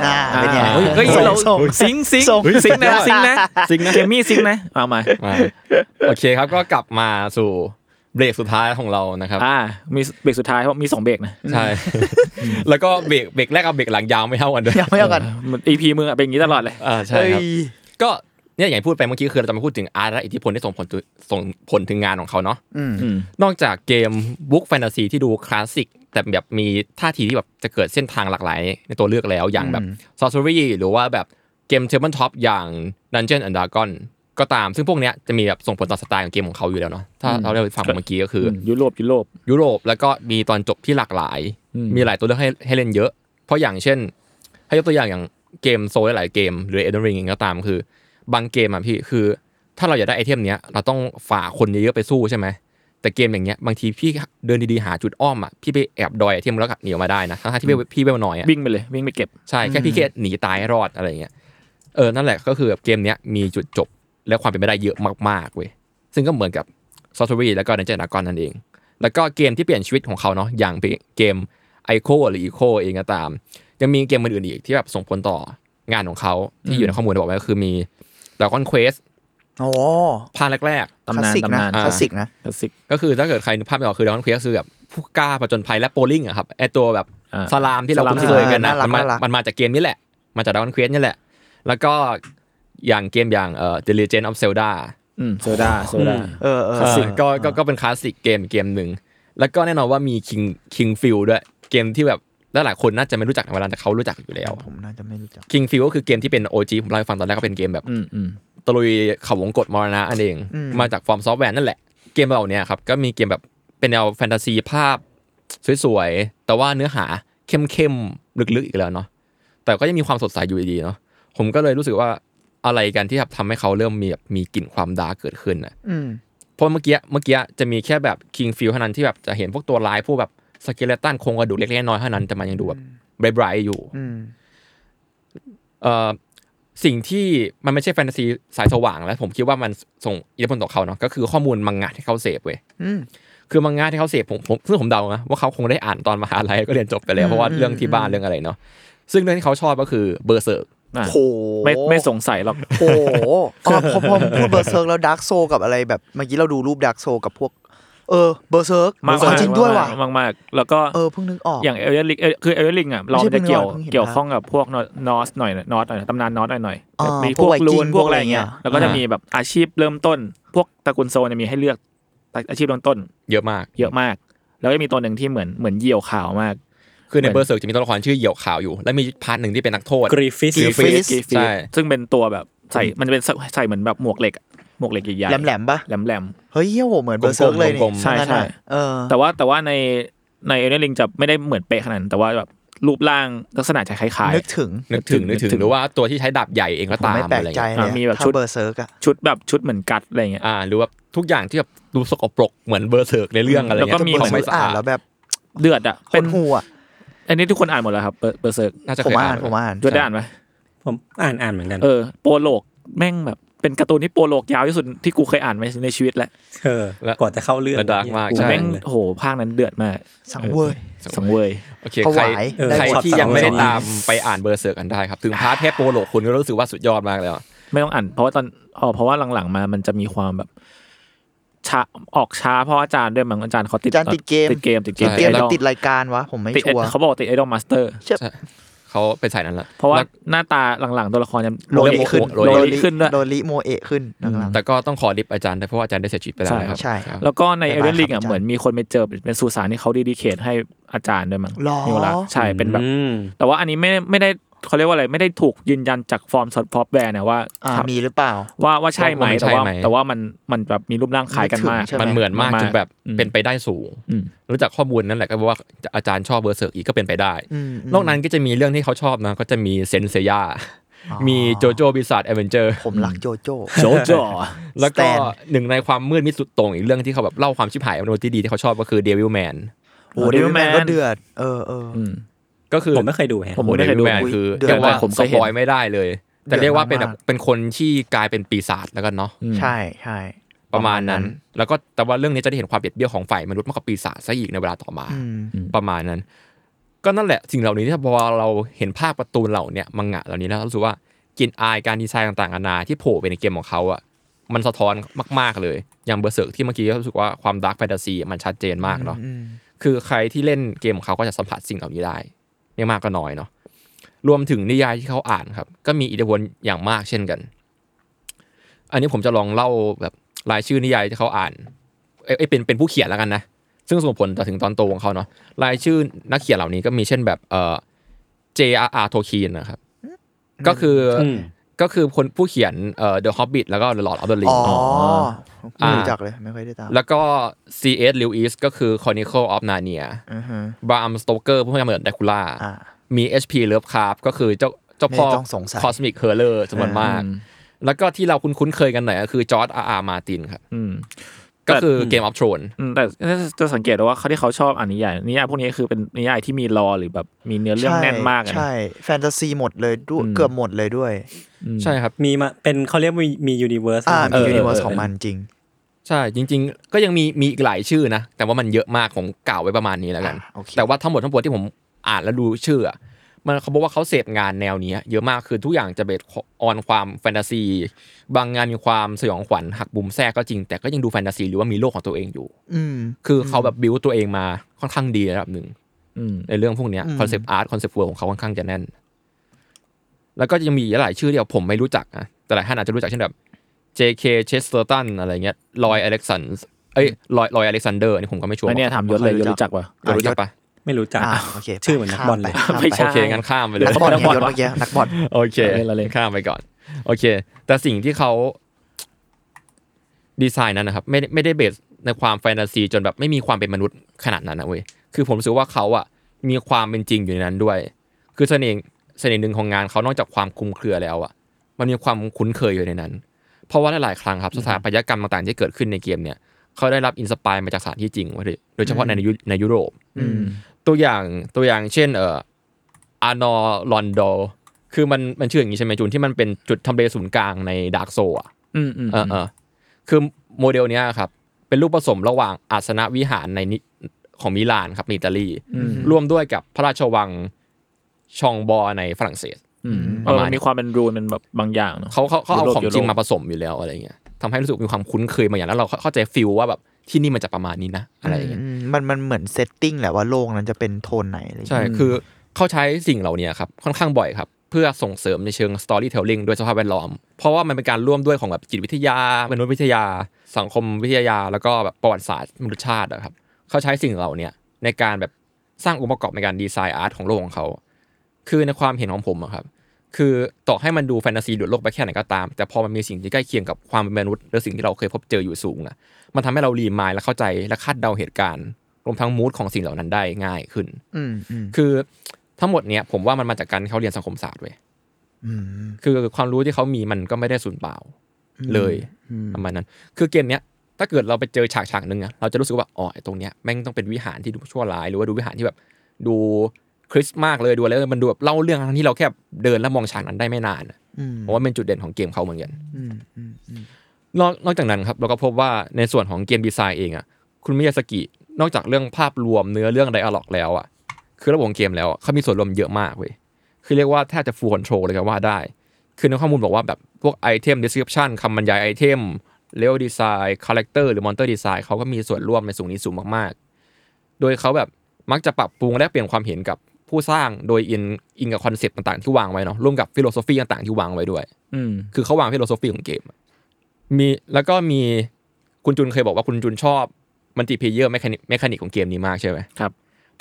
D: อ่าเป็นไง
B: เฮ้ยเฮ้ย
D: ส่ง
B: เรา
D: ส่ง
B: ซิงค์ซิงค์
D: ส่ง
B: ซิงค์นะซิงค์นะ
E: ซิงค์นะ
B: เจมี่ซิงค์นะเอามา
E: อ่าโอเคครับก็กลับมาสู่ เบรกสุดท้ายของเรานะครับ
B: อ่า มีเบรกสุดท้ายเพราะมีสองเบรกนะ
E: ใช่ แล้วก็เบรกเบรกแรกกับเบรกหลังยาวไม่เท่ากันด้วย
D: ยังไม่เอากัน
B: อีพีมึงอะเป็นอย่างนี้ตลอดเลย
E: อ่าใช่
D: เอ้ย
E: ครับ ก็เนี่ยอย่างที่พูดไปเมื่อกี้คือเราจะมาพูดถึงอาร์ตและอิทธิพลที่ส่งผลถึงส่งผลถึงงานของเขาเนาะ
D: อืม
B: อืม
E: นอกจากเกมบุ๊กแฟนตาซีที่ดูคลาสสิกแต่แบบมีท่าทีที่แบบจะเกิดเส้นทางหลากหลายในตัวเลือกแล้วอย่างแบบซอ r เ e อรี่หรือว่าแบบเกมเทเบิลท็อปอย่าง Dungeon and Dragon ก็ตามซึ่งพวกเนี้ยจะมีแบบส่งผลต่อสไตล์ของเกมของเขาอยู่แล้วเนาะถ้า
B: อืม
E: เราได้ฟังเมื่อกี้ก็คืออ
B: ยุโรปยุโรป
E: ยุโรปแล้วก็มีตอนจบที่หลากหลาย
B: อืม
E: มีหลายตัวเลือกให้ให้เล่นเยอะ เพราะอย่างเช่น ให้ยกตัวอย่างอย่างเกมโซลหลายๆเกม หรือเอเดนริงก็ตามคือ บางเกมอ่ะพี่คือ ถ้าเราอยากได้ไอเทมเนี้ยเราต้องฝ่าคนเยอะๆไปสู้ใช่ไหม แต่เกมอย่างเงี้ยบางทีพี่เดินดีๆหาจุดอ้อมอ่ะพี่ไปแอบดอยไอเทมแล้วก็หนีออกมาได้นะทั้งๆที่พี่พี่เวลน้อยอ่ะ
B: วิ่งไปเลย วิ่งไปเก็บ
E: ใช่แค่พี่แค่หนีตายให้รอดอะไรอย่างเงี้ยเออนั่นแหละก็คือแบบเกมเนี้ยมีจุดจบและความเป็นไปได้เยอะมากๆเว้ยซึ่งก็เหมือนกับซอสเทอรี่แล้วก็ Dungeon and Dragon นั่นเอง แล้วก็เกมที่เปลี่ยนชีวิตของเขาเนาะอย่างเกมไอโคหรืออีโคเองก็ตาม ยังมีเกมอื่นๆอีกที่แบบส่งผลต่องานของเขาที่อยู่ในข้อมูลที่บอกไว้ก็คือมี Dragon Quest
D: โอ้
E: ภาคแรกๆ
D: คลา
B: ตำ
D: ส
B: นาน
D: สิก
B: ตำ
D: นะ
B: นาน
E: อ่า
D: คลาสสิกนะ
B: คลาสสิก
E: ก็คือถ้าเกิดใครนึกภาพไม่ออกคือดอนเควสคือแบบผู้กล้าผจญภัยและโปลิงอะครับไอตัวแบบ
B: อ่า
E: สลามที่เรา
B: สลาม
E: คุ้นเคยกันนะ
D: อ่า
E: มันมา
D: น่ารัก
E: มันมาจากเกมนี้แหละ มาจากดอนเควสนี่แหละ แล้วก็อย่างเกมอย่างเอ่อ The Legend of Zelda
B: อืมโซดาโซดา
D: เออเออ
E: เออก็ก็ก็เป็นคลาสสิกเกมเกมหนึ่ง แล้วก็แน่นอนว่ามี King King Field ด้วยเกมที่แบบหลายๆคนน่าจะไม่รู้จักในเวลาแต่เขารู้จักอยู่แล้ว
D: ผมน่าจะไม่รู้จัก
E: King Field ก็คือเกมที่เป็น OG ผมเล่าให้ฟังตอนแรกก็เป็นเกมแบบ
B: อืมอืม
E: ตะลุยเขาวงกตมรณะอันเอง
D: อืม
E: มาจากฟอร์มซอฟต์แวร์นั่นแหละ เกมเราเนี่ยครับ ก็มีเกมแบบเป็นแนวแฟนตาซีภาพสวยๆ แต่ว่าเนื้อหาเข้มๆ ลึกๆ อีกแล้วเนาะแต่ก็ยังมีความสดใสอยู่ดีๆเนาะผมก็เลยรู้สึกว่าอะไรกันที่แบบทำให้เขาเริ่มมีแบบมีกลิ่นความดาร์กเกิดขึ้นนะ
D: อืม
E: เพราะเมื่อกี้เมื่อกี้จะมีแค่แบบคิงฟิลเท่านั้นที่แบบจะเห็นพวกตัวร้ายพวกแบบสเกเลตันโครงกระดูกเล็กๆน้อยๆเท่านั้นแต่มันยังดูแบบไบรท์ๆอยู่
D: อืม
E: เอ่อสิ่งที่มันไม่ใช่แฟนตาซีสายสว่างแล้ว ผมคิดว่ามันส่งอิทธิพลต่อเขาเนาะก็คือข้อมูลมังงะที่เขาเสพเว้ย
D: อืม
E: คือมังงะที่เขาเสพผมผมซึ่งผมเดานะว่าเขาคงได้อ่านตอนมหาลัยก็เรียนจบไปแล้วเพราะว่าเรื่องที่บ้านเรื่องอะไรเนาะซึ่งเรื่องที่เขาชอบก็คือเบอร์เซอร์
B: อ่ะ
D: โห
B: ไม่ไม่สงสัยหรอก
D: โหอ๋อพอพอพูดเบอร์เซิร์กแล้วดาร์กโซกับอะไรแบบเมื่อกี้เราดูรูปดาร์กโซกับพวก เออเบอร์เซิร์ก
B: มาก
D: เออจริงด้วยว่ะ
B: มากมากๆแล้วก็
D: เออเพิ่งนึกออก
B: อย่างเอลเลนลิงคือเอลเลนลิงอ่ะเรา
D: ไม่ใช่
B: จะเกี่ยว
D: เพิ่งเห็น
B: เกี่ยวข้องกับพวกนอสหน่อยนอสหน่อยตำนานนอสหน่อยหน่อยๆ
D: อ่า
B: มี
D: พวกไวกิ้ง
B: ลูน
D: พ
B: พ
D: ว
B: ว
D: ก
B: ก
D: อะ
B: อะไรไร
D: เงี้
B: เงี้
D: ย
B: ยแล้วก็จะมีแบบอาชีพเริ่มต้น พวกตระกูลโซเนี่ยมีให้เลือกอาชีพเริ่มต้น
E: เยอะมาก
B: เยอะมาก แล้วก็มีตัวหนึ่งที่เหมือนเหมือนเหยี่ยวขาวมาก
E: คือใน
B: เหมือน
E: เบอร์เซอร์จะมีตัวละครชื่อเหยี่ยวขาวอยู่ และมีพาร์ทหนึ่งที่เป็นนักโทษ
C: กรีฟิส
E: Griffith
D: ฟิส
B: กีฟี
E: ใช่
B: ซึ่งเป็นตัวแบบใส่มันจะเป็นใส่เหมือนแบบหมวกเหล็กอะหมวกเหล็กใหญ่ๆ
D: แหลมแหลมๆปะ
B: แหลมแหลม
D: เฮ้ยเหี้ยโหเหมือนเบอร์เซิร์กเลยนี่
E: กลมๆ
B: ใช่ใช่
D: เออ
B: แต่ว่าแต่ว่าในในเอเนลิงจะไม่ได้เหมือนเป๊ะขนาดนั้นแต่ว่าแบบรูปร่างลักษณะจะคล้าย
D: นึกถึง
E: นึกถึงนึกถึ
B: นึก
E: ง
B: ถึง
E: หรือว่าตัวที่ใช้ดาบใหญ่เองก็
D: ผม
E: ตาม
D: ไม่แปล
E: อะ
D: ก
E: ไร
D: ใจ
E: เงี้ย
D: เลย
B: อ่ะมีแบบชุด
D: เบอร์เซิร์กอะ
B: ๆ ชุดแบบชุดเหมือนกัดอะไรเงี้ย
E: อ่าหรือว่าทุกอย่างที่แบบดูสกปรกเหมือนเบอร์เซอร์ในเรื่องอะไร
B: แล้วก็
E: เงี้ย
B: มี
E: ของไม่สะ
D: อ่าน
E: อาด
D: แล้วแบบ
B: เดือดอ่ะ
D: เป็
B: เป็น น
D: หัว
B: อันนี้ทุกคนอ่านหมดแล้วครับเบอร์เซิร์ก
E: น่าจะ
D: ผม
E: เคย
D: อ่าผม
E: อ่าน น
D: อ่าน
B: จวดได้อ่านไหม
C: ผมอ่านอ่านเหมือนกัน
B: เออโปโลกแม่งแบบเป็นการ์ตูนที่โปโลกยาวที่สุดที่กูเคยอ่านในในชีวิตแหละ
C: เออแล้วกว่าจะเข้าเรื่อง
E: และดาร์กมาก
B: กู
E: ใช่
B: แม่งโหภาคนั้นเดือดมาก
D: สังเวย
B: สังเวย
E: โอเค
D: ผ
E: ใคร
D: วาย
C: เออ
E: ใคร
C: ช็อต
E: ที่
C: สอ
E: ยังไม่ได้
C: ช็อ
E: ตามไปอ่านเบอร์เสือกันได้ครับ ถึงพาร์ทแค่โปโลคุณก็รู้สึกว่าสุดยอดมากแล้ว
B: ไม่ต้องอ่านเพราะว่าตอนอ๋อเพราะว่าหลังๆมามันจะมีความแบบช้าออกช้าเพราะอาจารย์ด้วยมั้งอาจารย์เขาติด
D: จานติดเกม
B: ติดเกมติดเกม
D: ติดเกม
B: ไอ
D: หรือ
B: ดอล
D: ติดรายการวะ ผมไม่
B: ติด
D: ชัวร์
B: เขาบอกติดไอดอลมาสเตอร์
E: เขาเป็นสายนั้นแหละ
B: เพราะว่า
E: แล้
B: หน้าตาหลังๆ ตัวละครจะ
D: โรลิ
B: เะ
D: ขึ้น
B: โรลิขึ้นด้วย
D: โรลิโมเอะขึ้นหลัง
E: แต่ก็ต้องขอดิบอาจารย์ด้วยเพราะว่าอาจารย์ได้เสียชีวิตไปแล้ว
B: ใช่
E: นะครับ
D: ใช่
E: ครับ
B: แล้วก็ในเอบ
D: บ๊ายาย
B: เดนลิง
D: ครับ
B: อ่ะเห
D: อาจารย์
B: มือนมีคนไปเจอเป็นสุสานที่เขาดีดีเคทให้อาจารย์ด้วยมั้ง
D: หรอ
B: นิวละใช่
C: อืม
B: เป็นแบบ
C: อืม
B: แต่ว่าอันนี้ไม่ได้ไม่ได้เขาเรียกว่าอะไรไม่ได้ถูกยืนยันจากฟอร์มซอฟต์แวร์นะว่า
D: ๆอ่า
B: ครับ
D: มีหรือเปล่า
B: ว่าว่าใช่ไหมแต่ว่าแต่ว่ามันมันแบบมีรูปร่างคล้ายกันมาก
D: ใช่ไหม
E: มันเหมือนมาก
B: มาก
E: จนแบบ
B: อืม
E: เป็นไปได้สูง
B: อืม
E: รู้จักข้อมูลนั่นแหละก็บอกว่าอาจารย์ชอบเบอร์เสืออีกก็เป็นไปได้
D: อืม
E: นอกนั้นก็จะมีเรื่องที่เขาชอบนะก็จะมีเซนเซียมีโจโจบิซาร์ดเอเวนเจอร์
D: ผมรักโจโจ้
B: โจโจ
E: แล้วก็
D: Stan
E: หนึ่งในความมืดมิดสุดโต่งอีกเรื่องที่เขาแบบเล่าความชิบหายมนุษย์ที่ดีที่เขาชอบก็คือเดวิลแมน
D: โอ้เดวิลแมน
B: Devilman
D: ก็เดือด เออเออ
B: อืม
E: ก็คือ
C: ผมไม่เคยดูแฮะ
B: ผม
E: โอ้
B: ไม่
E: เด
B: เคย
E: วิ
B: ดู
E: ดแมนคือ
D: เดือด
E: เรียกว่า
B: แต่ผมเค
E: ส
B: ยเห็
E: ป
B: น
E: อยไม่ได้เลย แต่
D: เดือด
E: เรียกว่าเป็นแบบ
D: มาก
E: เป็นคนที่กลายเป็นปีศาจแล้วกันเนาะ
B: อืม
D: ใช่ใช่
E: ประมาณนั้น แล้วก็แต่ว่าเรื่องนี้จะได้เห็นความเบียดเบี้ยวของฝ่ายมนุษย์มากกว่าปีศาจซะอีกในเวลาต่อมา
D: อืม
E: ประมาณนั้น ก็นั่นแหละสิ่งเหล่านี้ที่พอเราเห็นภาคประตูนเหล่าเนี้ยมังงะเหล่านี้แล้วรู้สึกว่ากลินอายการดีไซน์ต่างๆนานาที่โผล่ไปในเกมของเขาอะ มันสะท้อนมาก ๆเลย อย่างเบอร์เซิร์กที่เมื่อกี้ก็รู้สึกว่าความดาร์กแฟนตาซีมันชัดเจนมากเนาะ
D: อืมอืม
E: คือใครที่เล่นเกมของเขาก็จะสัมผัสสิ่งเหล่านี้ได้ไม่มากก็น้อยเนาะรวมถึงนิยายที่เขาอ่านครับ ก็มีอิทธิพลอย่างมากเช่นกัน อันนี้ผมจะลองเล่าแบบรายชื่อนิยายที่เขาอ่านเอ้ยเอ้ยเป็นเป็นผู้เขียนแล้วกันนะ ซึ่งส่งผลต่อถึงตอนโตของเขาเนาะรายชื่อนักเขียนเหล่านี้ก็มีเช่นแบบเอ่อ J.R.R. Tolkien นะครับ ก็คืออ
C: ม
E: ก็คือคนผู้เขียนเอ่อ The Hobbit แล้วก็ The Lord of the
D: อ๋อ
E: Rings เนาะ
D: ไม่รู้
E: อ่า
D: จักเลย ไม่ค่อยได้ตาม
E: แล้วก็ C.S. Lewis ก็คือ Chronicle of Narnia
D: อือฮึ
E: บรามสโตเกอร์ผู้กำเนิดไดคูล่า
D: อ่า
E: มี HP เลิฟคาร์ก็คือเจ้าเจ้า
D: ไม่
E: พ่อ
D: ต้องสงสัย
E: คอสมิกเฮอร์เลอร์จำนวนมาก
B: อืม
E: แล้วก็ที่เราคุ้นๆเคยกันหน่อยก็คือจอร์ดอาร์อาร์มาตินครับ
B: อืม
E: ก็คือเกมออฟทรอน
B: อืมแต่จะสังเกตได้ว่าเขาที่เขาชอบอ่านนิยายนิยายพวกนี้คือเป็นนิยายที่มีรอหรือแบบมีเนื้อเรื่องแน่นมากอะนะ
D: ใช่ แฟนตาซีหมดเลยด้วย
B: อืม
D: เกือบหมดเลยด้วย
E: ใช่ครับ
C: มีมาเป็นเขาเรียกว่ามียูนิเวอร์ส
D: อ่า มี
E: เออ
D: ยูนิเวอร์ส
E: เออ
D: ของมันจริง
E: ใช่จริง ๆ ก็ยังมีมีอีกหลายชื่อนะ แต่ว่ามันเยอะมากผมกล่าวไว้ประมาณนี้แล้วกัน
D: อ่ะโอเค
E: แต่ว่าทั้งหมดทั้งปวงที่ผมอ่านแล้วดูชื่ออะมันเขาบอกว่าเขาเสพงานแนวนี้เยอะมากคือทุกอย่างจะเบสออนความแฟนตาซีบางงานมีความสยองขวัญหักบุมแทรกก็จริง แต่ก็ยังดูแฟนตาซีหรือว่ามีโลกของตัวเองอยู่
D: อืม
E: คือเขาแบบบิวตัวเองมาค่อนข้างดีระดับหนึ่ง
B: อืม
E: ในเรื่องพวกเนี้
D: อืม
E: คอนเซปต์อาร์ตคอนเซปต์เวิร์ของเขาค่อนข้างจะแน่น แล้วก็ยังมีหลายชื่อที่ผมไม่รู้จักนะแต่หลายท่านอาจจะรู้จักเช่นแบบ J.K. Chesterton อะไรเงี้ยลอยอเล็กซานเอ้ยลอยลอยอเล็กซานเดอร์นี่ผมก็ไม่ชัวร์
B: แล้วเนี่ยถามยศเลยยศรู้จักปะ
E: อ่ะรู้จักปะ
C: ไม่รู้จัก
D: อ่าโอเค
C: ชื่อเหมือนนักบอลเลย
D: ข้าม
B: ไม่
D: ไป
B: ใช่
D: ข้าม
E: โอเคงั้นข้ามไป
D: ไป
E: เลย
D: นักบอลเนี่ยยศเมื่อกี้นักบอล
E: โอเค
B: เอาเล่นเอาเล่น
E: ข้ามไปก่อน โอเค แต่สิ่งที่เขาดีไซน์นั้นนะครับไม่ได้ไม่ได้เบสในความแฟนตาซีจนแบบไม่มีความเป็นมนุษย์ขนาดนั้นนะเว้ยคือผมรู้สึกว่าเขาอะมีความเป็นจริงอยู่ในนั้นด้วย คือเสน่ห์เสน่ห์หนึ่งของงานเขานอกจากความคลุมเครือแล้วอะมันมีความคุ้นเคยอยู่ในนั้น เพราะว่าหลายๆครั้งครับสถาปัตยกรรมต่างๆที่เกิดขึ้นในเกมเนี่ยเขาได้รับอินสปายมาจากสถานที่จริงเว้ยโดยเฉพาะในยุในยุโรป
B: อืม
E: ตัวอย่างตัวอย่างเช่นเอ่ออานอลอนโดคือมันมันชื่ออย่างนี้ใช่ไหมจูนที่มันเป็นจุดทำเลศูนย์กลางในดาร์กโซอ่ะ
B: อืมอืม
E: เออเออคือโมเดลเนี้ยครับ เป็นรูปผสมระหว่างอาสนะวิหารในนิของมิลานครับในอิตาลีร่วมด้วยกับพระราชวังชองบอในฝรั่งเศส
B: อืม
E: ป
B: เออ
E: ระมาณ
B: มันมีความเป็นรูนเป็นแบบบางอย่างเนาะ
E: เขาเขาเขา
B: ยุ
E: เอา
B: โรป
E: ของจริง
B: ยุโรป
E: มาผสมอยู่แล้วอะไรเงี้ยทำให้รู้สึกมีความคุ้นเคยมาอย่างแล้วเราเข้าใจฟิลว่าแบบที่นี่มันจะประมาณนี้นะอะไรอย่างเงี้ย
D: อืมมันมันเหมือนเซตติ้งแหละว่าโลกนั้นจะเป็นโทนไหนอะไรอย่าง
E: ใช่
D: เงี้ย
E: คือเขาใช้สิ่งเหล่านี้ครับ ค่อนข้างบ่อยครับ เพื่อส่งเสริมในเชิง storytelling ด้วยสภาพแวดล้อม เพราะว่ามันเป็นการร่วมด้วยของแบบจิตวิทยามนุษยวิทยา สังคมวิทยา แล้วก็แบบประวัติศาสตร์มนุษยชาติอะครับ เขาใช้สิ่งเหล่านี้ในการแบบสร้างองค์ประกอบในการดีไซน์อาร์ตของโลกของเขา คือในความเห็นของผมอะครับ คือต่อให้มันดูแฟนตาซีหลุดโลกไปแค่ไหนก็ตาม แต่พอมันมีสิ่งที่ใกล้เคียงกับความเป็นมนุษย์และสิ่งที่เราเคยพบเจออยู่สูงอะมันทำให้เรารีมายและเข้าใจและคาดเดาเหตุการณ์รวมทั้งมูดของสิ่งเหล่านั้นได้ง่ายขึ้น
D: อืมอืม
E: คือทั้งหมดเนี้ยผมว่ามันมาจากการที่เขาเรียนสังคมศาสตร์เว้ย
D: อืม
E: คือความรู้ที่เขามีมันก็ไม่ได้สูญเปล่าเลยประมาณนั้น คือเกมเนี้ยถ้าเกิดเราไปเจอฉากฉากหนึ่งอะเราจะรู้สึกว่าอ๋อไอ้ตรงเนี้ยแม่งต้องเป็นวิหารที่ดูชั่วร้ายหรือว่าดูวิหารที่แบบดูคริสต์มากเลยดูอะไรเลยมันดูแบบเล่าเรื่องทั้งที่เราแค่เดินแล้วมองฉากนั้นได้ไม่นานอะ
D: อืม
E: ผมว่าเป็นจุดเด่นของเกมเขาเหมือนกัน
D: อืมอืมอืม
E: นอกนอกจากนั้นครับเราก็พบว่าในส่วนของเกมดีไซน์เองอ่ะคุณมิยาสกินอกจากเรื่องภาพรวมเนื้อเรื่องไดอะล็อกแล้วอ่ะคือระบบของเกมแล้วอะเขามีส่วนรวมเยอะมากเว้ยคือเรียกว่าแทบจะฟูลคอนโทรลเลยก็ว่าได้ คือในข้อมูลบอกว่าแบบพวกไอเทมดีสคริปชันคำบรรยายไอเทมเลเวลดีไซน์คาแรคเตอร์หรือมอนเตอร์ดีไซน์เขาก็มีส่วนร่วมในสูงนี้สูงมากๆ โดยเขาแบบมักจะปรับปรุงและเปลี่ยนความเห็นกับผู้สร้างโดยอินอินกับคอนเซปต์ต่างๆที่วางไว้เนาะร่วมกับฟิโลโซฟีต่างๆที่วางไว้ด้วย
B: อืม
E: คือเขาวางฟิโลโซฟีของเกมอะมีแล้วก็มีคุณจุนเคยบอกว่าคุณจุนชอบมันติเพเยอร์แมคานิกแมคานิกของเกมนี้มากใช่ไหม
B: ครับ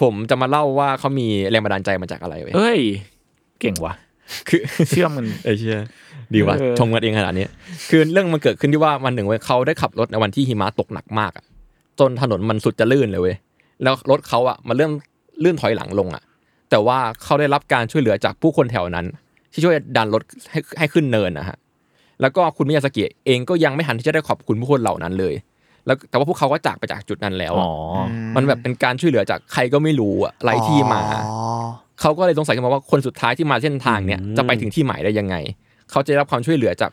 E: ผมจะมาเล่าว่าเขามีแรงบันดาลใจมาจากอะไรไว้ย
B: เอ้ย เก่งว่ะ
E: คือ
B: เชื่อมกัน
E: เอเชียดีว่ะ
B: เออ
E: ชมกันเองขนาดนี้ คือเรื่องมันเกิดขึ้นที่ว่าวันหนึ่งเว้ยเขาได้ขับรถในวันที่หิมะตกหนักมากอะจนถนนมันสุดจะลื่นเลยเว้ยแล้วรถเขาอ่ะมันเริ่มลื่นถอยหลังลงอ่ะ แต่ว่าเขาได้รับการช่วยเหลือจากผู้คนแถวนั้น ที่ช่วยดันรถให้ให้ขึ้นเนินนะฮะแล้วก็คุณมิยาสกิเองก็ยังไม่หันที่จะได้ขอบคุณผู้คนเหล่านั้นเลย แล้วแต่ว่าพวกเขาก็จากไปจากจุดนั้นแล้วอะ
B: อ๋อ
E: มันแบบเป็นการช่วยเหลือจากใครก็ไม่รู้อะไรที่มา
D: อ๋อ
E: เขาก็เลยสงสัยกันมาว่าคนสุดท้ายที่มาเส้นทางเนี่ย
C: อืม
E: จะไปถึงที่หมายได้ยังไง เขาจะได้รับความช่วยเหลือจาก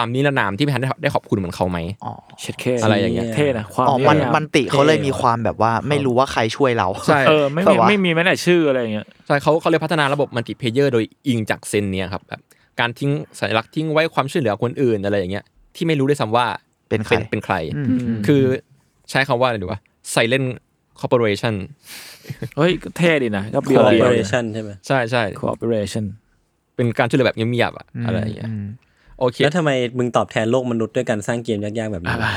E: ความนิรนามที่ไม่ทันได้ได้ขอบคุณเหมือนเขาไหม
D: อ๋อ
B: เช็ดแค่
E: อะไรอย่างเงี้ย
B: เท่นะความ
D: อ๋อมัน
B: พยายา
D: มันติเขาเลยมีความแบบว่าไม่รู้ว่าใครช่วยเรา
E: ใช่
B: เออไม่
D: แต่
B: มี
D: ว่า
B: ไม่มีแม้แต่ชื่ออะไรอย่างเงี้ย
E: ใช่เขาเขาเลยพัฒนาระบบมัลติเพเยอร์โดยอิงจากเซนเนี่ยครับแบบการทิ้งสัญลักษณ์ทิ้งไว้ความช่วยเหลือคนอื่นอะไรอย่างเงี้ย ที่ไม่รู้ด้วยซ้ำว่า
D: เป็นใคร
E: เป็นเป็นใคร
D: อืม
E: คือใช้คำว่าอะไรดีวะ Silent Corporation
B: เฮ้ยก็เท่ดีนะก็เบีย
C: corporation ใช่ไหม
E: ใช่ใช่
B: cooperation
E: เป็นการช่วยเหลือแบบเงียบๆอะอะไรอย่างเงี้ยโอเค
C: แล้วทำไมมึงตอบแทนโลกมนุษย์ด้วยการสร้างเกมยากๆแบบนี้วะ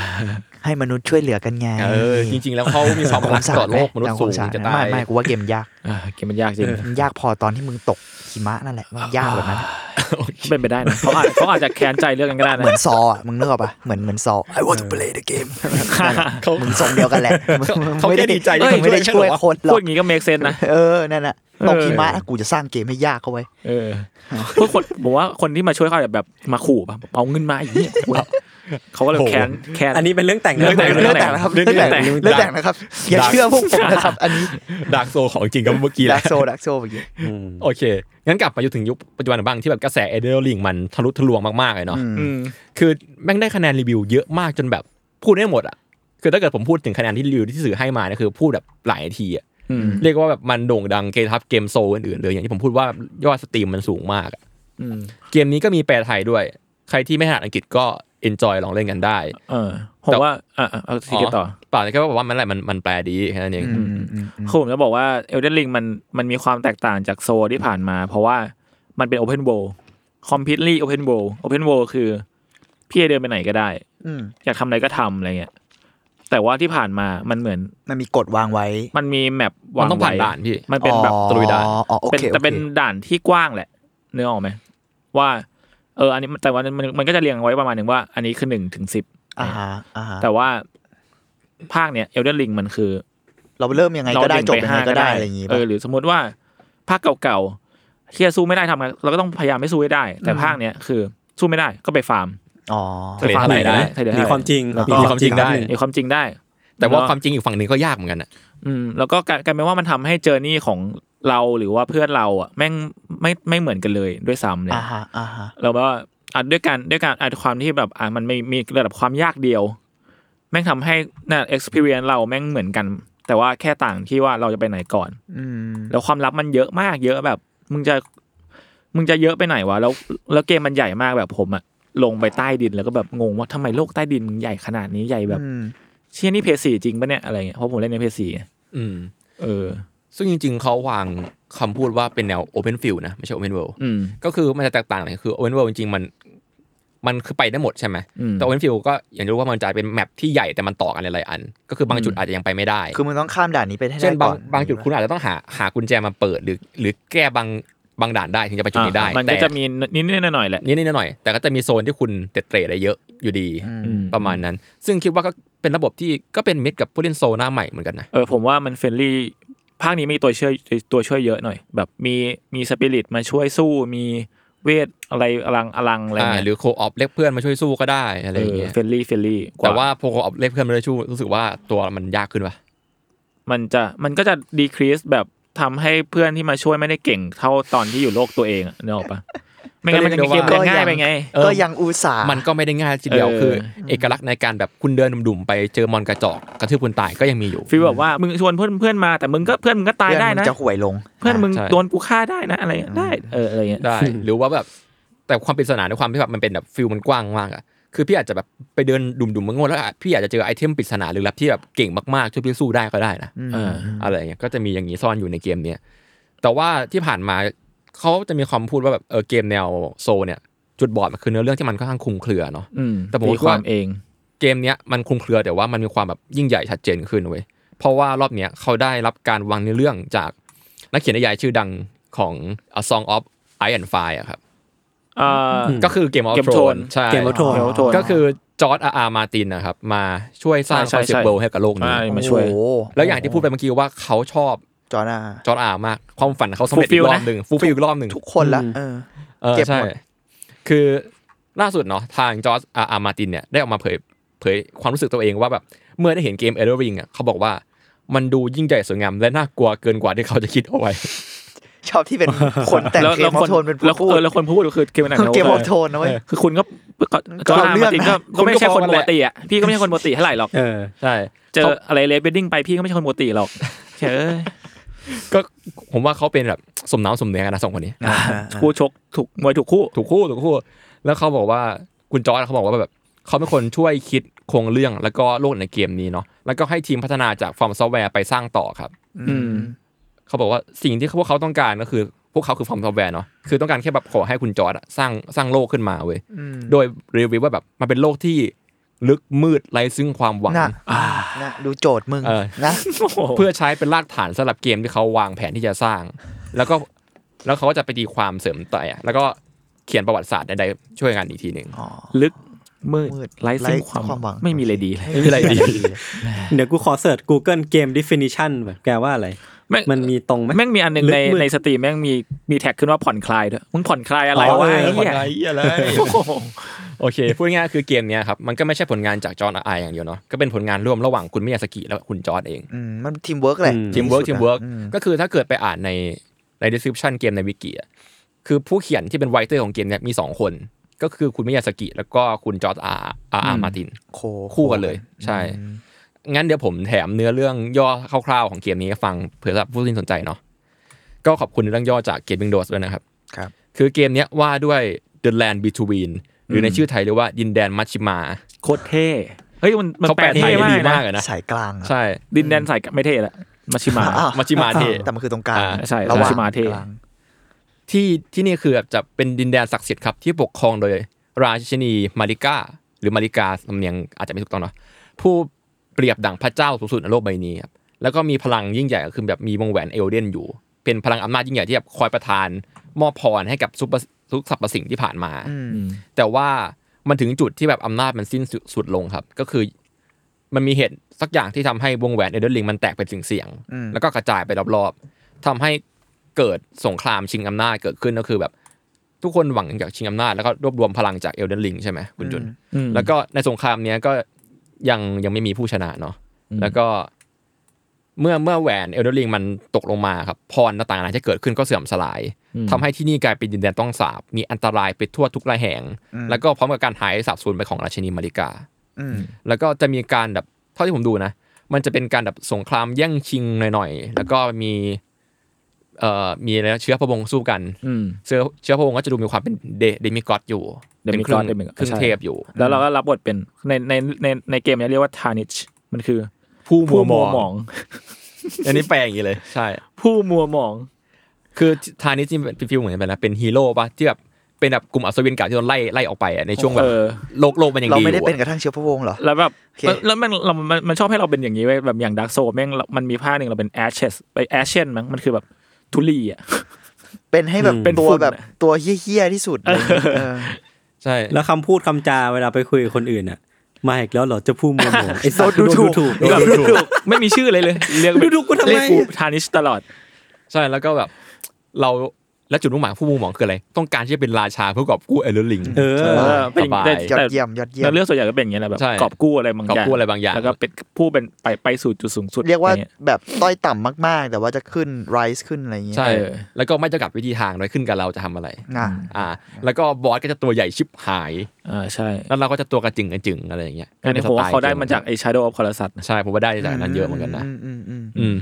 D: ให้มนุษย์ช่วยเหลือกันไง
E: เออจริงๆแล้วเขามีความรักต่อโลกมนุษย์สูงจะตาย
D: ไม่ไม่กูว่าเกมยาก
B: อ่าเกมมันยากจริง
D: มันยากพอตอนที่มึงตกหิมะนั่นแหละมันยากกว่านั้นอะ
B: เป็นไปได้นะเขาอาจเขาอาจจะแค้นใจเรื่องกันก็ได้
D: เหมือ
B: นะ
D: นซออะมึงนึกออกปะเหมือนเหมือนซอ I want to play the game มึงทรงเดียวกันแหละ
E: เขาแค่ดีใจที่
D: มึงไม่ได้
E: เขาช่
D: ช่
E: ว
D: วย ย
E: เหรอ
D: คนหร
B: พูด
D: อก
B: อย่างนี้ก็เมคเซนนะ
D: เออนั่นน่ะตก
B: เออ
D: หิมะกูจะสร้างเกมให้ยากเข้าไว้
B: เออพวกคนผมว่าคนที่มาช่วยเขาแบบมาขู่ป่ะเอาเงินมาอีกเนี่ยกูเขาก็เลยแค้นแค้น
C: อันนี้เป็นเรื่องแต่งนะ
B: เรื่องแต่ง
D: เรื่องแต่งนะครับเรื่องแต่งเรื่องแต่งนะครับอย่าเชื่อพวกผมนะครับ อันนี้
E: ดาร์กโซของจริงก็เมื่อกี้แห
D: ดั
E: ละ
D: กโซดักโซเมื่อกี้
E: โอเค งั้นกลับมาอยู่ถึงยุคปัจจุบันบ้างที่แบบกระแสเอเดอร์ลิงมันทะลุทะลวงมากๆเลยเนาะ
B: อืม
E: คือแม่งได้คะแนนรีวิวเยอะมากจนแบบพูดได้หมดอ่ะ คือถ้าเกิดผมพูดถึงคะแนนที่รีวิวที่สื่อให้มาเนี่ยคือพูดแบบหลายทีอ่ะ
B: อืม
E: เรียกว่าแบบมันโด่งดังเกมทับเกมโซอื่นๆเลยอย่างที่ผมพูดว่ายอดสตรีมมันสูงมากอะ
B: อืม
E: เกมนี้ก็มีแปลไทยด้วย ใครที่ไม่ถนัดอังกฤษก็เอนจอยลองเล่นกันได้
B: เออผมว่าอ่ะอ่ะเอาทีกันต่อ
E: เปล่าแต่แค่บอกว่ามันอะไรมันมันแปลดีแค่นั้นเอง
B: คือผมจะบอกว่าเอลเดนลิงมันมันมีความแตกต่างจากโซที่ผ่านมา เพราะว่ามันเป็นโอเพน o ว l d คอมพิวต์ลี่โอเพน o ว l d โอเพน o ว l d คือ พี่จะเดินไปไหนก็ได้
D: อืม
B: อยากทำอะไรก็ทำอะไรเงี้ยแต่ว่าที่ผ่านมามันเหมือน
D: มันมีกฎวางไว้
B: มันมีแมป
E: มั
B: วาน ง
E: ต้องผ่าน
B: ไว้
E: ด่านพี่
B: มันเป็นแบบ
D: อ๋อ
E: ตะลุยด่าน
D: อ๋อโอ
B: เป็น
D: เค
B: แต่เป็น
D: โอค
B: ด่านที่กว้างแหละเนื้อออกไหมว่าเอออันนี้แต่ว่ามันมันก็จะเรียงไว้ประมาณหนึ่งว่า อันนี้คือหนึ่งถึงสิบ
D: อ่าฮะอ่าฮะ
B: แต่ว่าภาคเนี้ยเอลเดนลิงมันคือ
D: เราเริ่มยังไงก็ได้จบยังไงก็ได้อะไรอย่างงี้
B: เอ
D: ป่ะ
B: อหรือสมมติว่าภาคเก่าๆเฮียสู้ไม่ได้ทำไงเราก็ต้องพยายามไม่สู้ให้ได้ แต่ภาคเนี้ยคือสู้ไม่ได้ก็ไปฟาร์ม
D: อ๋อ
E: เทรดเท่าไหร่ได้
B: เทรดเท่าไห
C: มีความจริง
E: แล้วก็มีความจริงได้
B: มีความจริงได้
E: แต่ว่าความจริงอีกฝั่งหนึ่งก็ยากเหมือนกันอ่ะ
B: อืมแล้วก็กลายกลายเป็นว่ามันทำให้เจอร์นี่ของเราหรือว่าเพื่อนเราอ่ะแม่งไม่ไม่เหมือนกันเลยด้วยซ้ำเนี่ย
D: อ่าฮะอ่าฮะ
B: เราว่าอ่ะด้วยการด้วยการอ่ะความที่แบบอ่ะมันไม่มีระดับความยากเดียว แม่งทำให้น่ะ experience เราแม่งเหมือนกัน แต่ว่าแค่ต่างที่ว่าเราจะไปไหนก่อน
D: อืม
B: แล้วความลับมันเยอะมากเยอะแบบ มึงจะมึงจะเยอะไปไหนวะแล้วแล้วเกมมันใหญ่มากแบบผมอะลงไปใต้ดินแล้วก็แบบงงว่าทำไมโลกใต้ดินมันใหญ่ขนาดนี้ใหญ่แบบ
D: อืม
B: เชี่ยนี่เพย์สี่จริงปะเนี่ยอะไรเงี้ยเพราะผมเล่นในเพย์สี่
E: อืม
B: เออ
E: ซึ่งจริง ๆเขาวางคำพูดว่าเป็นแนว Open Field นะ ไม่ใช่ Open World
B: อืม
E: ก็คือมันจะแตกต่างกันคือ Open World จริงๆมัน มันคือไปได้หมดใช่ไหม
B: อืม
E: แต่ Open Field ก็อย่างที่รู้ว่ามันจะเป็นแมปที่ใหญ่แต่มันต่อกันหลายๆอัน ก็คือบางจุดอาจจะยังไปไม่ได้
D: คือมึงต้องข้ามด่านนี้ไปให้ได้
E: เช่นบาง
D: ก่อน
E: บางจุดคุณอาจจะต้องหาหากุญแจมาเปิดหรือ หรือแก้บางบางด่านได้ถึงจะไปจุดนี้ได้
B: อ่ะมัน
E: แต่
B: ก็จะมีนิดๆหน่อยๆแหละ
E: นิดๆหน่อยๆแต่ก็จะมีโซนที่คุณเตะเตะได้เยอะอยู่ดี
B: อืม
E: ประมาณนั้น ซึ่งคิดว่าก็เป็นระบบที่ก็เป็นมิตรกับผู้เล่นโซหน้าใหม่เหมือนกันนะ
B: เออผมว่ามันเฟรนลี่ภาคนี้มีตัวช่วยตัวช่วยเยอะหน่อย แบบมีมีสปิริตมาช่วยสู้มีเวทอะไรอลังอลังอะไร
E: อ่า
B: เงี้ย
E: หรือโคออฟเรียกเพื่อนมาช่วยสู้ก็ได้อะไรอย่างเงี้ย
B: เฟรนลี่เฟรนลี่
E: แต่ว่าพอโคออฟเรียกเพื่อนมาช่วยสู้รู้สึกว่าตัวมันยากขึ้นว่ะ
B: มันจะมันก็จะดีครีสแบบทำให้เพื่อนที่มาช่วยไม่ได้เก่งเท่าตอนที่อยู่โลกตัวเองอะนึกออกปะไม่งั้นมันจะมีเกมเดินง่ายไปไง
E: เออ
D: ก็ยังอุตส่าห์
E: มันก็ไม่ได้ง่ายทีเดียว
B: เออ
E: คือ เอกลักษณ์ในการแบบคุณเดินดุ่มๆไปเจอมอนกระจอกกระทืบคนตายก็ยังมีอยู่
B: ฟีลแบบว่ามึงชวนเพื่อนเพื่อนมาแต่มึงก็เพื่อนมึงก็ตาย
D: เพื่อน
B: ได้
D: มึ
B: นะ
D: งจะห่วยลง
B: เพื่อนมึง
E: ใช่
B: โดนกูฆ่าได้นะอะไรเงี้ยได้เอออะไรเงี้ย
E: ได้ หรือว่าแบบแต่ความปริศนาในความที่แบบมันเป็นแบบฟิลมันกว้างมากอะคือพี่อาจจะแบบไปเดินดุ่มๆมังงๆแล้วอะพี่อาจจะเจอไอเทมปริศนาลึกลับที่แบบเก่งมากๆช่วยพี่สู้ได้ก็ได้นะ
B: เออ
E: อะไรอย่างเงี้ยก็จะมีอย่างนี้ซ่อนอยู่ในเกมเนี้ยแต่ว่าที่ผ่านมาเขาจะมีความพูดว่าแบบเออเกมแนวโซเนี่ยจุดบอดมันคือเนื้อเรื่องที่มันค่อนข้างคลุมเครือเนาะ
B: อืม
E: แต่ผม
B: ตี
E: ว่า
B: ความเอง
E: เกมเนี้ยมันคลุมเครือแต่ว่ามันมีความแบบยิ่งใหญ่ชัดเจนขึ้นเว้ยเพราะว่ารอบเนี้ยเขาได้รับการวางในอเรื่องจากนักเขียนนิยายชื่อดังของ A Song of Ice and Fire อะครับ
B: เอ่อ
E: ก็คือเกมออฟ
B: เกม
E: โท
B: Throne
E: นใช่
C: เกมวัตถุ
B: เดี๋ยวโทน
E: ก็คือจอร์ดอาร์มาตินนะครับ มาช่วยสร้าง
B: ใช่
E: คอนเซป
B: ใช่
E: ต์เวิลด์ให้กับโลกนี้
B: อ่ามาช่วย
D: โอ้โห
E: แล้วอย่างที่พูดไปเมื่อกี้ว่าเขาชอบ
D: จอร์นา
E: จอร์ดอาร์มาก ความฝันเขาสำเร็จอีก
B: Fulfill
E: รอบหนึ่งฟูลฟิลอีกรอบหนึ่ง
D: ทุกคนละเออ
E: เออ
D: เจ็บหมด
E: ใช่คือล่าสุดเนาะทางจอร์ดอาร์มาตินเนี่ยได้ออกมาเผยเผยความรู้สึกตัวเองว่าแบบเมื่อได้เห็นเกมเอเดอร์ริงอ่ะเขาบอกว่ามันดูยิ่งใหญ่สวยงามและน่ากลัวเกินกว่าที่เขาจะคิดเอาไว้
D: ชอบ ที่เป็นคนแต่ง
B: แล้ว
D: เก
B: แล้ว
D: มออ
B: ค
D: ฟโทนเป็น
B: แล้ว
D: ผู้พูด
B: เออแล้วคนพูดก็คือเกมหนัง
D: เกมออฟ
B: โท
D: โทนนะเว้ย
B: คือคุณก็ก็ก็
D: ก็เรา
B: อ่า
D: เลื
B: มา
D: อก
B: ติด
D: นะ
B: ก็ก็ไม่ใช่
E: คุณก็
B: คน
E: คน
B: ปก
E: แหละ
B: ติอ่ะพี่ก็ไม่ใช่คนปกติเท่าไหร่หรอก
C: เออ
E: ใช่
B: เจออะไรเลเวดดิ้งไปพี่ก็ไม่ใช่คนปกติหรอกเฉย
E: ก็ผมว่าเขาเป็นแบบสมน้ำสมเนื้อกันนะสองคนนี้
D: อ่าฮะ
B: คู่ชกถูกมวยถูกคู่
E: ถูกคู่ถูกคู่ แล้วเขาบอกว่าคุณจอร์ดเขาบอกว่าแบบ เขาเป็นคนช่วยคิดโครงเรื่องแล้วก็โลกในเกมนี้เนาะแล้วก็ให้ทีมพัฒนาจากฟอร์มซอฟต์แวร์ไปสร้างต่อครับ
B: อืม
E: เขาบอกว่าสิ่งที่พวกเขาต้องการก็คือ พวกเขาคือฟอร์มซอฟต์แวร์เนาะคือต้องการแค่แบบขอให้คุณจอร์ดอะสร้างสร้างโลกขึ้นมาเว้ย
D: อืม
E: โดยรีวิวว่าแบบมันเป็นโลกที่ลึกมืดไร้ซึ่งความหวัง
D: น่ะน่ะดูโจทย์มึง
E: เออ
D: นะ
E: เพื่อใช้เป็นรากฐานสำหรับเกมที่เขาวางแผนที่จะสร้าง แล้วก็แล้วเขาก็จะไปตีความเสริมต่อแล้วก็เขียนประวัติศาสตร์ใดๆช่วยกันอีกทีหนึ่ง
B: ลึกมืด
D: มืด
B: ไร้ซึ่งความ
D: ไร้ความหวัง
B: ไม่มีอะไรดีเลย
E: ไม่มีอะไรดี
C: เดี๋ยวกูขอเสิร์ช Google Game Definition แบบแกว่าอะไร
B: แม่ง
C: มันมีตรงไหม
B: แม่งมีอันหนึง
C: ลึก
B: ใน
C: มืด
B: ในสตรีมแม่งมีมีแท็กขึ้นว่าผ่อนคลายด้วยมึงผ่อนคลายอะไร
C: อ๋อ
B: วะ
C: เออ
B: ไอ้
E: ผล
B: เหี้ย
E: งานเหี้ยอะไร โอเค พูดง่ายๆคือเกมเนี้ยครับ มันก็ไม่ใช่ผลงานจากจอร์นอายอย่างเดียวเนาะ ก็เป็นผลงานร่วมระหว่างคุณมิยาสกิและคุณจอร์นเอง
D: อืมมันทีมเวิร์กแหละ
C: อืม
E: ทีมเวิร์กทีมเวิร์ก
D: อื
E: ก็คือถ้าเกิดไปอ่านในใน description เกมในวิกิอะคือผู้เขียนที่เป็นไวเตอร์ของเกมเนี้ยมี 2 คน ก็คือคุณมิยาสกิแล้วก็คุณจอร์นอาร์อาร์อาร์มาร์ติน
D: โค
E: คู่กันเลย ใช่ งั้นเดี๋ยวผมแถมเนื้อเรื่องย่อคร่าวๆของเกมนี้ให้ฟังเผื่อสำหรับผู้ที่สนใจเนาะ ก็ขอบคุณเรื่องย่อจาก Gaming Dose ด้วยนะครับ
D: ครับ
E: คือเกมเนี้ยว่าด้วย The Land Between หรือในชื่อไทยเรียกว่าดินแดนมัชชิมา
B: โคตรเท่เฮ้ยมันมัน
E: เขา
B: แป
E: แป
B: ล
E: ล
B: เท่
E: ไทย
B: มา
E: ได้
B: ก
E: ดี
B: นะ
E: มากเลยนะ
D: สายกลางอะ
E: ใช่
B: ดินแดนใส่กับไม่เท่ละมาชิมา
D: อ้ว
B: มั
E: มัชชิมาเท
D: แต่มันคือตรงกลาง
E: อ่า
B: ใช่
D: ระหว่า
B: มัช
D: ง
B: ชิมาเท
D: กลาง
E: ที่ที่นี่คือแบบจะเป็นดินแดนศักดิ์สิทธิ์ครับ ที่ปกครองโดยราชินีมาริกาหรือมาริกาสำเนียงอาจจะไม่ถูกต้องเนาะผู้เปรียบดั่งพระเจ้าสูงสุดในโลกใบนี้ครับแล้วก็มีพลังยิ่งใหญ่ก็คือแบบมีวงแหวนเอลเดนอยู่ เป็นพลังอำนาจยิ่งใหญ่ที่แบบคอยประทาน มอบพรให้กับซุปเปอร์ทุกสรรพสิ่งที่ผ่านมา
D: อืม
E: แต่ว่ามันถึงจุดที่แบบอำนาจมันสิ้นสุดลงครับ ก็คือมันมีเหตุสักอย่างที่ทำให้วงแหวนเอเดนลิงมันแตกเป็นสิ่งเสียงๆแล้วก็กระจายไปรอบๆทำให้เกิดสงครามชิงอำนาจเกิดขึ้นก็คือแบบ ทุกคนหวังอยากชิงอำนาจแล้วก็รวบรวมพลังจากเอลเดนลิงใช่ไหมคุณจุน แล้วก็ในสงครามเนี้ยก็ยังยังไม่มีผู้ชนะเนาะแล้วก็เมื่อเมื่อแหวนเอลเดอริงมันตกลงมาครับพรต่างๆที่เกิดขึ้นก็เสื่อมสลายทำให้ที่นี่กลายเป็นดินแดนต้องสาบมีอันตรายไปทั่วทุกระแหง แล้วก็พร้อมกับการหายสาบสูญไปของราชินีมาริกา
D: อืม
E: แล้วก็จะมีการแบบเท่าที่ผมดูนะ มันจะเป็นการแบบสงครามแย่งชิงหน่อยๆ แล้วก็มีเอ่อมีอะไรนะเชื้อพระวงศ์สู้กัน
B: อืม
E: เชื้อเชื้อพระวงศ์ก็จะดูมีความเป็นเดเดมิกอสอยู่เป็นเครื่อง
B: demigod demigod
E: เครื่อง
B: ใช่
E: เทพอยู่
B: แล้วเราก็รับบทเป็นในในในในเกมเนี้เรียกว่าทานิชมันคือ
E: ผู้มั
B: ผู้
E: วหม
B: มัวหม
E: อ
B: อง ง
E: อันนี้แปลอย่างนี้เลย ใช่
B: ผู้มัวหมอง
E: คือทานิสนี่เป็นฟิลเหมือนกันนะเป็นฮีโร่ปะที่แบบเป็นแบบกลุ่มอัศวินเก่าที่โดนไล่ไล่ออกไปอะในช่วงแบบ
B: เออ
E: โลกโลกมันยัง
D: เรา
E: ดีอ
D: ไม่ได้
E: ยู่
D: เป็นก
E: อะ
D: ระทั่งเชื้อพระวงศ์เหรอ
B: แล้วแบบ
D: โอเค
B: แล้วแล้วมันเรามันมันชอบให้เราเป็นอย่างนี้ไว้ยแบบอย่างดักโซแม่งเรามันมีผ้าหนึ่งเราเป็นแอชเชสไปแอชเชนมั้งมันคือแบบทุลีอ่ะ
D: เป็นให้แบบ
B: เป็น
D: ตัว
B: ฝุ่น
D: แบบ
B: อะ
D: ตัวเหี้ยๆที่สุดอะไรอย่างเงี้ยเออ
E: ใช่
C: แล้วคำพูดคำจาเวลาไปคุยกับคนอื่นอ่ะ มาอีกแล้วเหรอจะพูดมัวหมองไอ้สัตว์
D: โดนดูถูก
C: โดนดูถูก
B: ไม่มีชื่อเลยเลย เรียก
C: ดูดูกูทำไม
B: เรียกกูทานิชตลอด
E: ใช่แล้วก็แบบเราแล้วจุดมุ่งหมายของผู้มัวหมองคืออะไร ต้องการที่จะเป็นราชาเพื่อกอบกู้เอลเลอร์ลิง
C: เออ
E: ใช่
B: เออเป็น
E: สบาย
B: ได้
D: ยอดเยี่ยมยอดเยี่ย
B: แล้
D: ม
B: วเรื่องส่วนใหญ่ก็เป็นอย่างนี้ยแหละแบบ
E: ใช่
B: กอบกู้อะไรบางอย่าง
E: กอบกู้อะไรบางอย่าง
B: แล้วก็เป็นผู้เป็นไปไปสู่จุดสูงสุด
D: เรียกว่า
B: อไงี้
D: แบบต้อยต่ำมากๆ แต่ว่าจะขึ้นไรซ์ขึ้นอะไรอย่างเงี้ย
E: ใช่
B: เออ
E: แล้วก็ไม่จำกัดวิธีทางด้วยขึ้นกับเราจะทำอะไร
D: อ่ะ
E: อ่า แล้วก็บอสก็จะตัวใหญ่ชิบหาย
B: อ่าใช่
E: แล้วเราก็จะตัวกระจึงกระจึงอะไรอย่างเงี้ย
B: อันนี้ผมว่าเขาได้มาจากไอ้ Shadow of c o l o s s u s
E: ใช่ผมว่าได้จากนั้นเยอะเหมือนกันนะ
D: มอืมอืม
E: อืม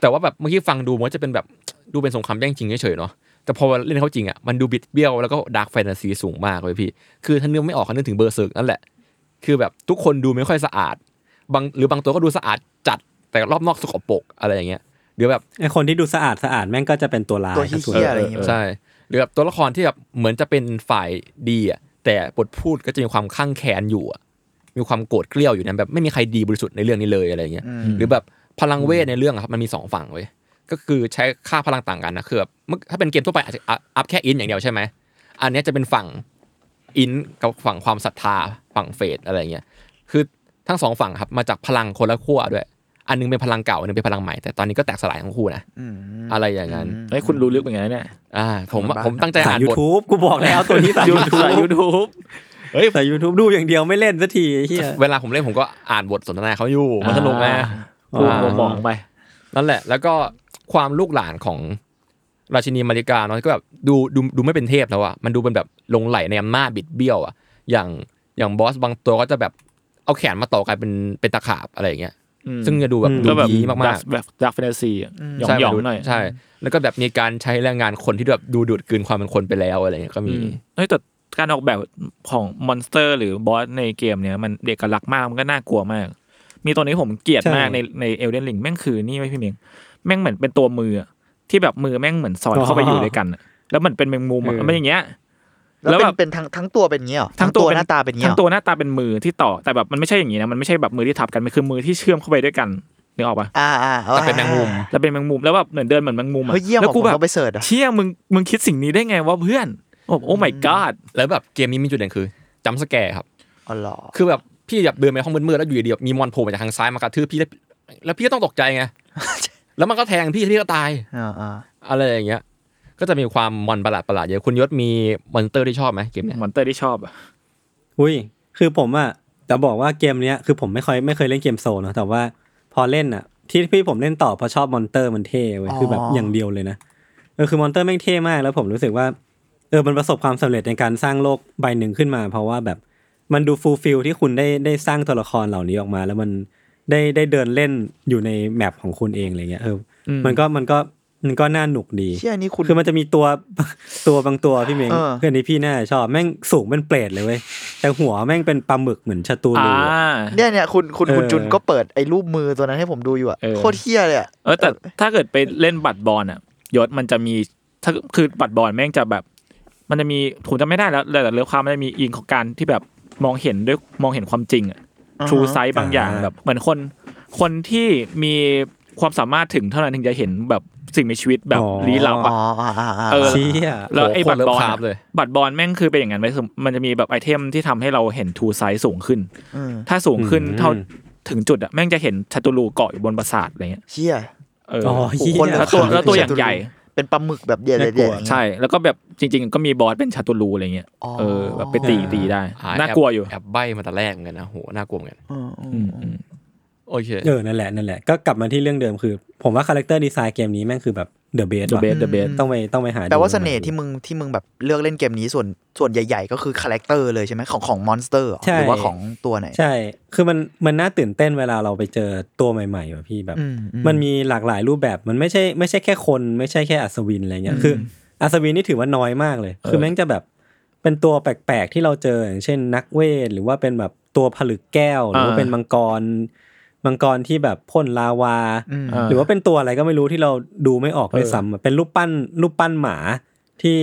E: แต่ว่าแบบเมื่อกี้ฟังดูมันก็จะเป็นแบบ ดูเป็นสงครามแย่งชิงเฉยๆเนาะแต่พอเล่นเขาจริงอ่ะมันดูบิดเบี้ยวแล้วก็ดาร์กแฟนตาซีสูงมากเลยพี่ คือถ้านึกไม่ออกก็นึกถึงเบอร์เซิร์กนั่นแหละ คือแบบทุกคนดูไม่ค่อยสะอาดบางหรือบางตัวก็ดูสะอาดจัดแต่รอบนอกสกปรกอะไรอย่างเงี้ยหรือแบบ
C: ไอ้คนที่ดูสะอาดสะอาดแม่งก็จะเป็นตัวร้าย
D: ตัว
C: ซะส่วน
D: เหี้ยๆอะไรอย่างเงี้ย
E: ใช่หรือแบบตัวละครที่แบบเหมือนจะเป็นฝ่ายดีอ่ะแต่บทพูดก็จะมีความข้างแค้นอยู่อะมีความโกรธเกลี้ยวอยู่นะแบบไม่มีใครดีบริสุทธิ์ในเรื่องนี้เลยอะไรอย่างเงี้ย
D: อืม
E: หรือแบบพลังเวทในเรื่องอะครับมันมีสองฝั่งเว้ยก็คือใช้ค่าพลังต่างกันนะคือแบบเมื่อถ้าเป็นเกมทั่วไปอาจจะอัพแค่อินอย่างเดียวใช่ไหมอันเนี้ยจะเป็นฝั่งอินกับฝั่งความศรัทธาฝั่งเฟดอะไรเงี้ยคือทั้งสองฝั่งครับมาจากพลังคนละขั้วด้วย อันนึงเป็นพลังเก่าอันนึงเป็นพลังใหม่แต่ตอนนี้ก็แตกสลายทั้งคู่นะ
D: อืม
E: อะไรอย่างนั้น
B: ไอ้ยคุณรู้ลึกเหมือนกันนะเนี่ย
E: อ่าผมว่า
D: บ้า
E: ผมตั้งใจ
C: สา
E: อ่าย น
C: ยู
E: บท
C: ทูบกูบอกแล้วตัวนี้สายยูทูบ
B: ยูทูบ
C: เฮ้ยสายยูทูบดูอย่างเดียวไม่เล่นสักทีไอ้เหี้ย
E: เวลาผมเล่นผมก็อ่านบทสนทนาเขาอยู่มันสนุกนะ
B: ผู้มัวหมองไป
E: นั่นแหละ แล้วก็ความลูกหลานของราชินีมาริกาเนาะก็แบบดูดูดูไม่เป็นเทพแล้วอะมันดูเป็นแบบหลงไหลในอำนาจบิดเบี้ยวอะอย่างอย่างบอสบางตัวก็จะแบบเอาแขนมาต่อกลายเป็นเป็นตะขาบอะไรอย่างเงี้ย
B: อืม
E: ซึ่งจะดูแบบ
C: อืม
E: ดู
B: ก็แบบ
E: ดีมากๆ
B: แบบดักแฟนตาซีหยอง
E: ใช่
B: หยอง
E: มันดู
B: หน่อย
E: ใช่ แล้วก็แบบมีการใช้แรงงานคนที่แบบดูดูดกลืนความเป็นคนไปแล้วอะไรเงี้ยก็มี
B: อืมเฮ้ยแต่ การออกแบบของมอนสเตอร์ หรือบอสในเกมเนี่ยมันเด็กลักษณ์มากมันก็น่ากลัวมาก มีตัวนี้ผมเกลียดมาก
C: ใช่
B: ในในเอลเดนลิงแม่งคือนี่ไหมพี่เมงแม่งเหมือนเป็นตัวมืออะที่แบบมือแม่งเหมือนสอดเข้าไปอยู่ด้วยกันอะแล้วมันเป็นแมงมุมอะมันอย่างเงี้ย แล้
D: แล้ว ว
B: แบบ
D: เป็นเป็นทั้งทั้งตัวเป็นอย่างเงี้ยเหรอทั้งตัว
B: เป็
D: หน้าตาเป็นอย่างเงี้ย
B: ทั้งตัวหน้าตาเป็นมือที่ต่อแต่แบบมันไม่ใช่อย่างนี้นะมันไม่ใช่แบบมือที่ทับกันมันคือมือที่เชื่อมเข้าไปด้วยกันนึกออกปะ
D: อ่าอ่า
E: แต่เป็นแมงมุม
B: แล้วเป็นแมงมุมแล้วแบบเหมือนเดินเหมือนแมงมุมอะ
D: เฮ้ยเยี่ยม
B: แล้ว
D: กู
B: กู
D: แบ
B: แบบ
D: บไปเสิร์ชอะ
B: เชี่ยมึงมึงคิดสิ่งนี้ได้ไงวะเพื่อนผมโอ้ my god
E: แล้วแบบเกมนี้มีจุดเด่นคือจัมป์สแกร์ครับ
D: อ๋อเหรอ
E: คือแบบพี่แบบเดินไปห้องมืดๆแล้วอยู่ดีๆแบบมีมอนโผล่มาจากทางซ้ายมากระทืบพี่แล้วแล้วพี่ก็ต้องตกใจไง แล้วมันก็แทงพี่พี่ก็ตาย
D: อ่าอ่า
E: อะไรอย่างเงี้ย ก็จะมีความมอนประหลาดประหลาดๆเยอะคุณยศมีมอนสเตอร์ที่ชอบไหมเกมเนี้ย
B: มอนเตอร์ที่ชอบอะ
C: อุ้ย คือผมอะแต่บอกว่าเกมเนี้ยคือผมไม่ค่อยไม่เคยเล่นเกมโซลนะแต่ว่าพอเล่นอะที่พี่ผมเล่นต่อเพราะชอบมอนเตอร์มันเท่เว้ยคือแบบอย่างเดียวเลยนะเออคือมอนเตอร์แม่งเท่มากแล้วผมรู้สึกว่าเออมันประสบความสำเร็จในการสร้างโลกใบหนึ่งขึ้นมา เพราะว่าแบบมันดูฟูลฟิลที่คุณได้ได้สร้างตัวละครเหล่านี้ออกมา แล้วมันได้ได้เดินเล่นอยู่ในแมปของคุณเองอะไรเงี้ยเอออ
B: ม
C: มันก็มันก็มันก็น่าหนุกดี
D: เชี่ยนี่คุณ
C: คือมันจะมีตัว ตัวบางตัวพี่เมง
D: เออ
C: เพื่อนที่พี่น่าจะชอบแม่งสูงเป็นเปรตเลยเว้ยแต่หัวแม่งเป็นปลาหมึกเหมือนชาตู
B: อ่า
C: รูอะ
D: เนี่ยเนี่ยคุณคุณ
C: เออ
D: คุณจุนก็เปิดไอ้รูปมือตัวนั้นให้ผมดูอยู่อะ
B: เออ
D: โคตรเที่ยเลยอะ
B: เออแต่ถ้าเกิดไปเล่นบัตรบอลอ่ะยศมันจะมีถ้าคือบัตรบอลแม่งจะแบบ มันจะมีผมจะไม่ได้แล้วแต่เรื่องความมันจะมีอิงของการที่แบบมองเห็นด้วยมองเห็นความจริงอ่ะชูไซส์บางอย่าง
C: อ่า
B: แบบ เหมือนคน คนที่มีความสามารถถึงเท่านั้นถึงจะเห็นแบบสิ่งมีชีวิตแบบลี้ลับ
D: อ๋
B: อ่ะ
D: ออ่าอ่าอ่า
B: เออ
C: เชี่ย
B: แล้วไอ้
E: โโห
B: บัตรบอล
E: โคตเฟครา
B: อะ
E: ฟเลย
B: บัตรบอลแม่งคือเป็นอย่างนั้นไปมันจะมีแบบไอเทมที่ทำให้เราเห็นทูไซส์สูงขึ้น
D: ม
B: ถ้าสูงขึ้นเท่าถึงจุดอ่ะแม่งจะเห็นชัตุรูเกาะอยู่บนปราสาทอะไรเงี้ย
D: เชี่ย
B: เออ
C: อ๋อเชี่ย
D: คนเย
B: แล้วตัวแล้วตัวอย่างใหญ่
D: เป็นปลาหมึกแบบใหญ่
C: น่า
D: ๆ
C: กลัว
D: ๆ
B: ใช่ แล้วก็แบบจริง ๆ ก็มีบอสเป็นชาตูรูอะไรเงี้ย
D: อ๋อ
B: เออ แบบไปตีตีได้
E: อ่
B: น่ากลัวอยู่
E: แอบแบใบมาแต่แรกเหมือนกันนะโหน่ากลัวเหมือนกัน
D: อืมอืม
B: อืมอืม
E: โอเค
C: เออนั่นแหละนั่นแหละก็กลับมาที่เรื่องเดิมคือ ผมว่าคาแรคเตอร์ดีไซน์เกมนี้แม่งคือแบบเดอะเบส
B: เดอะเบสเดอะเบส
C: ต้องไปต้องไปหาดู
D: แปลว่าเส
C: หน่
D: น่
C: อย
D: ห์ที่มึงที่มึงแบบเลือกเล่นเกมนี้ส่วนส่วนใหญ่ ๆ ก็คือคาแรคเตอร์เลยใช่ไหมของของมอนสเตอร์หรือว่าของตัวไหน
C: ใช่ คือมันมันน่าตื่นเต้นเวลาเราไปเจอตัวใหม่ๆว่ะพี่แบบ
D: อืมอืม
C: มันมีหลากหลายรูปแบบมันไม่ใช่ไม่ใช่แค่คนไม่ใช่แค่อัศวินอะไรเงี้ยคืออัศวินนี่ถือว่าน้อยมากเลย คือแม่งจะแบบเป็นตัวแปลกๆที่เราเจออย่างเช่น นักเวทหรือว่าเป็นแบบตัวผลึกแก้วหรือว่าเป็นมังกรมังกรที่แบบพ่นลาวา
D: อืม
B: า
C: หรือว่าเป็นตัวอะไรก็ไม่รู้ที่เราดูไม่ออกเลยซ้ำอะเป็นรูปปั้นรูปปั้นหมาที่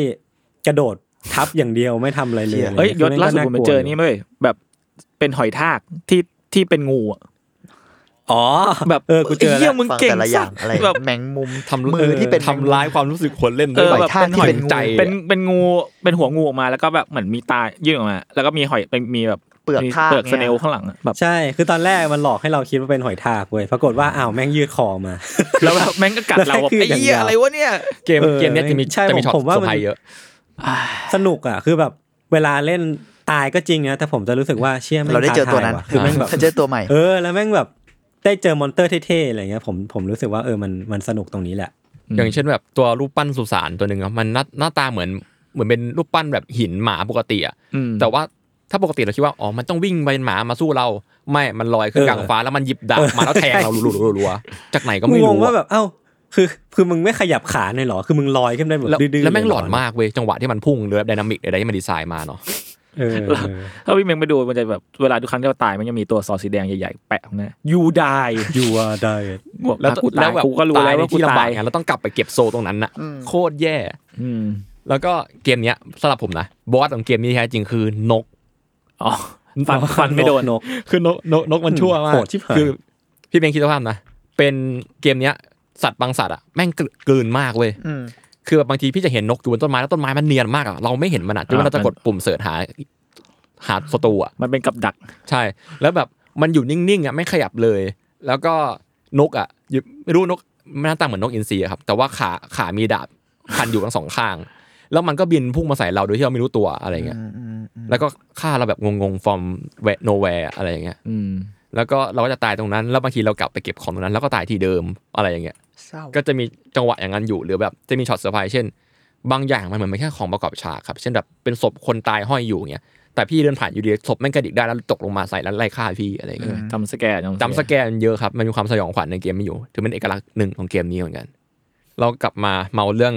C: กระโดดทับอย่างเดียวไม่ทำอะไรเลย
D: เชี่ย
B: เอ้ยยศ
C: แม่งก็
B: ล่าสุดผมไปเจอนี่
C: ากลัวยู่
B: เว้ยแบบเป็นหอยทากที่ที่เป็นงูอะ
C: อ๋อ
B: แบบ
C: เออกูเจอ
B: ไเหี้ย
C: แล้
B: ว มึง
D: ฟัง
B: เก่ง
D: แต่ละอ
B: สั
D: ย่า
B: ต
D: ง
B: ว์
D: อะไร
B: แบบ
D: แมงมุม
E: ทำ
D: มือที่เป็น
E: ทำร้ายความรู้สึกคนเล่น
B: เอ
E: ด้วย
B: อ
D: หอย
B: แบบ
D: ทาก
B: เป็น
D: ที่
B: หอย
D: เป็นงู
E: ใจ
B: เป็นเป็นงูเป็นหัวงูออกมาแล้วก็แบบเหมือนมีตายื่นออกมาแล้วก็มีหอยเป็นมีแบบ
D: เปลือก
B: มี
D: ทาก
B: เปลือก
D: เนี่
B: ส
D: ย
B: เนลข้างหลังอะแบบ
C: ใช่ คือตอนแรกมันหลอกให้เราคิดว่าเป็นหอยทากเว้ย ปรากฏว่าอ้าวแม่งยืดคอมา
B: แล้วแบบแม่งก็กัดเราแบบ
C: แล้วแค่คื
B: ไอ้
C: ออย่าง
B: เหี้ย
C: เดียว
B: อะไรวะเนี่ย
E: เกม
C: เออ
E: เกมเนี้ยจะมี
C: ใช่
E: จะมีช็อต
C: ผมว่า
E: เซอร์ไพ
C: มั
E: ร
C: น
E: ส์เยอะ
C: สนุกอ่ะ คือแบบเวลาเล่นตายก็จริงนะ แต่ผมจะรู้สึกว่าเชี่ยแม่ง
D: เราได้เจอตัวนั้น
C: ท้าทายะคือแม่งแบบ
D: เจอตัวใหม่
C: เออ แล้วแม่งแบบได้เจอมอนเตอร์เท่ๆ อะไรเงี้ย ผมผมรู้สึกว่าเออ มันมันสนุกตรงนี้แหละ
E: อย่างเช่นแบบตัวรูปปั้นสุสานตัวหนึ่งครับมันหน้าหน้าตาเหมือนเหมือนเป็นรูปปั้นแบบหินหมาปกติอะ
B: อืม
E: แต่ว่าถ้าปกติเราคิดว่าอ๋อมันต้องวิ่งไปเป็นหมามาสู้เรา ไม่มันลอยขึ้น
C: เออก
E: ลางฟ้าแล้วมันหยิบดาบมาแล้วแทงเรา
C: ใช่
E: รัวๆๆๆจากไหนก็ไม่
C: งง
E: รู้
C: ว่า
E: อะ
C: แบบเอ้า คือคือมึงไม่ขยับขาเลยเหรอ คือมึงลอยขึ้นได้แบบ
E: แล้ว
C: ดื้อๆ
E: แล้วแม่งหลอน
C: เยเร
E: มากเว้ยจังหวะที่มันพุ่งหรือแบบไดนามิกอะไรที่มันดีไซน์มาเนาะ
C: เออเออ
B: ถ้าวิ่งเมงไปดูมันจะแบบเวลาทุกครั้งที่เราตายมันจะมีตัวซอสสีแดงใหญ่ๆแปะของเนี่ยยูได
C: you are dead
B: แล้วกูตายกูก็รู้แล้ว
E: ใน
B: ว่ากู
E: ที่ลำ
B: ตา
E: บาย กไงเราต้องกลับไปเก็บโซตรงนั้นน่ะ
D: อืม
E: โคตรแย่
B: อืม
E: แล้วก็เกมเนี้ยสำหรับผมนะบอสของเกมนี้แท้จริงคือนก
B: อ๋อฟันฟันไม่โดน
C: นก
E: คือนกนกนกมันชั่วมา
C: โห
E: ก
C: ดชิบหาย
E: คือพี่เป็นคิดสภาพนะ เป็นเกมเนี้ย สัตว์บางสัตว์อะแม่งกลืกลืนมากเว้ย
D: อืม
E: คือแบบบางทีพี่จะเห็นนกอยู่บนต้นไม้แล้วต้นไม้มันเนียนมากอะเราไม่เห็นมันอะจนกว่า
B: อ่า
E: เราจะกดปุ่มเสิร์ชหาหาศัตรูอะ
B: มันเป็นกับดัก
E: ใช่ แล้วแบบมันอยู่นิ่งๆอะไม่ขยับเลย แล้วก็นกอะอยู่ไม่รู้นกหน้าตาเหมือนนกอินทรีอะครับ แต่ว่าขาขามีดาบพันอยู่ทั้งสองข้าง แล้วมันก็บินพุ่งมาใส่เราโดยที่เราไม่รู้ตัวอะไรเงี้ย แล้วก็ฆ่าเราแบบงงๆ from nowhere อะไรอย่างเงี้ย
B: อืม
E: แล้วก็เราก็จะตายตรงนั้น แล้วบางทีเรากลับไปเก็บของตรงนั้น แล้วก็ตายที่เดิมอะไรอย่างเงี้ย
D: เศร้า
E: ก็จะมีจังหวะอย่างนั้นอยู่ หรือแบบจะมีช็อตเซอร์ไพรส์เช่น บางอย่างมันเหมือนเป็นแค่ของประกอบฉากครับ เช่นแบบเป็นศพคนตายห้อยอยู่อย่างเงี้ย แต่พี่เดินผ่านอยู่ดีศพแม่งกระดิกได้แล้วตกลงมาใส่แล้วไล่ฆ่าพี่อะไรอย่างเงี้ย
B: ทำสแกน
E: จำสแกนเยอะครับ มันมีความสยองขวัญในเกมนี้อยู่ ถือเป็นเอกลักษณ์หนึ่งของเกมนี้เหมือนกัน เรากลับมาเมาเรื่อง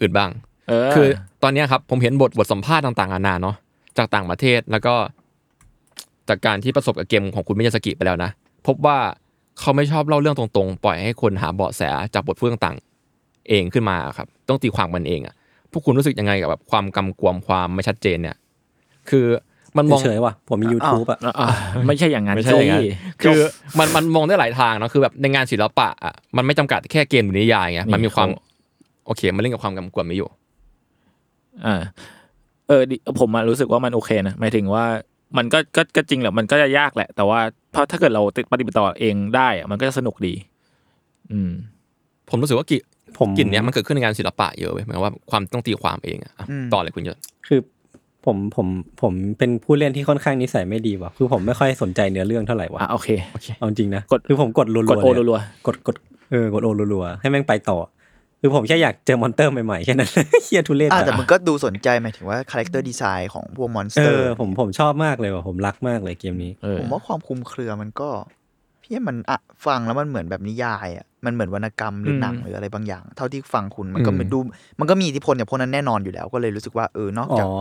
E: อื่นบ้าง
B: เออ
E: คือตอนเนี้ยครับผมเห็นบทบทสัมภาษณ์ต่างๆนานาเนาะ จากต่างประเทศแล้วก็จากการที่ประสบกับเกมของคุณมิยาสกิไปแล้วนะ พบว่าเขาไม่ชอบเล่าเรื่องตรงๆ ปล่อยให้คนหาเบาะแสจากบทพูดต่างๆ เองขึ้นมาครับ ต้องตีความมันเองอ่ะพวกคุณรู้สึกยังไงกับแบบความกำกวมความไม่ชัดเจนเนี่ย คือมันมอง
C: เฉยๆว่ะผมมี YouTube อ่ะ
B: อ่ะไม่ใช่อย่างนั้น
E: ไม่ใช่อย่างนั้น
B: สิ
E: คือมันมันมองได้หลายทางเนาะคือแบบในงานศิลปะอ่ะมันไม่จำกัดแค่เกมหรือนิยายไงมันมีความ
B: มีเขา
E: โอเค มันเล่นกับความกำกวมไม่อยู่
B: อ่าเออดิผมอะรู้สึกว่ามันโอเคนะหมายถึงว่ามันก็ก็ก็จริงแหละมันก็จะยากแหละ แต่ว่าเพราะถ้าเกิดเราปฏิบัติต่อเองได้อะมันก็จะสนุกดี อืม
E: ผมรู้สึกว่ากลิ่น
C: ผม
E: กลิ่นเนี้ยมันเกิดขึ้นในงานศิลปะเยอะเว้ยหมายความว่าความต้องตีความเองอะอ่ะ
D: อืม
E: ต่อเลยคุณยศ
C: คือผมผมผมเป็นผู้เล่นที่ค่อนข้างนิสัยไม่ดีว่ะคือผมไม่ค่อยสนใจเนื้อเรื่องเท่าไหร่ว่ะ
B: อ่ะโอเค
C: เอาจริงนะ
B: กด
C: คือผมกดรัวๆ
B: กดโอ
C: เลยอะ
B: รัว
C: กดกดเออกดโอรัวๆให้แม่งไปต่อ คือผมแค่อยากเจอมอนเตอร์ใหม่ๆแค่นั้น เฮียทุเรศ
D: อ่ะแต่
C: อะ
D: มันก็ดูสนใจหมายถึงว่าคาแรคเตอร์ดีไซน์ของพวกมอนส
C: เอ
D: เตอ
C: อ
D: ร์
C: ผมผมชอบมากเลยว่ะผมรักมากเลยเกมนี้
B: เออ
D: ผมว่าความคลุมเครือมันก็พี่ว่ามันอะฟังแล้วมันเหมือนแบบนิยายอ่ะมันเหมือนวรรณกรรมหรือหนัง
B: อืม
D: หรืออะไรบางอย่าง เท่าที่ฟังคุณมันก็เหมือนดู มันก็มีอิทธิพลจากพวกนั้นแน่นอนอยู่แล้ว ก็เลยรู้สึกว่าเออนอก
C: อ๋
D: จาก
C: อ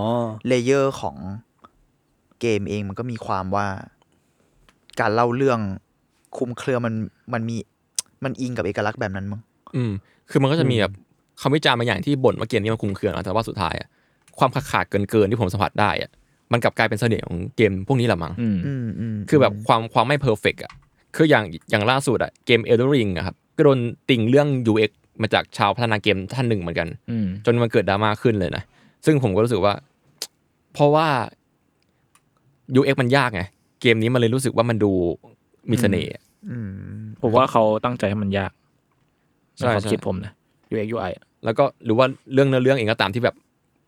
D: เลเยอร์ของเกมเองมันก็มีความว่า การเล่าเรื่องคลุมเครือมันมันมีมันอิงกับเอกลักษณ์แบบนั้นมั้ง
E: อืมคือมันก็จะมีแบบคำวิจารณ์บางอย่างที่บ่นว่าเกมนี้มันคลุมเครือเนอะแต่ว่าสุดท้ายอะความขาดขาดเกินเกินๆที่ผมสัมผัสได้อะมันกลับกลายเป็นเสน่ห์ของเกมพวกนี้แหละมั้ง
B: ๆอืม
D: อืมอืม
E: คือแบบความความไม่เพอร์เฟกอ่ะ คืออย่างอย่างล่าสุดอ่ะเกม Elden Ring อะครับ ก็โดนติ่งเรื่อง UX มาจากชาวพัฒนาเกมท่านหนึ่งเหมือนกัน
B: อืม
E: จนมันเกิดดราม่าขึ้นเลยนะ ซึ่งผมก็รู้สึกว่า เพราะว่า UX มันยากไง เกมนี้มันเลยรู้สึกว่ามันดูมีเสน่ห์
D: อืม
B: ผมว่าเขาตั้งใจให้มันยาก
E: ใช่
B: ในความ
E: ใช่
B: คิดผมนะ UX UI อะ
E: แล้วก็หรือว่าเรื่องเนื้อเรื่องเองก็ตามที่แบบ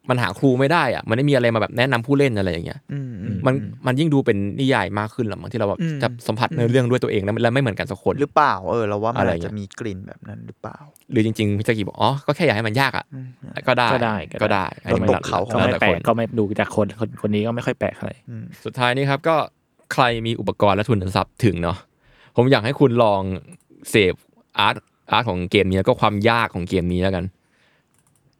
E: มันหาครูไม่ได้อ่ะ มันไม่มีอะไรมาแบบแนะนำผู้เล่นอะไรอย่างเงี้ย
D: อืมอืม
E: มันมันยิ่งดูเป็นนิยายมากขึ้นหรอมั้งที่เราแบบ
D: อืม
E: จะสัมผัสเนื้อเรื่องด้วยตัวเองแล้วแล้วไม่เหมือนกันสักคน
D: หรือเปล่า เออเราว่ามัน
E: อะไร
D: อาจ
E: เงี้
D: จะ
E: ย
D: มีกลิ่นแบบนั้นหรือเปล่า
E: หรือจริงๆมิสกิบอกอ๋อ ก็แค่อยากให้มันยากอ่ะ
D: อืม
E: ก็ได้
B: ก็ได้
E: ก็ได้
D: ก็ได้
E: อันนี้
D: ตกเขาข
E: แล้
B: ก็
D: อง
E: ว
B: ไม่
E: แต่
B: แปล
E: ค
B: ก
E: น
B: ก็ไม่ดูจากคนคนคนนี้ก็ไม่ค่อยแปลกอะไหร
D: อืม
E: สุดท้ายนี้ครับก็ใครมีอุปกรณ์และทุนทรัพย์ถึงเนาะผมอยากให้คุณลองเสพอาร์ตอาร์ตของเกมนี้แล้วก็ความยากของเกมนี้แล้วกัน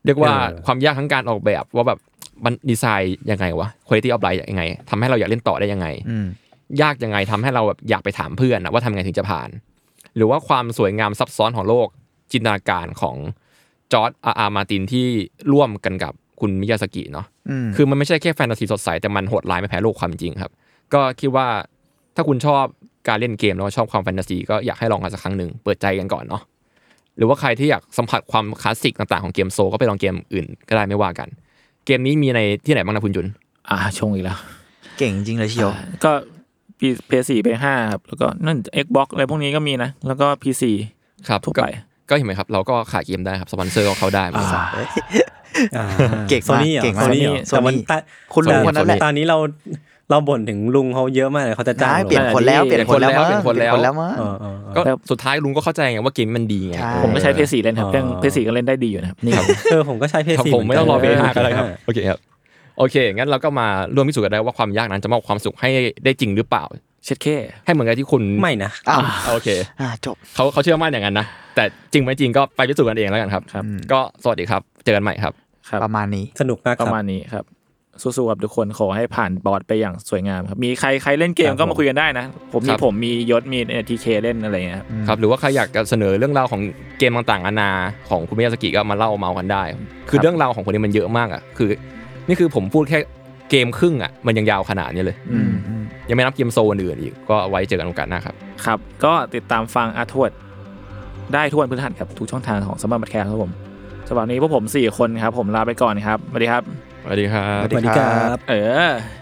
E: เรียกว่า
C: เออ
E: ความยากทั้งการออกแบบว่าแบบมันดีไซน์ยังไงวะคุณภาพออฟไลน์ยังไงทำให้เราอยากเล่นต่อได้ยังไง
D: อืม
E: ยากยังไงทำให้เราแบบอยากไปถามเพื่อนนะว่าทำยังไงถึงจะผ่าน หรือว่าความสวยงามซับซ้อนของโลกจินตนาการของจอร์ดอาร์อาร์มาร์ตินที่ร่วมกันกับคุณมิยาสกิเนาะ
D: อืม
E: คือมันไม่ใช่แค่แฟนตาซีสดใส แต่มันโหดร้ายไม่แพ้โลกความจริงครับ ก็คิดว่าถ้าคุณชอบการเล่นเกมแล้วก็ชอบความแฟนตาซีก็อยากให้ลองกันสักครั้งหนึ่งเปิดใจกันก่อนเนาะหรือว่าใครที่อยากสัมผัสความคลาสสิกต่างๆของเกมโซลก็ไปลองเกมอื่นก็ได้ไม่ว่ากัน เกมนี้มีในที่ไหนบ้างนะคุณจุน
B: อ่าชงอีกแล้ว
D: เก่งจริงเลยเชียว
B: ก็ปีเพย์สี่เพย์ห้าครับ แล้วก็นั่น Xbox อะไรพวกนี้ก็มีนะ แล้วก็ PC
E: ครับ
B: ทั่ว
E: ก็
B: ไป
E: ก็เห็นไหมครับ เราก็ขายเกมได้ครับสปอนเซอร์ก็เขาได้เหมือนกัน
D: เก่ง
C: โซ
D: มาก
C: นี่
D: เก่งมา
C: โซ
D: ก
C: นี่
D: Sony
C: แต่มันตะ
D: คุณลุงคนนั้นแหละ
C: ตอนนี้เราเราบ่นถึงลุงเขาเยอะมากเลยเขาจะจ้าง
D: ได้เปลี่ยนคนแล้วเปลี่ยนคนแล้วมั้ง
E: เปลี่ยนคนแล้ว
D: เปลี่ยนคนแล้วมั้ง
C: เออเออเออ
E: ก็สุดท้ายลุงก็เข้าใจไงว่าเกมมันดีไง
D: ใช่
B: ผมก็ใช้เพย์สี่เล่นครับเรื่องเพย์สี่ก็เล่นได้ดีอยู่นะครับนี่ครับ
C: เออผมก็ใช้เพ
E: ครั
C: ซี
E: บผมไม่ต้องรอเพย์ห้าก็ได้ครับโอเคครับโอเคงั้นเราก็มาร่วมพิสูจน์กันได้ว่าความยากนั้นจะมอบความสุขให้ได้จริงหรือเปล่า
B: เช็ดแค่
E: ให้เหมือนกับที่คุณ
C: ไม่นะ
D: อ้าว
E: โอเค
D: อ่าจบ
E: เขาเขาเชื่อมั่นอย่างนั้นนะแต่จริงไม่จริงก็ไปพิสูจน์กันเองแล้วกันครับ
B: ครับ
D: อืม
E: ก็สวัสดีครับ เจอกันใหม่ครับ
B: ครับ
D: ประมาณนี้
C: สนุกมากค
B: ป
C: รับ
B: ระมาณนี้ครับ สู้ๆครับทุกคนขอให้ผ่านบอร์ดไปอย่างสวยงามครับ มีใครใครเล่นเกม
C: ครับ
B: ก็
C: ผม
B: มาคุยกันได้นะ ผม
E: ค
B: มี
E: รับ
B: ผมมียศมีเอทีเคเล่นอะไรเงี้ยครับ
E: ครับหรือว่าใครอยากจะเสนอเรื่องราวของเกมต่างๆนานาของคุณมิยาสกิก็มาเล่าเมาส์กันได้ คือเรื่องราวของคนนี้มันเยอะมากอ่ะคือ นี่คือผมพูดแค่เกมครึ่งอ่ะมันยังยาวขนาดนี้เลย
B: อืม
E: ยังไม่นับเกมโซนอื่นอีกก็ไว้เจอกันโอกาสหน้าครับ
B: ครับ ก็ติดตามฟังอาทวดได้ทุกวันพฤหัสครับ ทุกช่องทางของสมัครบัตรแคร์ครับผมสำหรับวันนี้พวกผม 4 คนครับ ผมลาไปก่อนครับสวัสดีครับ
E: สวัสดีครับ
C: สวัสดีครับ
B: เออ